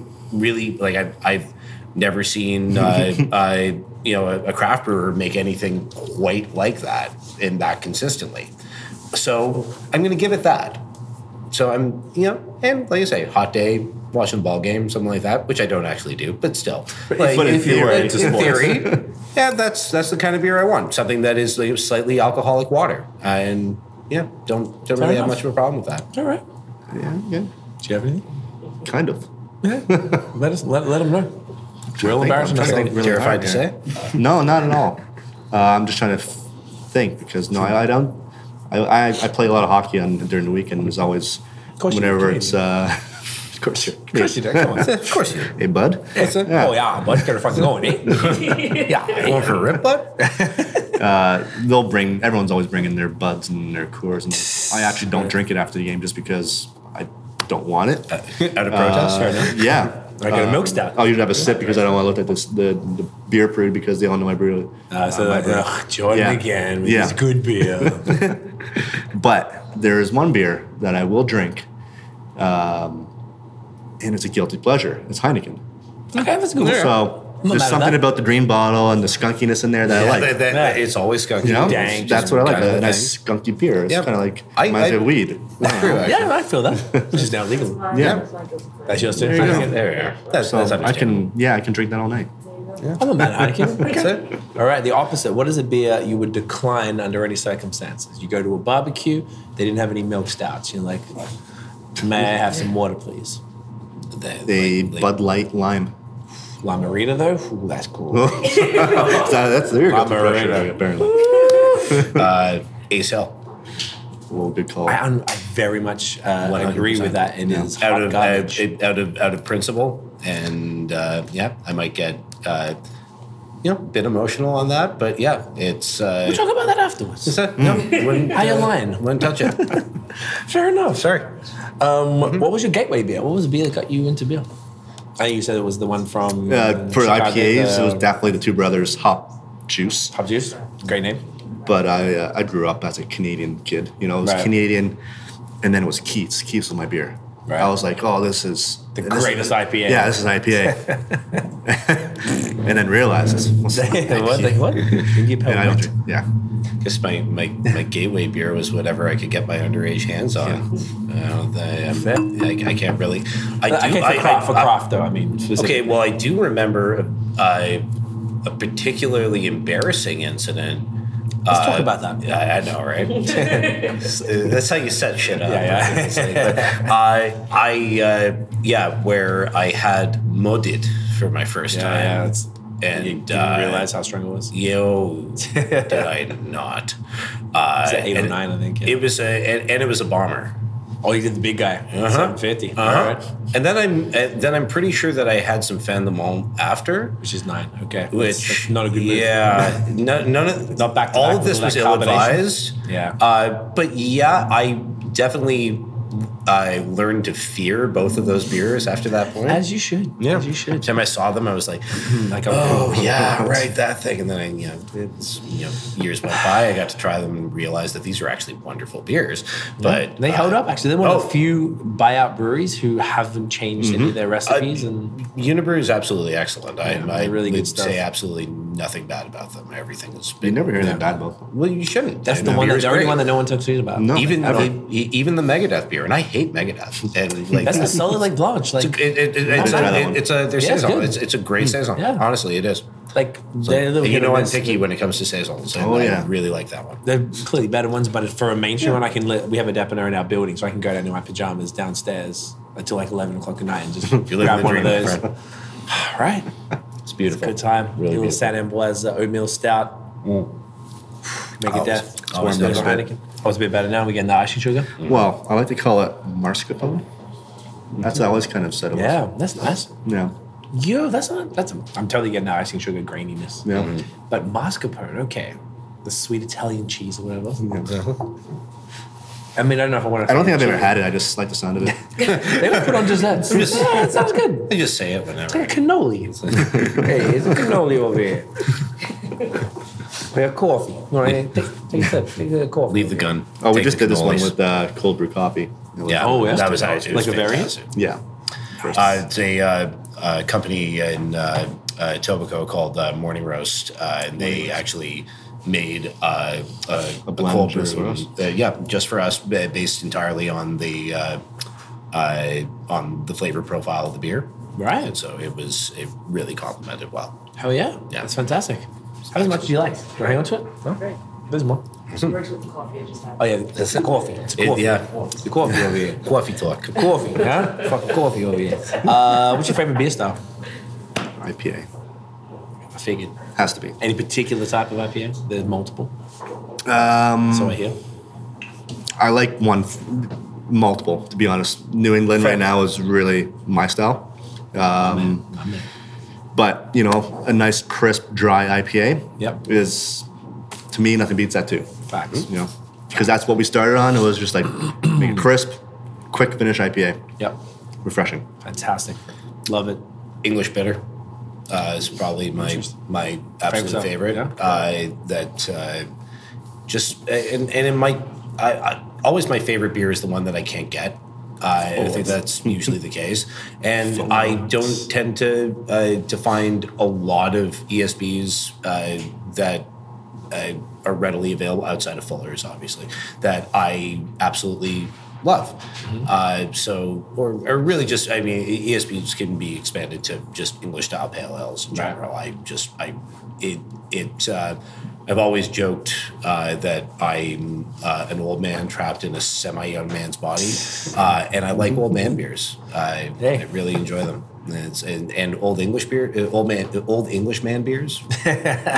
S5: really like I, I've never seen uh, uh, you know a, a craft brewer make anything quite like that and that consistently. So I'm going to give it that. So I'm you know, and like I say, hot day, watching ball game, something like that, which I don't actually do, but still, like,
S3: but in
S5: you were
S3: theory,
S5: into
S3: it's
S5: in
S3: sports.
S5: theory, yeah, that's that's the kind of beer I want. Something that is like, slightly alcoholic water, and yeah, don't don't
S1: enough.
S5: really have much of a problem with that.
S1: All right.
S3: Yeah, yeah,
S1: Do you have anything?
S3: kind of.
S1: Let us let, let them know. Real
S3: I'm
S1: embarrassing
S3: trying to
S1: ourselves.
S3: think really
S5: terrified
S3: hard
S5: to
S3: here.
S5: say.
S3: No, not at all. Uh, I'm just trying to f- think because no, I, I don't. I, I, I play a lot of hockey on during the weekend. There's always
S1: course you do,
S3: whenever
S1: Canadian.
S3: it's. Uh, of course you're.
S1: Of course you do. Come on. Of course you do.
S3: Hey, bud.
S1: Oh yeah, but you gotta fucking go, eh? yeah. Going for a rip, bud?
S3: They'll bring. Everyone's always bringing their buds and their Coors, and I actually don't drink it after the game just because I don't want it.
S5: Out
S3: Uh,
S5: of protest?
S1: Fair enough.
S3: Yeah.
S1: I got a milk stout.
S3: I'll usually have a sip because I don't want to look at this, the, the beer brew because they all know my brew.
S1: Uh, so like, ugh, Jordan
S3: Yeah.
S1: again with
S3: Yeah.
S1: his good beer.
S3: But there is one beer that I will drink, um, and it's a guilty pleasure. It's Heineken.
S1: okay, that's a good. one. I'm
S3: So
S1: not mad
S3: there's
S1: at
S3: something
S1: that.
S3: about the green bottle and the skunkiness in there that I like.
S5: That- that- that- it's always skunky.
S3: you know,
S1: dank,
S3: that's
S1: just
S3: what I like.
S5: kind of
S3: A
S5: a
S3: nice skunky beer. It's
S5: Yeah.
S3: kind of like
S5: I-
S3: reminds me
S5: I-
S3: of weed.
S1: yeah, I feel that. Which is now legal.
S3: Yeah.
S1: That's yours too.
S3: There you go.
S5: There we are. That's,
S3: So
S5: that's
S3: I can, yeah, I can drink that all night.
S1: I'm a mad at Heineken. Okay.
S5: understandable.
S1: All right, the opposite. What is a beer you would decline under any circumstances? You go to a barbecue, they didn't have any milk stouts. You're like, may I have some water, please?
S3: The Bud Light Lime.
S1: La Marita, though? Ooh, that's cool.
S3: so that's there. you go.
S1: Lime already.
S3: Apparently,
S5: Uh, Ace Hill.
S3: well, good call.
S1: I, un- I very much uh, agree with that. It is hot
S5: Out of,
S1: garbage.
S5: uh, it- out of out of principle, and uh, yeah, I might get uh, you know a bit emotional on that, but yeah, it's uh,
S1: We'll talk about that afterwards.
S5: it's a- no, wouldn't,
S1: How you
S5: uh,
S1: lying?
S5: Wouldn't touch it.
S1: Fair enough.
S5: Sorry. Mm-hmm.
S1: Um, What was your gateway beer? What was the beer that got you into beer? I think you said it was the one from
S3: Uh, for
S1: Chicago, uh,
S3: IPAs,
S1: the
S3: it was definitely the Two Brothers Hop Juice.
S1: Hop Juice. Great name.
S3: but I uh, I grew up as a Canadian kid. You know, I was
S1: Right.
S3: Canadian. and then it was Keats. Keats was my beer.
S1: Right.
S3: I was like, oh, this is the
S1: greatest IPA.
S3: Yeah, this is an IPA. and then realized this. Was
S1: what? Like, what? Indian
S3: and I
S1: Pale
S3: don't
S1: Ale.
S3: drink. Yeah.
S5: guess my, my, my gateway beer was whatever I could get my underage hands on. I don't think- I, I, can't really. I do.
S1: I can't
S5: I-
S1: for craft,
S5: I-
S1: for
S5: I-
S1: craft though. I mean,
S5: Okay,
S1: specifically.
S5: well, I do remember uh, a particularly embarrassing incident.
S1: Let's talk about that.
S5: uh, Yeah, I, I know, right? That's how you set shit up.
S1: Yeah, yeah.
S5: It's like, but I, I, uh, yeah, where I had modid for my first
S1: Yeah,
S5: time.
S1: yeah, it's-
S5: and
S1: you didn't
S5: uh,
S1: realize how strong it was.
S5: Yo, did I not? Uh,
S1: It's an eight or
S5: and
S1: nine, I think.
S5: It was a and, and it was a bomber.
S1: oh, you did the big guy, seven fifty.
S5: Uh-huh.
S1: right,
S5: And then I'm uh, then I'm pretty sure that I had some fandom home after,
S1: which is nine. Okay, That's-
S5: which
S1: that's not a good move.
S5: Yeah, no, none of
S1: Not back to
S5: All
S1: back
S5: of this
S1: with
S5: was
S1: that
S5: ill
S1: combination.
S5: advised.
S1: Yeah.
S5: Uh, but yeah, I definitely I learned to fear both of those beers after that point.
S1: as you should.
S5: yeah,
S1: as you should.
S5: Every time I saw them, I was like,
S1: Like,
S5: Oh yeah, right, that thing. And then I, you know, it's, you know, years went by. I got to try them and realized that these are actually wonderful beers. But
S1: They held
S5: uh,
S1: up actually. They're one of
S5: oh.
S1: the few buyout breweries who haven't changed
S5: Mm-hmm.
S1: any of their recipes and
S5: Unibrew is absolutely excellent.
S1: Yeah,
S5: I, I
S1: really
S5: really
S1: good
S5: would
S1: stuff.
S5: say absolutely nothing bad about them. Everything is.
S3: You never hear that bad about them.
S5: Well, you shouldn't.
S1: that's
S5: I
S1: the
S5: mean,
S1: one
S5: beer
S1: that
S5: is
S1: the only
S5: great.
S1: one that no one talks to about.
S3: No.
S5: even
S3: at all.
S5: the, e- even the Megadeth beer, and I hate Megadeth. And like
S1: That's a solid like blanche. Like
S5: It, it, it, it's,
S3: try that
S5: a,
S3: one.
S5: it's a their
S1: Yeah, it's
S5: saison.
S1: good. Hmm.
S5: It's, it's a great saison.
S1: yeah.
S5: Honestly, it is.
S1: like they're a little
S5: And you
S1: hit or
S5: know, I'm
S1: miss.
S5: picky when it comes to saisons. And
S3: Oh,
S5: I
S3: yeah.
S5: really like that one.
S1: They're clearly better ones, but for a mainstream one, I can. Li- we have a depot in our building, so I can go down to my pajamas downstairs until like eleven o'clock at night and just
S5: You live in
S1: grab
S5: the
S1: one of
S5: dream,
S1: those.
S5: friend.
S1: right,
S5: It's beautiful.
S1: good Mm. time.
S5: Really
S1: little
S5: beautiful.
S1: San Amblas uh, oatmeal stout. Make
S5: Always-
S1: it death.
S5: always
S1: Warm
S5: nice.
S1: beer, Heineken. Oh, it's a bit better now. We're getting the icy sugar.
S3: Well, I like to call it marscapone. That's what I always kind of said it was.
S1: Yeah, that's nice.
S3: Yeah.
S1: Yo, that's not. That's. A, I'm totally getting the icing sugar graininess.
S3: Yeah.
S1: But mascarpone, okay, the sweet Italian cheese or whatever. I mean, I don't know if I want to.
S3: I don't think I've ever had it. I just like the sound of it.
S1: They were put on desserts. yeah, it sounds good.
S5: They just say it whenever.
S1: Like a cannoli. It's like, hey, it's a cannoli over here. We have coffee. No, hey, take, take a sip. Take a coffee.
S5: Leave the gun.
S3: Oh, we
S5: Take
S3: just
S5: the
S3: did this one
S5: cannolis.
S3: with uh, cold brew coffee. It was-
S5: Yeah.
S1: Oh, yeah.
S5: That was ours. It was
S1: Like a variant?
S5: fantastic.
S3: Yeah.
S5: Uh, it's a uh, uh, company in uh, uh, Tobaco called uh, Morning Roast, uh, and they actually made uh, uh, a,
S3: blend
S5: cold brew.
S3: just for us?
S5: Uh, yeah, just for us, ba- based entirely on the uh, uh, on the flavor profile of the beer. And
S1: Right.
S5: so it was it really complemented well.
S1: Hell yeah.
S5: Yeah.
S1: That's fantastic. How much do you like? Do I hang on to it? No?
S10: Great.
S1: There's more.
S10: Works with the coffee I just had.
S1: Hmm. Oh, yeah. It's the coffee. It's
S5: It-
S1: coffee.
S5: yeah,
S1: It's the coffee over here.
S5: coffee talk.
S1: Coffee, huh? Fucking coffee over here. Uh, what's your favorite beer style?
S3: IPA.
S1: I figured.
S3: Has to be.
S1: Any particular type of IPA? There's multiple.
S3: Um,
S1: So I hear.
S3: I like one, f- multiple, to be honest. New England right now is really my style. Um, but, you know, a nice, crisp, dry IPA
S1: Yep.
S3: is, to me, nothing beats that too.
S1: Facts.
S3: You know, because that's what we started on. It was just like make it crisp, quick finish IPA,
S1: Yep.
S3: refreshing.
S1: Fantastic. Love it.
S5: English bitter uh, is probably my my
S1: Favorite,
S5: absolute favorite.
S1: yeah.
S5: Uh, that uh, just and and in my I, I always my favorite beer is the one that I can't get. I, I think that's usually the case, and I don't tend to uh, to find a lot of ESBs uh, that uh, are readily available outside of Fuller's, obviously, that I absolutely love. Uh, so, or, or really just, I mean, E- ESPs can be expanded to just English style pale ales in general. I just, I, it, it, uh, I've always joked uh, that I'm uh, an old man trapped in a semi young man's body, uh, and I like old man beers. I,
S1: Hey.
S5: I really enjoy them. And, it's- and, and old English beer, uh, old man, old English man beers,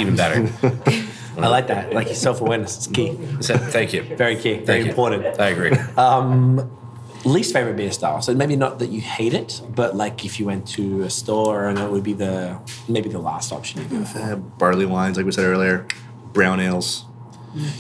S5: even better.
S1: I like that. Like your self awareness. It's key.
S5: So, thank you.
S1: Very key. Very
S5: you.
S1: important.
S5: I agree.
S1: Least favorite beer style. So maybe not that you hate it, but like if you went to a store and it would be the maybe the last option you go for.
S3: Uh, barley wines, like we said earlier, brown ales.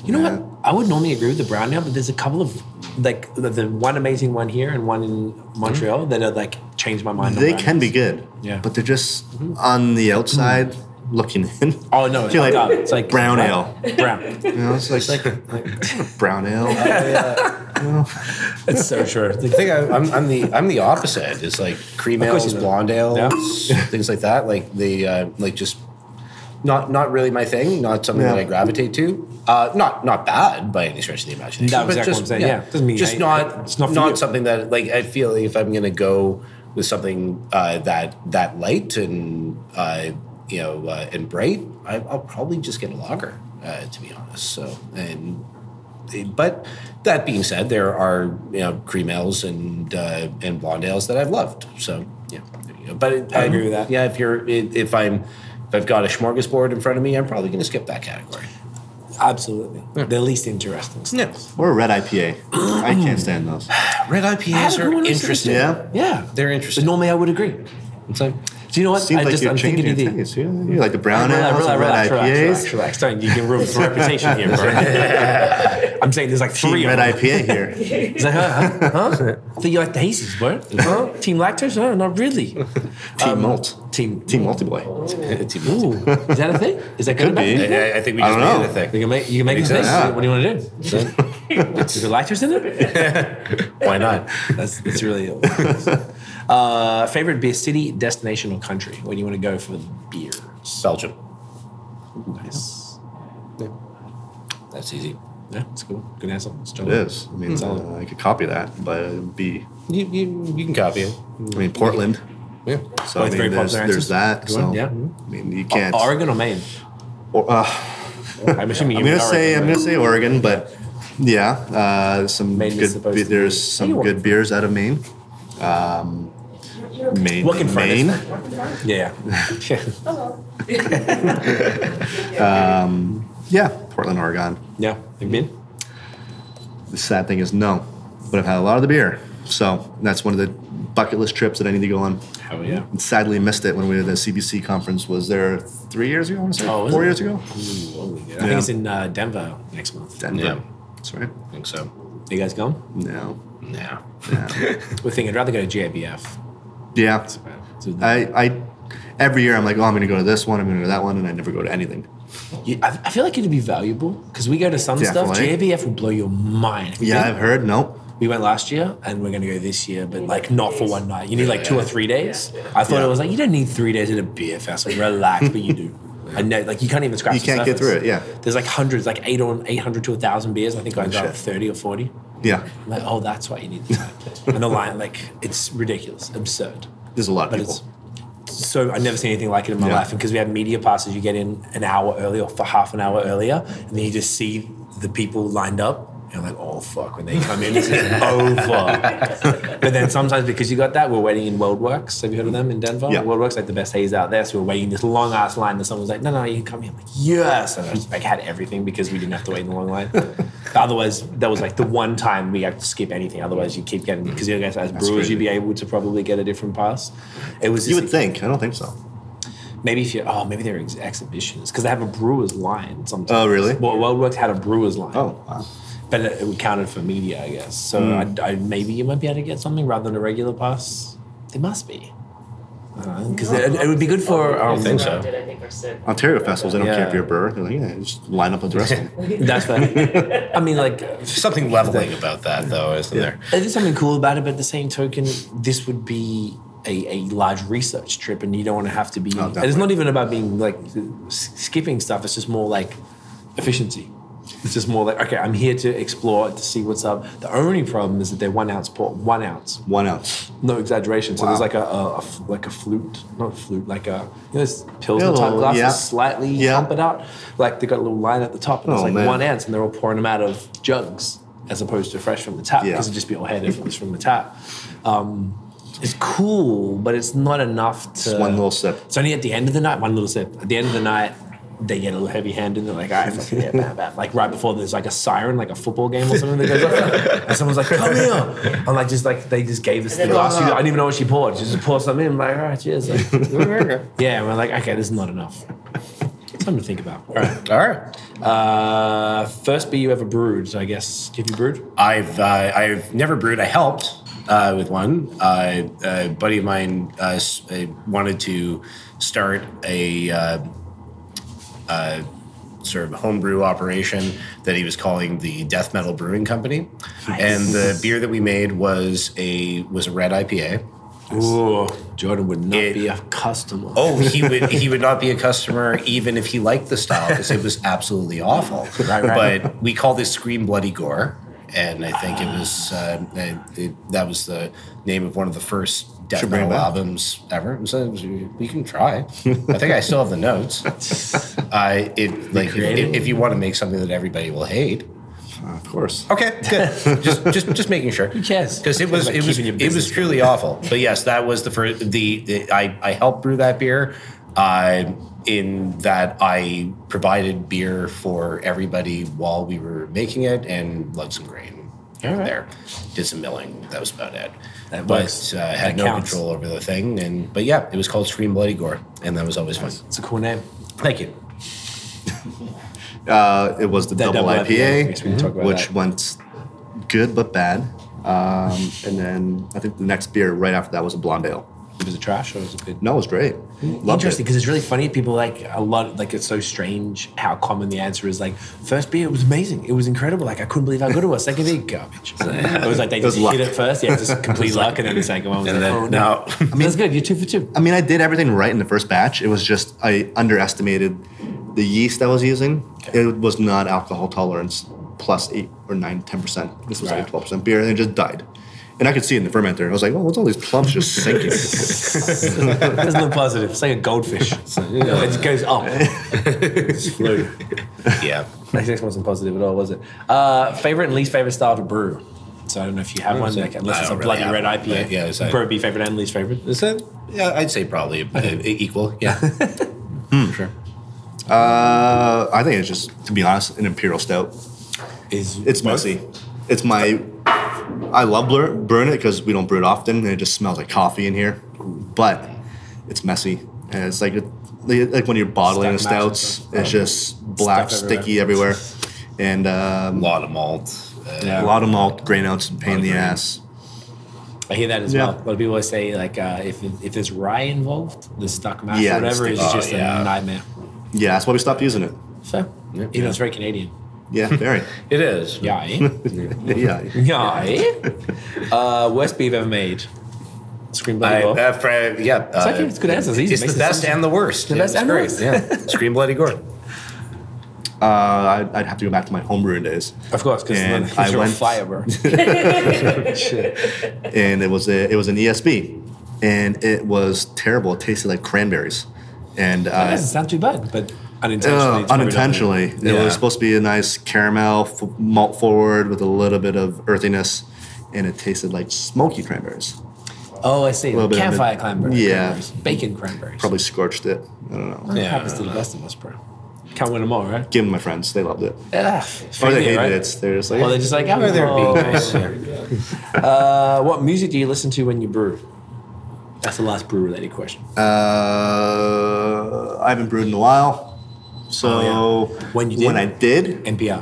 S1: You know what? I would normally agree with the brown ale, but there's a couple of like the, the one amazing one here and one in Montreal that are like changed my mind. on
S3: They
S1: brown
S3: can be
S1: ales.
S3: good,
S1: Yeah.
S3: but they're just on the outside. looking in.
S1: Oh no,
S3: You're like,
S1: it's like
S3: brown ale.
S1: Brown.
S3: You know, it's like, like, brown ale.
S1: It's so true. It's
S5: I
S1: like-
S5: think I, I'm, I'm the I'm the opposite. It's like cream
S1: course
S5: ales,
S1: you do.
S5: blonde ales, things like that. Like the uh, like just not not really my thing. Not something
S3: Yeah.
S5: that I gravitate to. Uh, not not bad by any stretch of the imagination.
S1: That was
S5: but
S1: exactly what I'm saying, yeah. Doesn't mean
S5: just
S1: I-
S5: not
S1: it's
S5: it's
S1: not
S5: not
S1: for you.
S5: something that like I feel if I'm gonna go with something uh, that that light and uh, you know uh, and bright, I, I'll probably just get a lager. Uh, to be honest, so and but that being said, there are you know cream ales and uh, and blonde ales that I've loved. So yeah, there you go. but it, I
S1: agree with that.
S5: Yeah, if you're if if I'm if I've got a smorgasbord in front of me, I'm probably going to skip that category.
S1: absolutely. The least interesting stuff.
S3: Or a red IPA. I can't stand those.
S5: Red IPAs
S1: are
S5: are
S1: interesting.
S5: interesting.
S3: Yeah.
S1: Yeah.
S5: They're
S1: But
S5: interesting.
S1: normally I would agree.
S5: It's like
S1: Do you know what?
S3: Seems
S1: I
S3: like
S1: just
S3: you're
S1: I'm thinking
S3: changing
S1: of the
S3: your taste. You you like the brown
S1: Relax,
S3: ales, and
S1: relax, relax,
S3: red
S1: relax,
S3: IPAs.
S1: relax. Don't you give room for reputation here, bro. I'm saying there's like three
S3: Team
S1: of
S3: red
S1: them.
S3: IPA here.
S1: It's like, huh? huh? huh? I think you like the Hazy's, bro. Huh? Team Lactose? No, not really. Um,
S3: Team malt.
S1: Team.
S3: Team
S1: Hmm.
S3: multiboy.
S1: Ooh. Is that a thing? Is that good or
S3: Could
S1: bad?
S3: be.
S13: I, I think we
S3: I
S13: just
S3: don't
S13: made it
S3: know.
S13: a
S1: You
S13: thing.
S1: can make you can make mistakes.
S3: sense.
S1: What do you want to do? Is there lactose in it?
S5: why not?
S1: That's that's really ill. uh, favorite beer city, destination, or country? Where do you want to go for beers?
S5: Belgium.
S1: Nice.
S5: That's easy.
S1: Yeah, it's cool. Good answer. It's
S3: It is. I mean, uh, I could copy that, but it'd be.
S5: You, you, you can copy it.
S3: I mean, Portland.
S5: Yeah.
S3: So
S1: Both
S3: I mean,
S1: very
S3: there's,
S1: popular answers.
S3: there's that.
S1: Good one,
S3: So
S1: yeah. Uh,
S3: I mean, you can't.
S1: Oregon or Maine?
S3: or- uh,
S1: I'm assuming
S3: I'm
S1: you
S3: gonna
S1: mean
S3: say I'm
S1: Oregon,
S3: gonna say Oregon, but yeah, uh, some
S1: Maine is
S3: good.
S1: supposed
S3: be-
S1: to
S3: there's
S1: you
S3: some
S1: want-
S3: good beers out of Maine. Um, Maine,
S1: Working for
S3: Maine.
S1: right? Yeah. yeah.
S10: Oh,
S3: Yeah, Portland, Oregon.
S1: yeah. You been?
S3: The sad thing is no, but I've had a lot of the beer, so that's one of the bucket list trips that I need to go on.
S1: Hell yeah.
S3: And sadly, missed it when we were at the CBC conference. Was there three years ago? I want to say
S1: Oh,
S3: four
S1: was it?
S3: years ago.
S1: I think it's in uh, Denver next month.
S3: Denver.
S5: Yeah.
S3: That's right.
S5: I think so.
S1: You guys going?
S3: No.
S5: Yeah.
S1: We're thinking I'd rather go to GABF.
S3: Yeah.
S1: So-
S3: I, I every year I'm like, oh, I'm gonna go to this one, I'm gonna go to that one, and I never go to anything.
S1: You, I, I feel like it'd be valuable because we go to some stuff.
S3: Definitely.
S1: JBF will blow your mind.
S3: Yeah, I've heard. Nope.
S1: we went last year and we're going to go this year, but like not for one night. You need like two or three days. I thought
S3: Yeah.
S1: it was like you don't need three days at a beer festival. Relax, but you do. I know, like you can't even scratch.
S3: You
S1: the
S3: can't get
S1: surface.
S3: through it, yeah.
S1: there's like hundreds, like eight on eight hundred to thousand beers. I think I got
S3: shit.
S1: thirty or forty.
S3: Yeah,
S1: I'm like, oh, that's why you need the time. and the line, like, it's ridiculous, absurd.
S3: there's a lot of
S1: But
S3: people.
S1: it's so I've never seen anything like it in my
S3: Yeah.
S1: life. And because we have media passes, you get in an hour early or for half an hour earlier, and then you just see the people lined up. You're like, oh fuck, when they come in, this is over. but then sometimes because you got that, we're waiting in WorldWorks. Have you heard of them in Denver?
S3: Yeah.
S1: WorldWorks like the best haze out there. So we're waiting this long ass line. And someone's like, no, no, you can come here. I'm like, yes. And I just, like had everything because we didn't have to wait in the long line. But otherwise, that was like the one time we had to skip anything. Otherwise, you keep getting because you guys as brewers,
S3: crazy.
S1: you'd be able to probably get a different pass. It was
S3: You
S1: just-
S3: would think. I don't think so.
S1: Maybe if you oh maybe they're ex- exhibitions because they have a brewer's line sometimes.
S3: Oh, really?
S1: Well, Worldworks had a brewer's line.
S3: Oh, Hmm. wow.
S1: but it, it counted for media, I guess. So I, I, maybe you might be able to get something rather than a regular pass. There must be. Because it, it would be good for. Um,
S5: think so.
S10: Did I think or Sid?
S3: Ontario festivals, they don't
S1: Yeah.
S3: care if you're a brewer. They're like, yeah, just line up with the rest of them.
S1: That's the, I mean, like,
S5: There's something leveling about that, though, isn't there?
S1: there's something cool about it, but at the same token, this would be a, a large research trip, and you don't want to have to be. and it's not
S3: definitely.
S1: even about being like s- skipping stuff. It's just more like efficiency. It's just more like okay, I'm here to explore to see what's up. The only problem is that they're one ounce port, one ounce,
S3: One ounce.
S1: no exaggeration. So
S3: Wow.
S1: there's like a, a- a f- like a flute, not a flute, like a you know, those pills
S3: Yeah,
S1: in type
S3: little-
S1: glasses,
S3: yeah.
S1: slightly
S3: Yeah.
S1: pump it out. Like they got a little line at the top, and it's
S3: Oh,
S1: like
S3: man.
S1: one ounce, and they're all pouring them out of jugs as opposed to fresh from the tap
S3: Yeah.
S1: because it'd just be all head if it was from the tap. Um, it's cool, but it's not enough to.
S3: Just one little sip.
S1: It's only at the end of the night, one little sip. At the end of the night, they get a little heavy handed. They're like, all right, fucking yeah, bam, bam. Like right before there's like a siren, like a football game or something that goes off. And someone's like, come here. I'm like, just like, they just gave us the glass. I didn't even know what she poured. She just poured some in. I'm like, all right, cheers. Like, yeah, and we're like, okay, this is not enough. Something to think about. All right.
S5: All right.
S1: Uh, first beer you ever brewed, so I guess. Have you brewed?
S5: I've uh, I've never brewed. I helped uh, with one. Uh, a buddy of mine uh, s- uh, wanted to start a uh, uh, sort of homebrew operation that he was calling the Death Metal Brewing Company, and the beer that we made was a was a red IPA.
S1: Ooh, Jordan would not
S5: It-
S1: be a customer.
S5: Oh, he would he would not be a customer even if he liked the style because it was absolutely awful.
S1: Right, right.
S5: But we called this "Scream Bloody Gore," and I think it was uh, it, it- that was the name of one of the first death
S3: Should bring it
S5: metal
S3: back.
S5: albums ever. So it was- we can try. I think I still have the notes. I it like if, if, if you want to make something that everybody will hate.
S3: Of course.
S5: Okay, good. just, just, just making sure.
S1: cares?
S5: Because it was,
S1: Like
S5: it was,
S1: keeping your
S5: it was
S1: business
S5: truly awful. But yes, that was the first. The, the I, I helped brew that beer. Uh, in that I provided beer for everybody while we were making it, and lugged some grain there. Did some milling. That was about it.
S1: That
S5: but
S1: works.
S5: uh, had
S1: That
S5: no
S1: counts.
S5: control over the thing. And but yeah, it was called Scream Bloody Gore, and that was always fun.
S1: It's a cool name.
S5: Thank you.
S3: Uh, it was the
S1: That
S3: double,
S1: double IPA,
S3: IPA,
S1: which we can talk about
S3: which
S1: that.
S3: went good but bad. Um, and then I think the next beer right after that was a blonde ale.
S1: It was a trash or was it good?
S3: No, it was great. Loved
S1: Interesting
S3: it.
S1: because it's really funny. People like a lot, like it's so strange how common the answer is. Like, first beer, it was amazing. It was incredible. Like, I couldn't believe how good it was. Second beer, garbage. it was like they
S3: was
S1: just
S3: luck.
S1: hit it first. Yeah, just complete luck. And then the second one was like, oh, no. I mean, that's good. You're two for two.
S3: I mean, I did everything right in the first batch. It was just I underestimated the yeast I was using. It was not alcohol tolerance plus eight or nine, ten percent. This was like
S1: Right.
S3: twelve percent beer, and it just died. And I could see it in the fermenter. I was like, "Well, what's all these plums just sinking?"
S1: Doesn't look positive. It's like a goldfish. It's like, you know, it just goes up. It's flew.
S5: Yeah.
S1: Like, This wasn't positive at all, was it? Uh, favorite and least favorite style to brew. So I don't know if you have one, like, unless
S5: I
S1: it's a
S5: don't really
S1: bloody
S5: have
S1: red
S5: one,
S1: IPA.
S5: but yeah, it's like-
S1: probably favorite and least favorite.
S5: Is that? Yeah, I'd say probably uh, equal. Yeah.
S1: Hmm.
S5: Sure.
S3: uh, I think it's just, to be honest, an imperial stout.
S1: Is
S3: It's messy. It's my. I love blur, burn it because we don't brew it often, and it just smells like coffee in here. But it's messy, and it's like it, like when you're bottling
S1: Stuck
S3: the
S1: matches
S3: stouts,
S1: and
S3: it's just black,
S1: Stuff
S3: sticky everywhere, and um,
S5: lot of malt. Uh,
S1: Yeah.
S3: a lot of malt, grain ounce, and pain in the
S5: grain.
S3: ass.
S1: I hear that as
S3: Yeah.
S1: well. A lot of people always say like uh, if if there's rye involved, the stuck mash
S3: Yeah,
S1: or
S3: the
S1: whatever
S3: stick-
S1: is
S5: oh,
S1: just
S5: yeah.
S1: a nightmare.
S3: Yeah, that's why we stopped using it.
S1: So you know it's very Canadian.
S3: Yeah, very.
S5: It is.
S1: Yeah, eh?
S3: yeah,
S1: yeah. eh? Uh, worst beer you've ever made. Scream bloody
S5: I,
S1: gore.
S5: uh, fra- yeah. uh,
S1: actually- it's good answers. It's easy.
S5: It's
S1: Makes
S5: the
S1: it
S5: best
S1: simple.
S5: and the worst.
S1: The
S5: It
S1: best
S5: was
S1: and the
S5: great,
S1: worst.
S5: Yeah. Scream bloody gore.
S3: uh, I'd, I'd have to go back to my homebrewing days,
S1: of course, because
S3: And
S1: you're
S3: I
S1: on
S3: went-
S1: fire, bro.
S3: and it was a it was an ESB, and it was terrible. It tasted like cranberries, and
S1: That
S3: uh,
S1: doesn't sound too bad, but
S3: Uh,
S1: unintentionally. it's probably not
S3: unintentionally. It
S5: Yeah.
S3: was supposed to be a nice caramel f- malt forward with a little bit of earthiness, and it tasted like smoky cranberries.
S1: good. Oh, I see.
S3: little bit of
S1: Campfire
S3: it.
S1: cranberry.
S3: Yeah.
S1: Cranberries. Bacon cranberries.
S3: Probably scorched it. I don't know.
S1: That happens to the best of us, bro. Can't win them all, right?
S3: Give them to my friends. They loved it.
S1: Yeah.
S3: Or they hated it. They're just like,
S1: Well, they're just like, oh,
S5: being
S1: uh, what music do you listen to when you brew? That's the last brew related question.
S3: uh, I haven't brewed in a while. So
S1: Oh, When you did?
S3: when I did,
S1: NPR.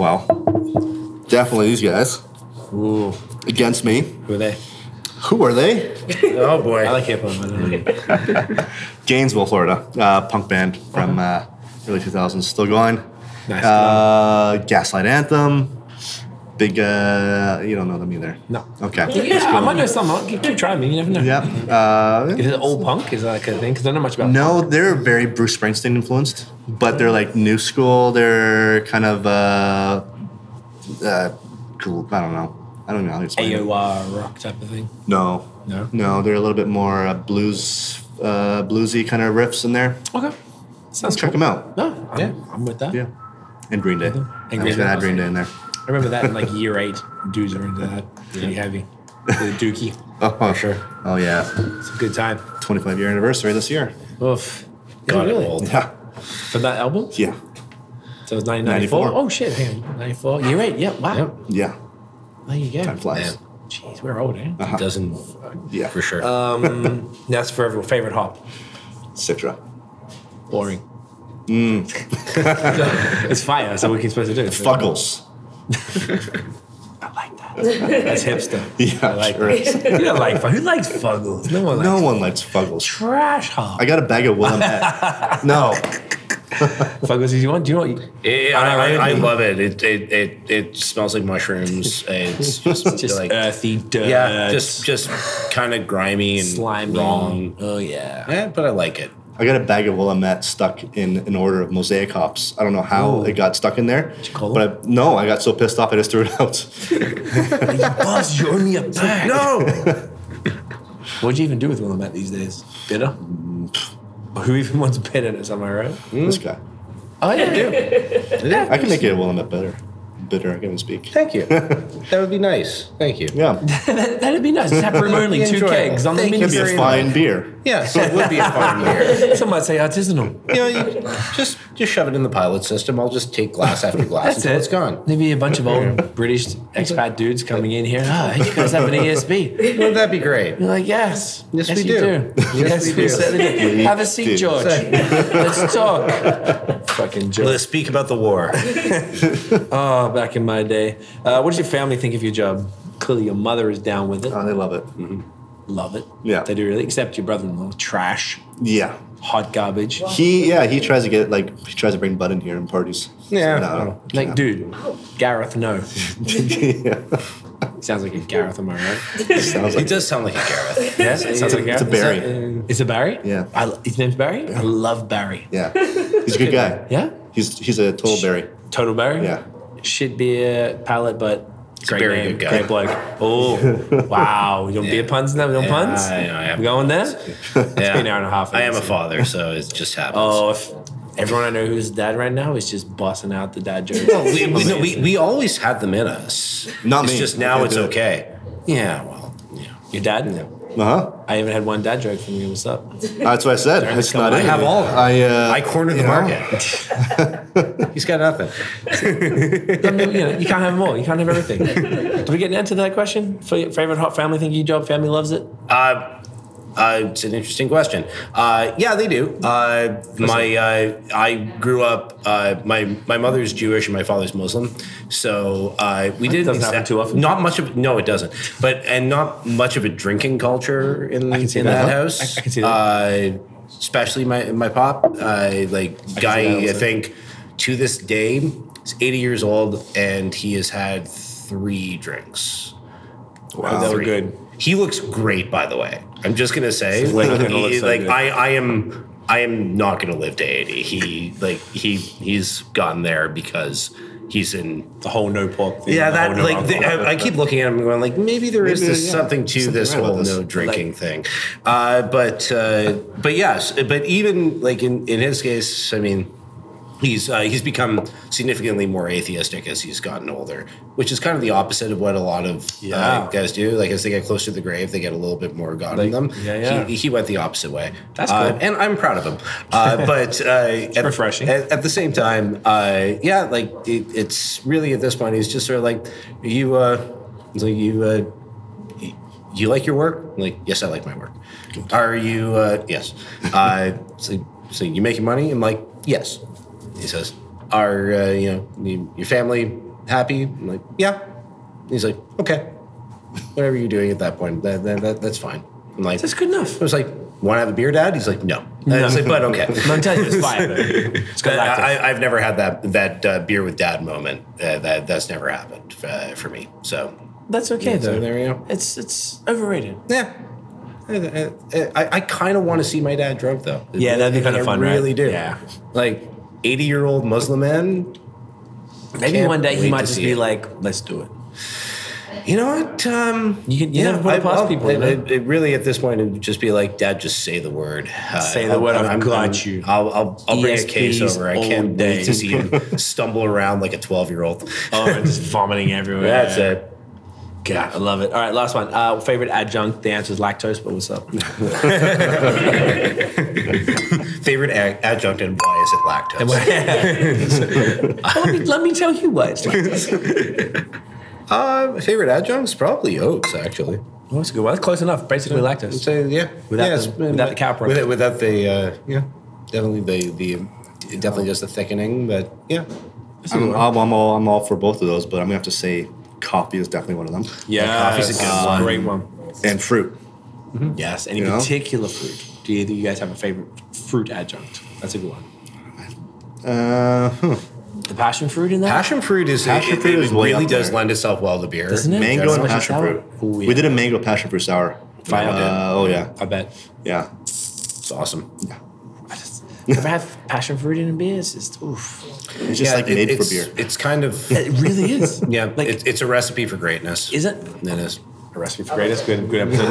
S3: well, definitely these guys
S1: Ooh,
S3: against me.
S1: who are they?
S3: Who are they?
S5: Oh boy.
S1: I like hip hop. I don't know.
S3: Gainesville, Florida, uh, punk band from uh, early 2000s, still going.
S1: Uh-huh. Nice.
S3: Uh, Gaslight Anthem, big. Uh, you don't know them either.
S1: No.
S3: Okay.
S1: yeah, I might know some. I'll Keep, keep trying me. You never know.
S3: yep.
S1: Is
S3: Uh,
S1: it all punk? Is that like a thing? Because I don't know much about.
S3: no, they're very Bruce Springsteen influenced, but they're like new school. They're kind of uh, uh, cool. I don't know. I don't know how to explain. it.
S1: AOR rock type of thing.
S3: No.
S1: No?
S3: No, they're a little bit more uh, blues, uh, bluesy kind of riffs in there.
S1: Okay. Sounds
S3: Check
S1: cool.
S3: them out.
S1: No, I'm, I'm with that.
S3: Yeah. And Green Day. I was
S1: Mm-hmm. Green
S3: gonna
S1: Day.
S3: add Green Day in there.
S1: I remember that in like year eight. Dudes are into that. Pretty heavy. The Dookie.
S3: Oh, sure. Oh yeah,
S1: It's a good time.
S3: 25 year anniversary this year.
S1: Oof.
S5: God,
S1: yeah,
S5: I'm
S1: really?
S5: old.
S3: Yeah,
S1: For that album?
S3: yeah,
S1: So it was 1994.
S3: 94.
S1: Oh shit, hang on. 94. You're right. Yeah, wow.
S3: yeah.
S1: There you go.
S3: Time flies.
S1: Jeez, we're old, eh?
S3: Uh-huh.
S5: Doesn't
S3: Yeah,
S5: for sure.
S1: Uh, That's for everyone. Favorite hop.
S3: Citra.
S1: Boring.
S3: Mm.
S1: it's fire, so what are you supposed to do?
S3: Fuggles.
S1: I like that. That's hipster.
S3: Yeah, sure.
S1: You don't like fun. Who likes fuggles? No one likes
S3: No one likes fuggles.
S1: trash hop.
S3: I got a bag of Willem hat. No.
S1: Fuggles, do you want? Do you want?
S5: Eh, I, I, I love it. It, it. it it smells like mushrooms. It's just,
S1: Just uh,
S5: like
S1: earthy, dirt.
S5: yeah, just just kind of grimy and
S1: slimy.
S5: wrong.
S1: Oh yeah.
S5: Eh, but I like it.
S3: I got a bag of Willem hat stuck in an order of mosaic hops. I don't know how it got stuck in there. Did
S1: you call
S3: but I, no, I got so pissed off I just threw it out.
S1: Buzz, you owe me a bag.
S5: No,
S1: What'd you even do with Willamette these days? Bitter?
S3: Mm.
S1: Who even wants bitterness, am I right?
S3: this guy.
S1: Oh, yeah, I do.
S3: I can make it a Willem hat better. Bitter, I can even speak.
S5: thank you. That would be nice. Thank you.
S3: Yeah.
S1: that, that'd be nice. Tap room only, two
S5: Enjoy.
S1: kegs on the
S5: Thank
S1: mini
S3: It'd be a
S1: screen.
S3: fine beer.
S5: Yeah, so it would be a fun year.
S1: Some might say artisanal.
S5: You know, you just just shove it in the pilot system. I'll just take glass after glass
S1: That's
S5: until
S1: it.
S5: it's gone.
S1: There'd be a bunch of old British expat dudes coming in here. Ah, you guys have an ESB.
S5: Wouldn't that be great?
S1: You're like, yes.
S5: Yes,
S1: you
S5: we do.
S1: Yes, we, certainly do.
S3: We
S1: Have a seat,
S3: do.
S1: George. Let's talk. Fucking George.
S5: Let's speak about the war.
S1: Oh, back in my day. Uh, what does your family think of your job? Clearly, your mother is down with it.
S3: Oh, they love it.
S1: Love it.
S3: Yeah.
S1: They do really, except your brother in law. Trash,
S3: Yeah.
S1: hot garbage.
S3: He yeah, he tries to get like he tries to bring Bud in here and parties.
S5: Yeah.
S3: No, Oh.
S1: Like, dude, Gareth, no.
S3: yeah.
S1: Sounds like a Gareth, am I right?
S3: Sounds
S5: It
S3: like
S5: does sound like a Gareth.
S1: Yeah, sounds like
S3: it's a Barry.
S1: It's a Barry?
S3: Yeah.
S1: I, lo- his name's Barry? I love Barry.
S3: yeah. He's a good guy.
S1: Yeah?
S3: He's he's a total berry.
S1: Total Barry?
S3: Yeah.
S1: Shit beer palate, but great
S5: Barry,
S1: name,
S5: good guy.
S1: great bloke. Oh, wow. You don't beer puns in that? We don't puns?
S5: I know, I have
S1: we going there?
S5: Yeah.
S1: been an hour and a half.
S5: I am a father, so it just happens.
S1: Oh, if everyone I know who's dad right now is just busting out the dad jokes.
S5: Well, we, we, no, we, we always had them in us.
S3: Not
S5: it's
S3: me.
S5: just
S3: I
S5: now
S3: can't
S5: it's
S3: do it.
S5: okay. Yeah, well, yeah.
S1: Your dad?
S3: Uh-huh.
S1: I even had one dad joke from you. What's up?
S3: That's what I said. It's not
S5: I
S3: in
S5: have
S3: here.
S5: all of them.
S3: I uh,
S5: I cornered the
S3: you know,
S5: market. He's got nothing.
S1: I mean, you, know, you can't have them all. You can't have everything. Did we get an answer to that question? Fa- Favorite hot family thing you job? Family loves it?
S5: Uh, uh, it's an interesting question. Uh, yeah, they do. Uh, my uh, I grew up. Uh, my my mother's Jewish and my father's Muslim, so uh, we didn't
S1: doesn't happen too often.
S5: Not much of no, it doesn't. But and not much of a drinking culture in, in
S1: see
S5: that,
S1: that.
S5: house.
S1: I- I can see that.
S5: Uh, especially my my pop, uh, like guy.
S1: that
S5: I
S1: also.
S5: think to this day, he's eighty years old and he has had three drinks.
S3: Wow.
S1: They were
S5: Three.
S1: good.
S5: He looks great, by the way. I'm just gonna say,
S1: Like,
S5: like,
S1: gonna look
S5: he-
S1: so
S5: like,
S1: good.
S5: I, I am, I am not gonna live to 80. He, like, he, he's gone there because he's in.
S1: The whole no pork thing.
S5: Yeah,
S1: the
S5: that
S1: whole no
S5: like the,
S1: alcohol.
S5: I, I keep looking at him and going like maybe there is
S3: Maybe,
S5: this
S3: yeah,
S5: something to
S3: something
S5: this
S3: right about
S5: whole
S3: this.
S5: no drinking thing, uh, but uh, but yes, but even like in in his case, I mean, he's uh, he's become significantly more atheistic as he's gotten older, which is kind of the opposite of what a lot of
S1: Yeah.
S5: uh, guys do. Like as they get closer to the grave, they get a little bit more God in them.
S1: yeah, yeah.
S5: He, he went the opposite way.
S1: That's
S5: Uh,
S1: cool.
S5: and I'm proud of him. Uh, but uh, at,
S1: refreshing.
S5: At, at the same time, uh, yeah, like it, it's really at this point, he's just sort of like, you, uh, it's like you. Uh, you like your work? I'm like, yes, I like my work. Are you? Uh, yes. Uh, so, so you making money? I'm like, yes. He says, are uh, you know you- your family happy? I'm like, yeah. He's like, okay. Whatever you're doing at that point, that, that, that that's fine. I'm like,
S1: That's
S5: I
S1: good enough.
S5: was like, want to have a beer, Dad? He's like, no. I was like, but okay.
S1: I'm telling you, it's fire. though. It's
S5: I,
S1: got lactose.
S5: I, I've never had that that uh, beer with dad moment. Uh, that that's never happened uh, for me. So
S1: That's okay though.
S5: there we go.
S1: It's it's overrated.
S5: Yeah. I, I, I kind of want to see my dad drunk though.
S1: Yeah, that'd be kinda
S5: I
S1: fun, right?
S5: really do.
S1: Yeah.
S5: Like 80 year old Muslim man.
S1: Maybe
S5: Can't
S1: one day
S5: wait
S1: he might
S5: to
S1: just
S5: see
S1: be
S5: it.
S1: like, let's do it.
S5: You know what? Um,
S1: You can you never put it past
S5: I'll-
S1: people.
S5: It,
S1: you know?
S5: it- it really at this point, it would just be like, Dad, just say the word. Uh,
S1: Say the word, I've got you. E
S5: I'll, I'll, I'll bring a case
S1: ESPs
S5: over. I
S1: all
S5: can't wait
S1: day.
S5: to see him stumble around like a 12 year old.
S1: oh, and just vomiting everywhere.
S5: That's it.
S1: God, I love it. All right, last one. Uh, favorite adjunct? The answer is lactose, but what's up?
S5: Favorite a- adjunct and why is it lactose?
S1: let, me, let me tell you what. It's like,
S5: Uh, my favorite adjuncts? Probably oats, actually.
S1: well, that's a good one. That's close enough. Basically
S5: I'd
S1: lactose.
S5: say, yeah.
S1: Without
S5: yeah,
S1: the-
S5: it's-
S1: without the Capron.
S5: Without, without the, uh, yeah, definitely the, the, it definitely does the thickening, but yeah.
S3: I'm, I'm, I'm all I'm all for both of those, but I'm gonna have to say coffee is definitely one of them.
S1: Yeah,
S14: Coffee's a good one. Great one.
S3: And fruit.
S1: Yes, any
S3: You know?
S1: particular fruit? Do you, do you guys have a favorite fruit adjunct? That's a good one.
S3: Uh, huh.
S1: The passion fruit in that?
S5: Passion fruit is
S3: Passion
S5: it,
S3: fruit
S5: it
S3: is way
S5: really
S3: up
S5: does
S3: there.
S5: lend itself well to beer.
S1: Doesn't it?
S3: Mango
S1: General
S3: and passion
S1: sour?
S3: fruit.
S1: Ooh, yeah.
S3: We did a mango passion fruit sour.
S1: Final did.
S3: Uh, oh yeah,
S1: I bet.
S3: yeah.
S5: It's awesome.
S1: I just never have passion fruit in a beer. It's just oof.
S3: It's just
S5: Yeah,
S3: like
S5: it-
S3: made for
S5: it's-
S3: beer.
S5: It's kind of
S1: It really is.
S5: yeah.
S1: like
S5: it's, it's a recipe for greatness.
S1: is it?
S5: It is.
S1: A recipe for
S10: Greatest good good episode.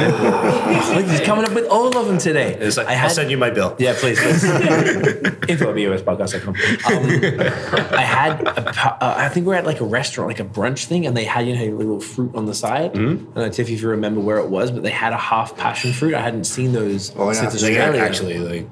S1: Look, he's coming up with all of them today.
S5: It's like, I'll send you my bill.
S1: Yeah, please. please. Info at bospodcast.com. Um, I had, a pa- uh, I think we are at like a restaurant, like a brunch thing, and they had, you know, a little fruit on the side. I don't know, Tiff, if you remember where it was, but they had a half passion fruit. I hadn't seen those
S3: Oh, yeah.
S1: since
S3: They
S5: Like,
S1: Australia.
S5: actually, like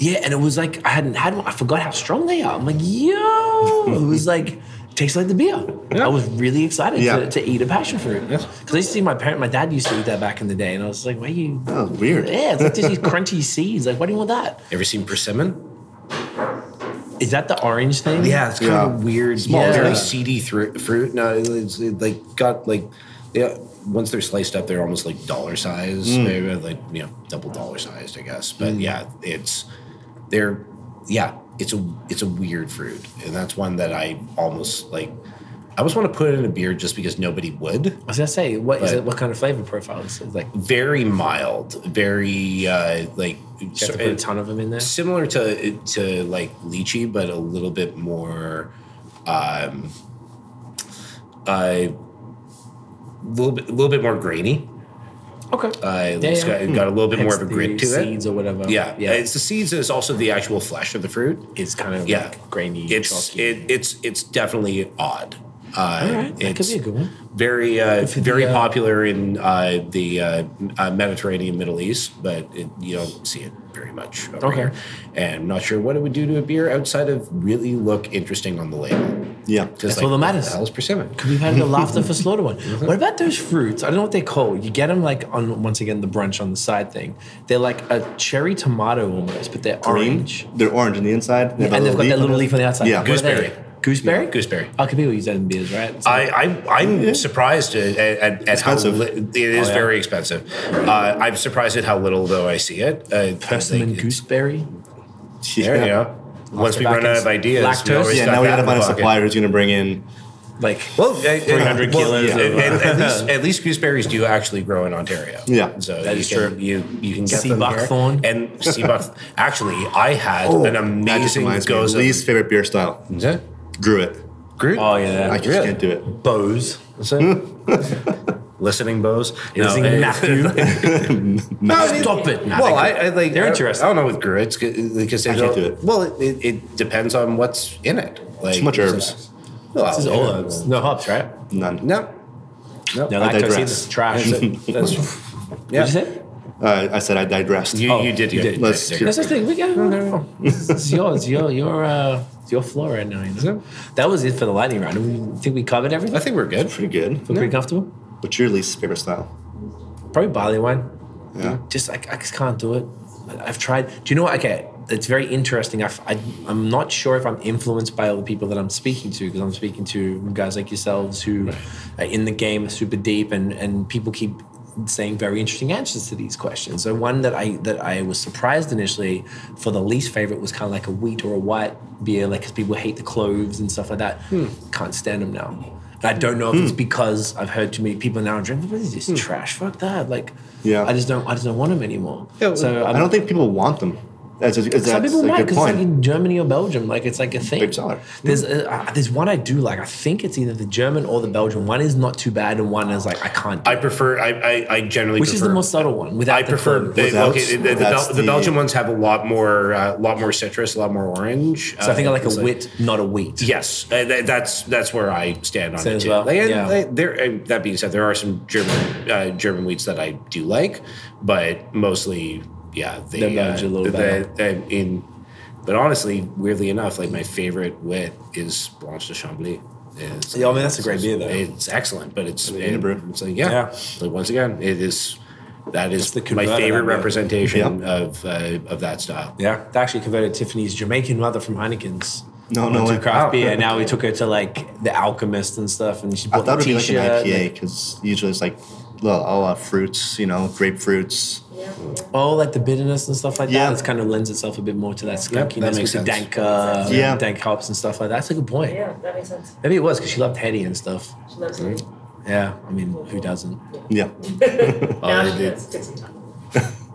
S1: Yeah, and it was like, I hadn't had one. I forgot how strong they are. I'm like, yo, it was like, tastes like the beer. I was really excited
S3: Yeah.
S1: to, to eat a passion fruit. Because I used to see my parent, my dad used to eat that back in the day, and I was like, why you?
S3: Oh, weird.
S1: Yeah, it's like just these crunchy seeds. Like, why do you want that?
S5: ever seen persimmon?
S1: Is that the orange thing?
S5: Yeah, it's kind
S3: Yeah.
S5: of a weird,
S1: Small,
S5: yeah.
S1: yeah.
S5: very seedy thru- fruit. No, it's it, like got like yeah. Once they're sliced up, they're almost like dollar size,
S1: Mm.
S5: maybe like you know, double dollar sized, I guess. But yeah, it's they're yeah, it's a it's a weird fruit, and that's one that I almost like. I always want to put it in a beer just because nobody would.
S1: I was gonna say, what is
S5: But-
S1: it? What kind of flavor profile is it? Like, you
S5: Very mild, very uh, like
S1: have to put a ton of them in there.
S5: similar to to like lychee, but a little bit more, um, a little bit, little bit more grainy.
S1: Okay.
S5: Uh,
S1: Yeah,
S5: it's
S1: yeah.
S5: got, got a little bit more
S1: Hence
S5: of a
S1: the
S5: grit to
S1: seeds
S5: it.
S1: or whatever.
S5: Yeah,
S1: yeah.
S5: yeah.
S1: It's,
S5: It's the seeds. and It's also the actual flesh of the fruit.
S1: kind of
S5: Yeah,
S1: like grainy,
S5: It's
S1: chalky.
S5: it, it's it's definitely odd. Uh,
S1: All right, that could
S5: it's
S1: be a good one.
S5: very uh,
S1: for the,
S5: very
S1: uh,
S5: popular in uh, the uh, M- uh, Mediterranean, Middle East, but it, you don't see it very much over
S1: Okay.
S5: here. And I'm not sure what it would do to a beer outside of really look interesting on the label.
S3: Yeah.
S5: Just
S1: That's all that matters.
S5: What the hell is persimmon?
S1: We've had the laughter for slaughter one.
S5: Mm-hmm.
S1: What about those fruits? I don't know what they're called. You get them like on once again the brunch on the side thing. They're like a cherry tomato almost, but they're orange.
S3: They're orange on the inside. They have a
S1: and they've got that little leaf on the outside.
S3: Yeah.
S1: What are they?
S5: Gooseberry.
S1: Gooseberry?
S5: Yeah, gooseberry.
S1: Oh, could be what you said in beers, right? It's like-
S5: I, I I'm surprised at, at, at how
S3: Expensive.
S5: li- it is
S1: Oh, yeah.
S5: very expensive. Uh, I'm surprised at how little though I see it. Uh,
S1: persimmon
S5: like, it's-
S1: gooseberry.
S5: There
S3: Yeah.
S5: you go. Once we run out of ideas,
S1: Lactose.
S5: always
S3: Yeah,
S5: got
S3: now we
S5: that
S3: gotta
S5: in the
S3: find a
S5: pocket.
S3: supplier who's gonna bring in.
S1: Like
S5: Well, uh,
S15: 300 kilos
S5: At,
S15: of, uh,
S5: at- at least, at least gooseberries do actually grow in Ontario.
S3: Yeah.
S5: so
S1: That
S5: you
S1: is
S5: can,
S1: true.
S5: You you can get
S1: Sea
S5: them
S1: buckthorn.
S5: here. and sea buck. Actually, I had
S3: Oh,
S5: an
S3: That just
S5: amazing
S3: reminds me.
S5: goza.
S3: Least favorite beer style.
S5: Is it?
S3: Grew it.
S5: Groot.
S1: oh yeah,
S3: I just
S5: Really?
S3: can't do it.
S1: bows.
S5: Is it? Listening bows. No,
S1: Listening
S5: it-
S1: Matthew. Stop it, Matthew.
S5: Well, I, I like.
S1: They're
S5: I don't-
S1: interesting.
S5: I don't know with Gruit's because they
S3: I can't
S5: don't-
S3: do it.
S5: Well, it, it, it depends on what's in it. Like
S3: Too much
S5: it's-
S3: herbs.
S5: Well,
S1: This is all herbs, no hops, right?
S3: None.
S5: No,
S1: No,
S3: I
S1: lactose
S3: digress.
S1: is trash.
S5: that's
S1: What'd you say? Oh,
S3: Uh, I said I digressed.
S5: you. you did. You
S1: did.
S3: Let's-
S1: That's the thing. We got This is yours. Your your uh, it's your floor right now. You know? That was it for the lightning round. We think we covered everything.
S5: I think we're good.
S3: Pretty good.
S1: Feel pretty comfortable.
S3: What's your least favorite style?
S1: Probably barley wine.
S3: Yeah.
S1: just I, I just can't do it. I- I've tried. Do you know what? Okay, it's very interesting. I've, I, I'm not sure if I'm influenced by all the people that I'm speaking to because I'm speaking to guys like yourselves who are in the game, are super deep, and and people keep saying very interesting answers to these questions. So one that I that I was surprised initially for the least favorite was kind of like a wheat or a white beer, like because people hate the cloves and stuff like that. Can't stand them now. And I don't know if it's because I've heard too many people now drink. What is this trash? Fuck that! Like,
S3: Yeah.
S1: I just don't I just don't want them anymore. so
S3: I don't think people want them. That's a, that's
S1: some people
S3: a
S1: might
S3: good
S1: because like
S3: point.
S1: in Germany or Belgium, like it's like a thing.
S3: Big seller.
S1: There's a, uh, there's one I do like. I think it's either the German or the Belgian. One is not too bad, and one is like I can't. Do
S5: I
S1: it.
S5: prefer. I I, I generally
S1: Which is
S5: prefer,
S1: the most subtle one? Without
S5: I
S1: the
S5: prefer
S1: clove.
S5: they,
S3: Without-
S5: okay, the, the,
S3: that's
S5: Bel- the
S3: the-
S5: Belgian ones have a lot more, a lot more citrus, a lot more orange.
S1: so I think I
S5: Uh,
S1: like a
S5: it's
S1: wit, not a wheat.
S5: Yes, uh, tha- that's that's where I stand on
S1: Same
S5: it
S1: as
S5: too.
S1: well,
S5: Like, and
S1: yeah.
S5: they- there, and that being said, there are some German uh, German wheats that I do like, but mostly, yeah, they, uh,
S1: They're managed a little
S5: they-
S1: better.
S5: they- in, but honestly, weirdly enough, like my favorite wit is Blanche de Chambly. It's-
S1: Yeah, I mean, that's a great beer, though.
S5: It's excellent, but it's
S3: in brew.
S5: it's like yeah,
S1: Yeah.
S5: Like, once again, it is that is
S1: That's the
S5: my
S1: converter,
S5: favorite
S1: that beer.
S5: representation
S3: Yeah.
S5: of uh, of that style.
S1: yeah. They actually converted Tiffany's Jamaican mother from Heineken's
S3: No, no
S1: to
S3: way. Oh.
S1: craft beer. Now we took her to like the Alchemist and stuff, and she
S3: I
S1: bought
S3: thought
S1: the
S3: it would be like
S1: t-shirt.
S3: an IPA because usually it's like well, all uh, fruits, you know, grapefruits.
S10: Yeah.
S1: Oh, like the bitterness and stuff like
S3: Yeah.
S1: that. It's kind of lends itself a bit more to that
S5: Yep,
S1: skunkiness
S5: that makes
S1: with the
S5: sense.
S1: dank, uh,
S3: Yeah.
S1: dank hops and stuff like that. That's a good point.
S10: Yeah, that makes sense.
S1: Maybe it was because she loved Hetty and stuff.
S10: She loves it.
S1: Hmm. Yeah, I mean, who doesn't?
S3: Yeah.
S10: now
S1: Oh,
S5: they
S10: she
S5: did.
S10: does. Took some time.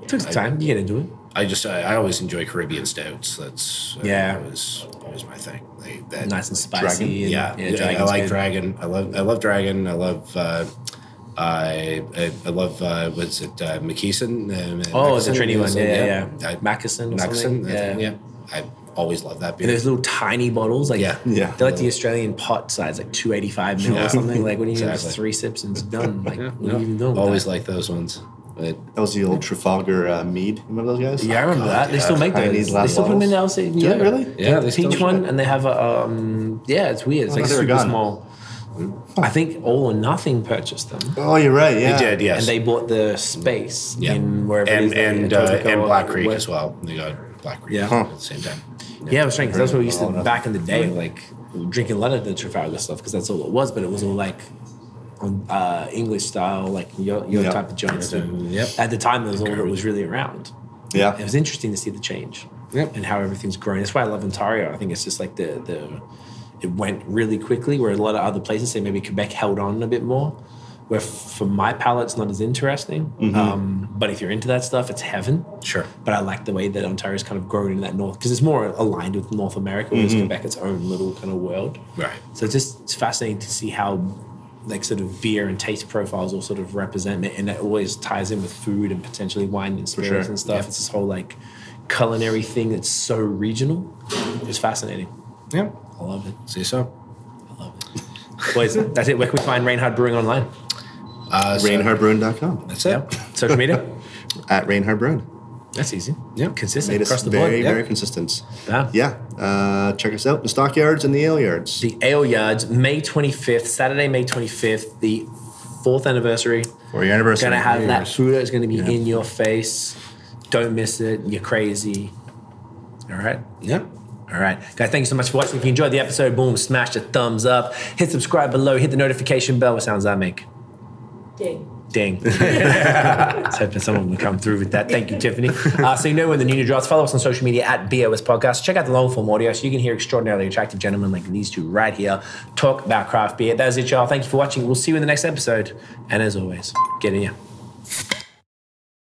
S1: It took time. You get into it.
S5: I just I, I always enjoy Caribbean stouts. That's uh,
S1: Yeah.
S5: always always my thing. They, that,
S1: Nice and spicy. and-
S5: yeah, yeah, I
S1: dragon's
S5: like
S1: good.
S5: dragon. I love I love dragon. I love. Uh, I, I I love uh, what's it uh, McKesson? Uh,
S1: Oh,
S5: Mackeson?
S1: the Trini one. Yeah, yeah, yeah.
S5: I,
S1: Mackeson or something.
S5: Mackeson. I think,
S1: Yeah.
S5: yeah, I always love that
S1: And
S5: beer.
S1: those little tiny bottles, like
S5: Yeah.
S3: Yeah.
S1: they're like the Australian pot size, like two eighty five mil
S5: Yeah.
S1: or something. Like when you have
S5: Exactly.
S1: three sips and it's done, like what
S5: Yeah.
S1: are you even doing? with
S5: always
S1: that?
S5: like those ones. But
S3: That was the old Trafalgar uh, mead. Remember those guys?
S5: "Oh,
S1: yeah, I remember that. They still make
S3: Tiny
S1: those. They
S3: glass
S1: still put them in the
S3: bottles.
S1: LC.
S3: Do they really?
S5: yeah, they
S1: the
S5: still
S1: peach
S5: do
S1: one,
S5: it.
S1: and they have a um, yeah, it's weird. It's
S3: I
S1: like
S3: thought they were
S1: super
S3: gone.
S1: small. I think All or Nothing purchased them,
S3: Oh, you're right. Yeah.
S5: They did, yes.
S1: and they bought the space
S5: yeah.
S1: in wherever it is.
S5: and
S1: like, in
S5: and, uh,
S1: Etobicoke
S5: and Black
S1: or
S5: Creek
S1: where-
S5: as well. They got Black Creek
S1: Yeah.
S5: at the same time.
S1: Yeah, it was strange 'cause that's what we used to
S3: Oh, no.
S1: back in the day, like drinking a lot of the Trafalgar stuff because that's all it was, but it was all like on uh, English style, like your, your
S3: Yeah.
S1: type of joints. and
S5: Yep.
S1: At the time, it was all that was really around.
S3: Yeah.
S1: It was interesting to see the change
S5: Yep.
S1: and how everything's grown. That's why I love Ontario. I think it's just like the the it went really quickly, where a lot of other places, say maybe Quebec, held on a bit more. Where for my palate, it's not as interesting. Um, but if you're into that stuff, it's heaven
S5: Sure.
S1: but I like the way that Ontario's kind of grown in that north because it's more aligned with North America, whereas Quebec its own little kind of world.
S5: Right.
S1: So it's just it's fascinating to see how like sort of beer and taste profiles all sort of represent it, and it always ties in with food and potentially wine and spirits
S3: sure.
S1: and stuff. It's this whole like culinary thing that's so regional. It's fascinating.
S5: Yeah.
S1: I love it.
S5: See so.
S1: Boys, that's it. Where can we find Reinhard Brewing online?
S5: Uh, so
S3: Reinhardtbrewing.com
S5: That's it.
S1: Social media.
S3: at Reinhardt Brewing.
S1: That's easy.
S5: Yeah.
S1: consistent
S3: Made us
S1: across the
S3: very,
S1: board.
S3: very consistent.
S1: Yeah.
S3: Yeah. Uh, check us out the stockyards and the ale yards.
S1: the Ale Yards, May 25th, Saturday, May 25th, the fourth anniversary.
S3: for your anniversary.
S1: Gonna have that food that's gonna be in your face. Don't miss it. You're crazy. All right.
S5: Yeah.
S1: All right. Guys, thank you so much for watching. If you enjoyed the episode, boom, smash the thumbs up, hit subscribe below, hit the notification bell. What sounds that make?
S10: Ding.
S1: Ding. I was hoping someone would come through with that. Thank you, Tiffany. Uh, so you know when the new drops. Follow us on social media at BOS Podcast. Check out the long form audio so you can hear extraordinarily attractive gentlemen like these two right here talk about craft beer. That is it, y'all. Thank you for watching. We'll see you in the next episode. And as always, get in here.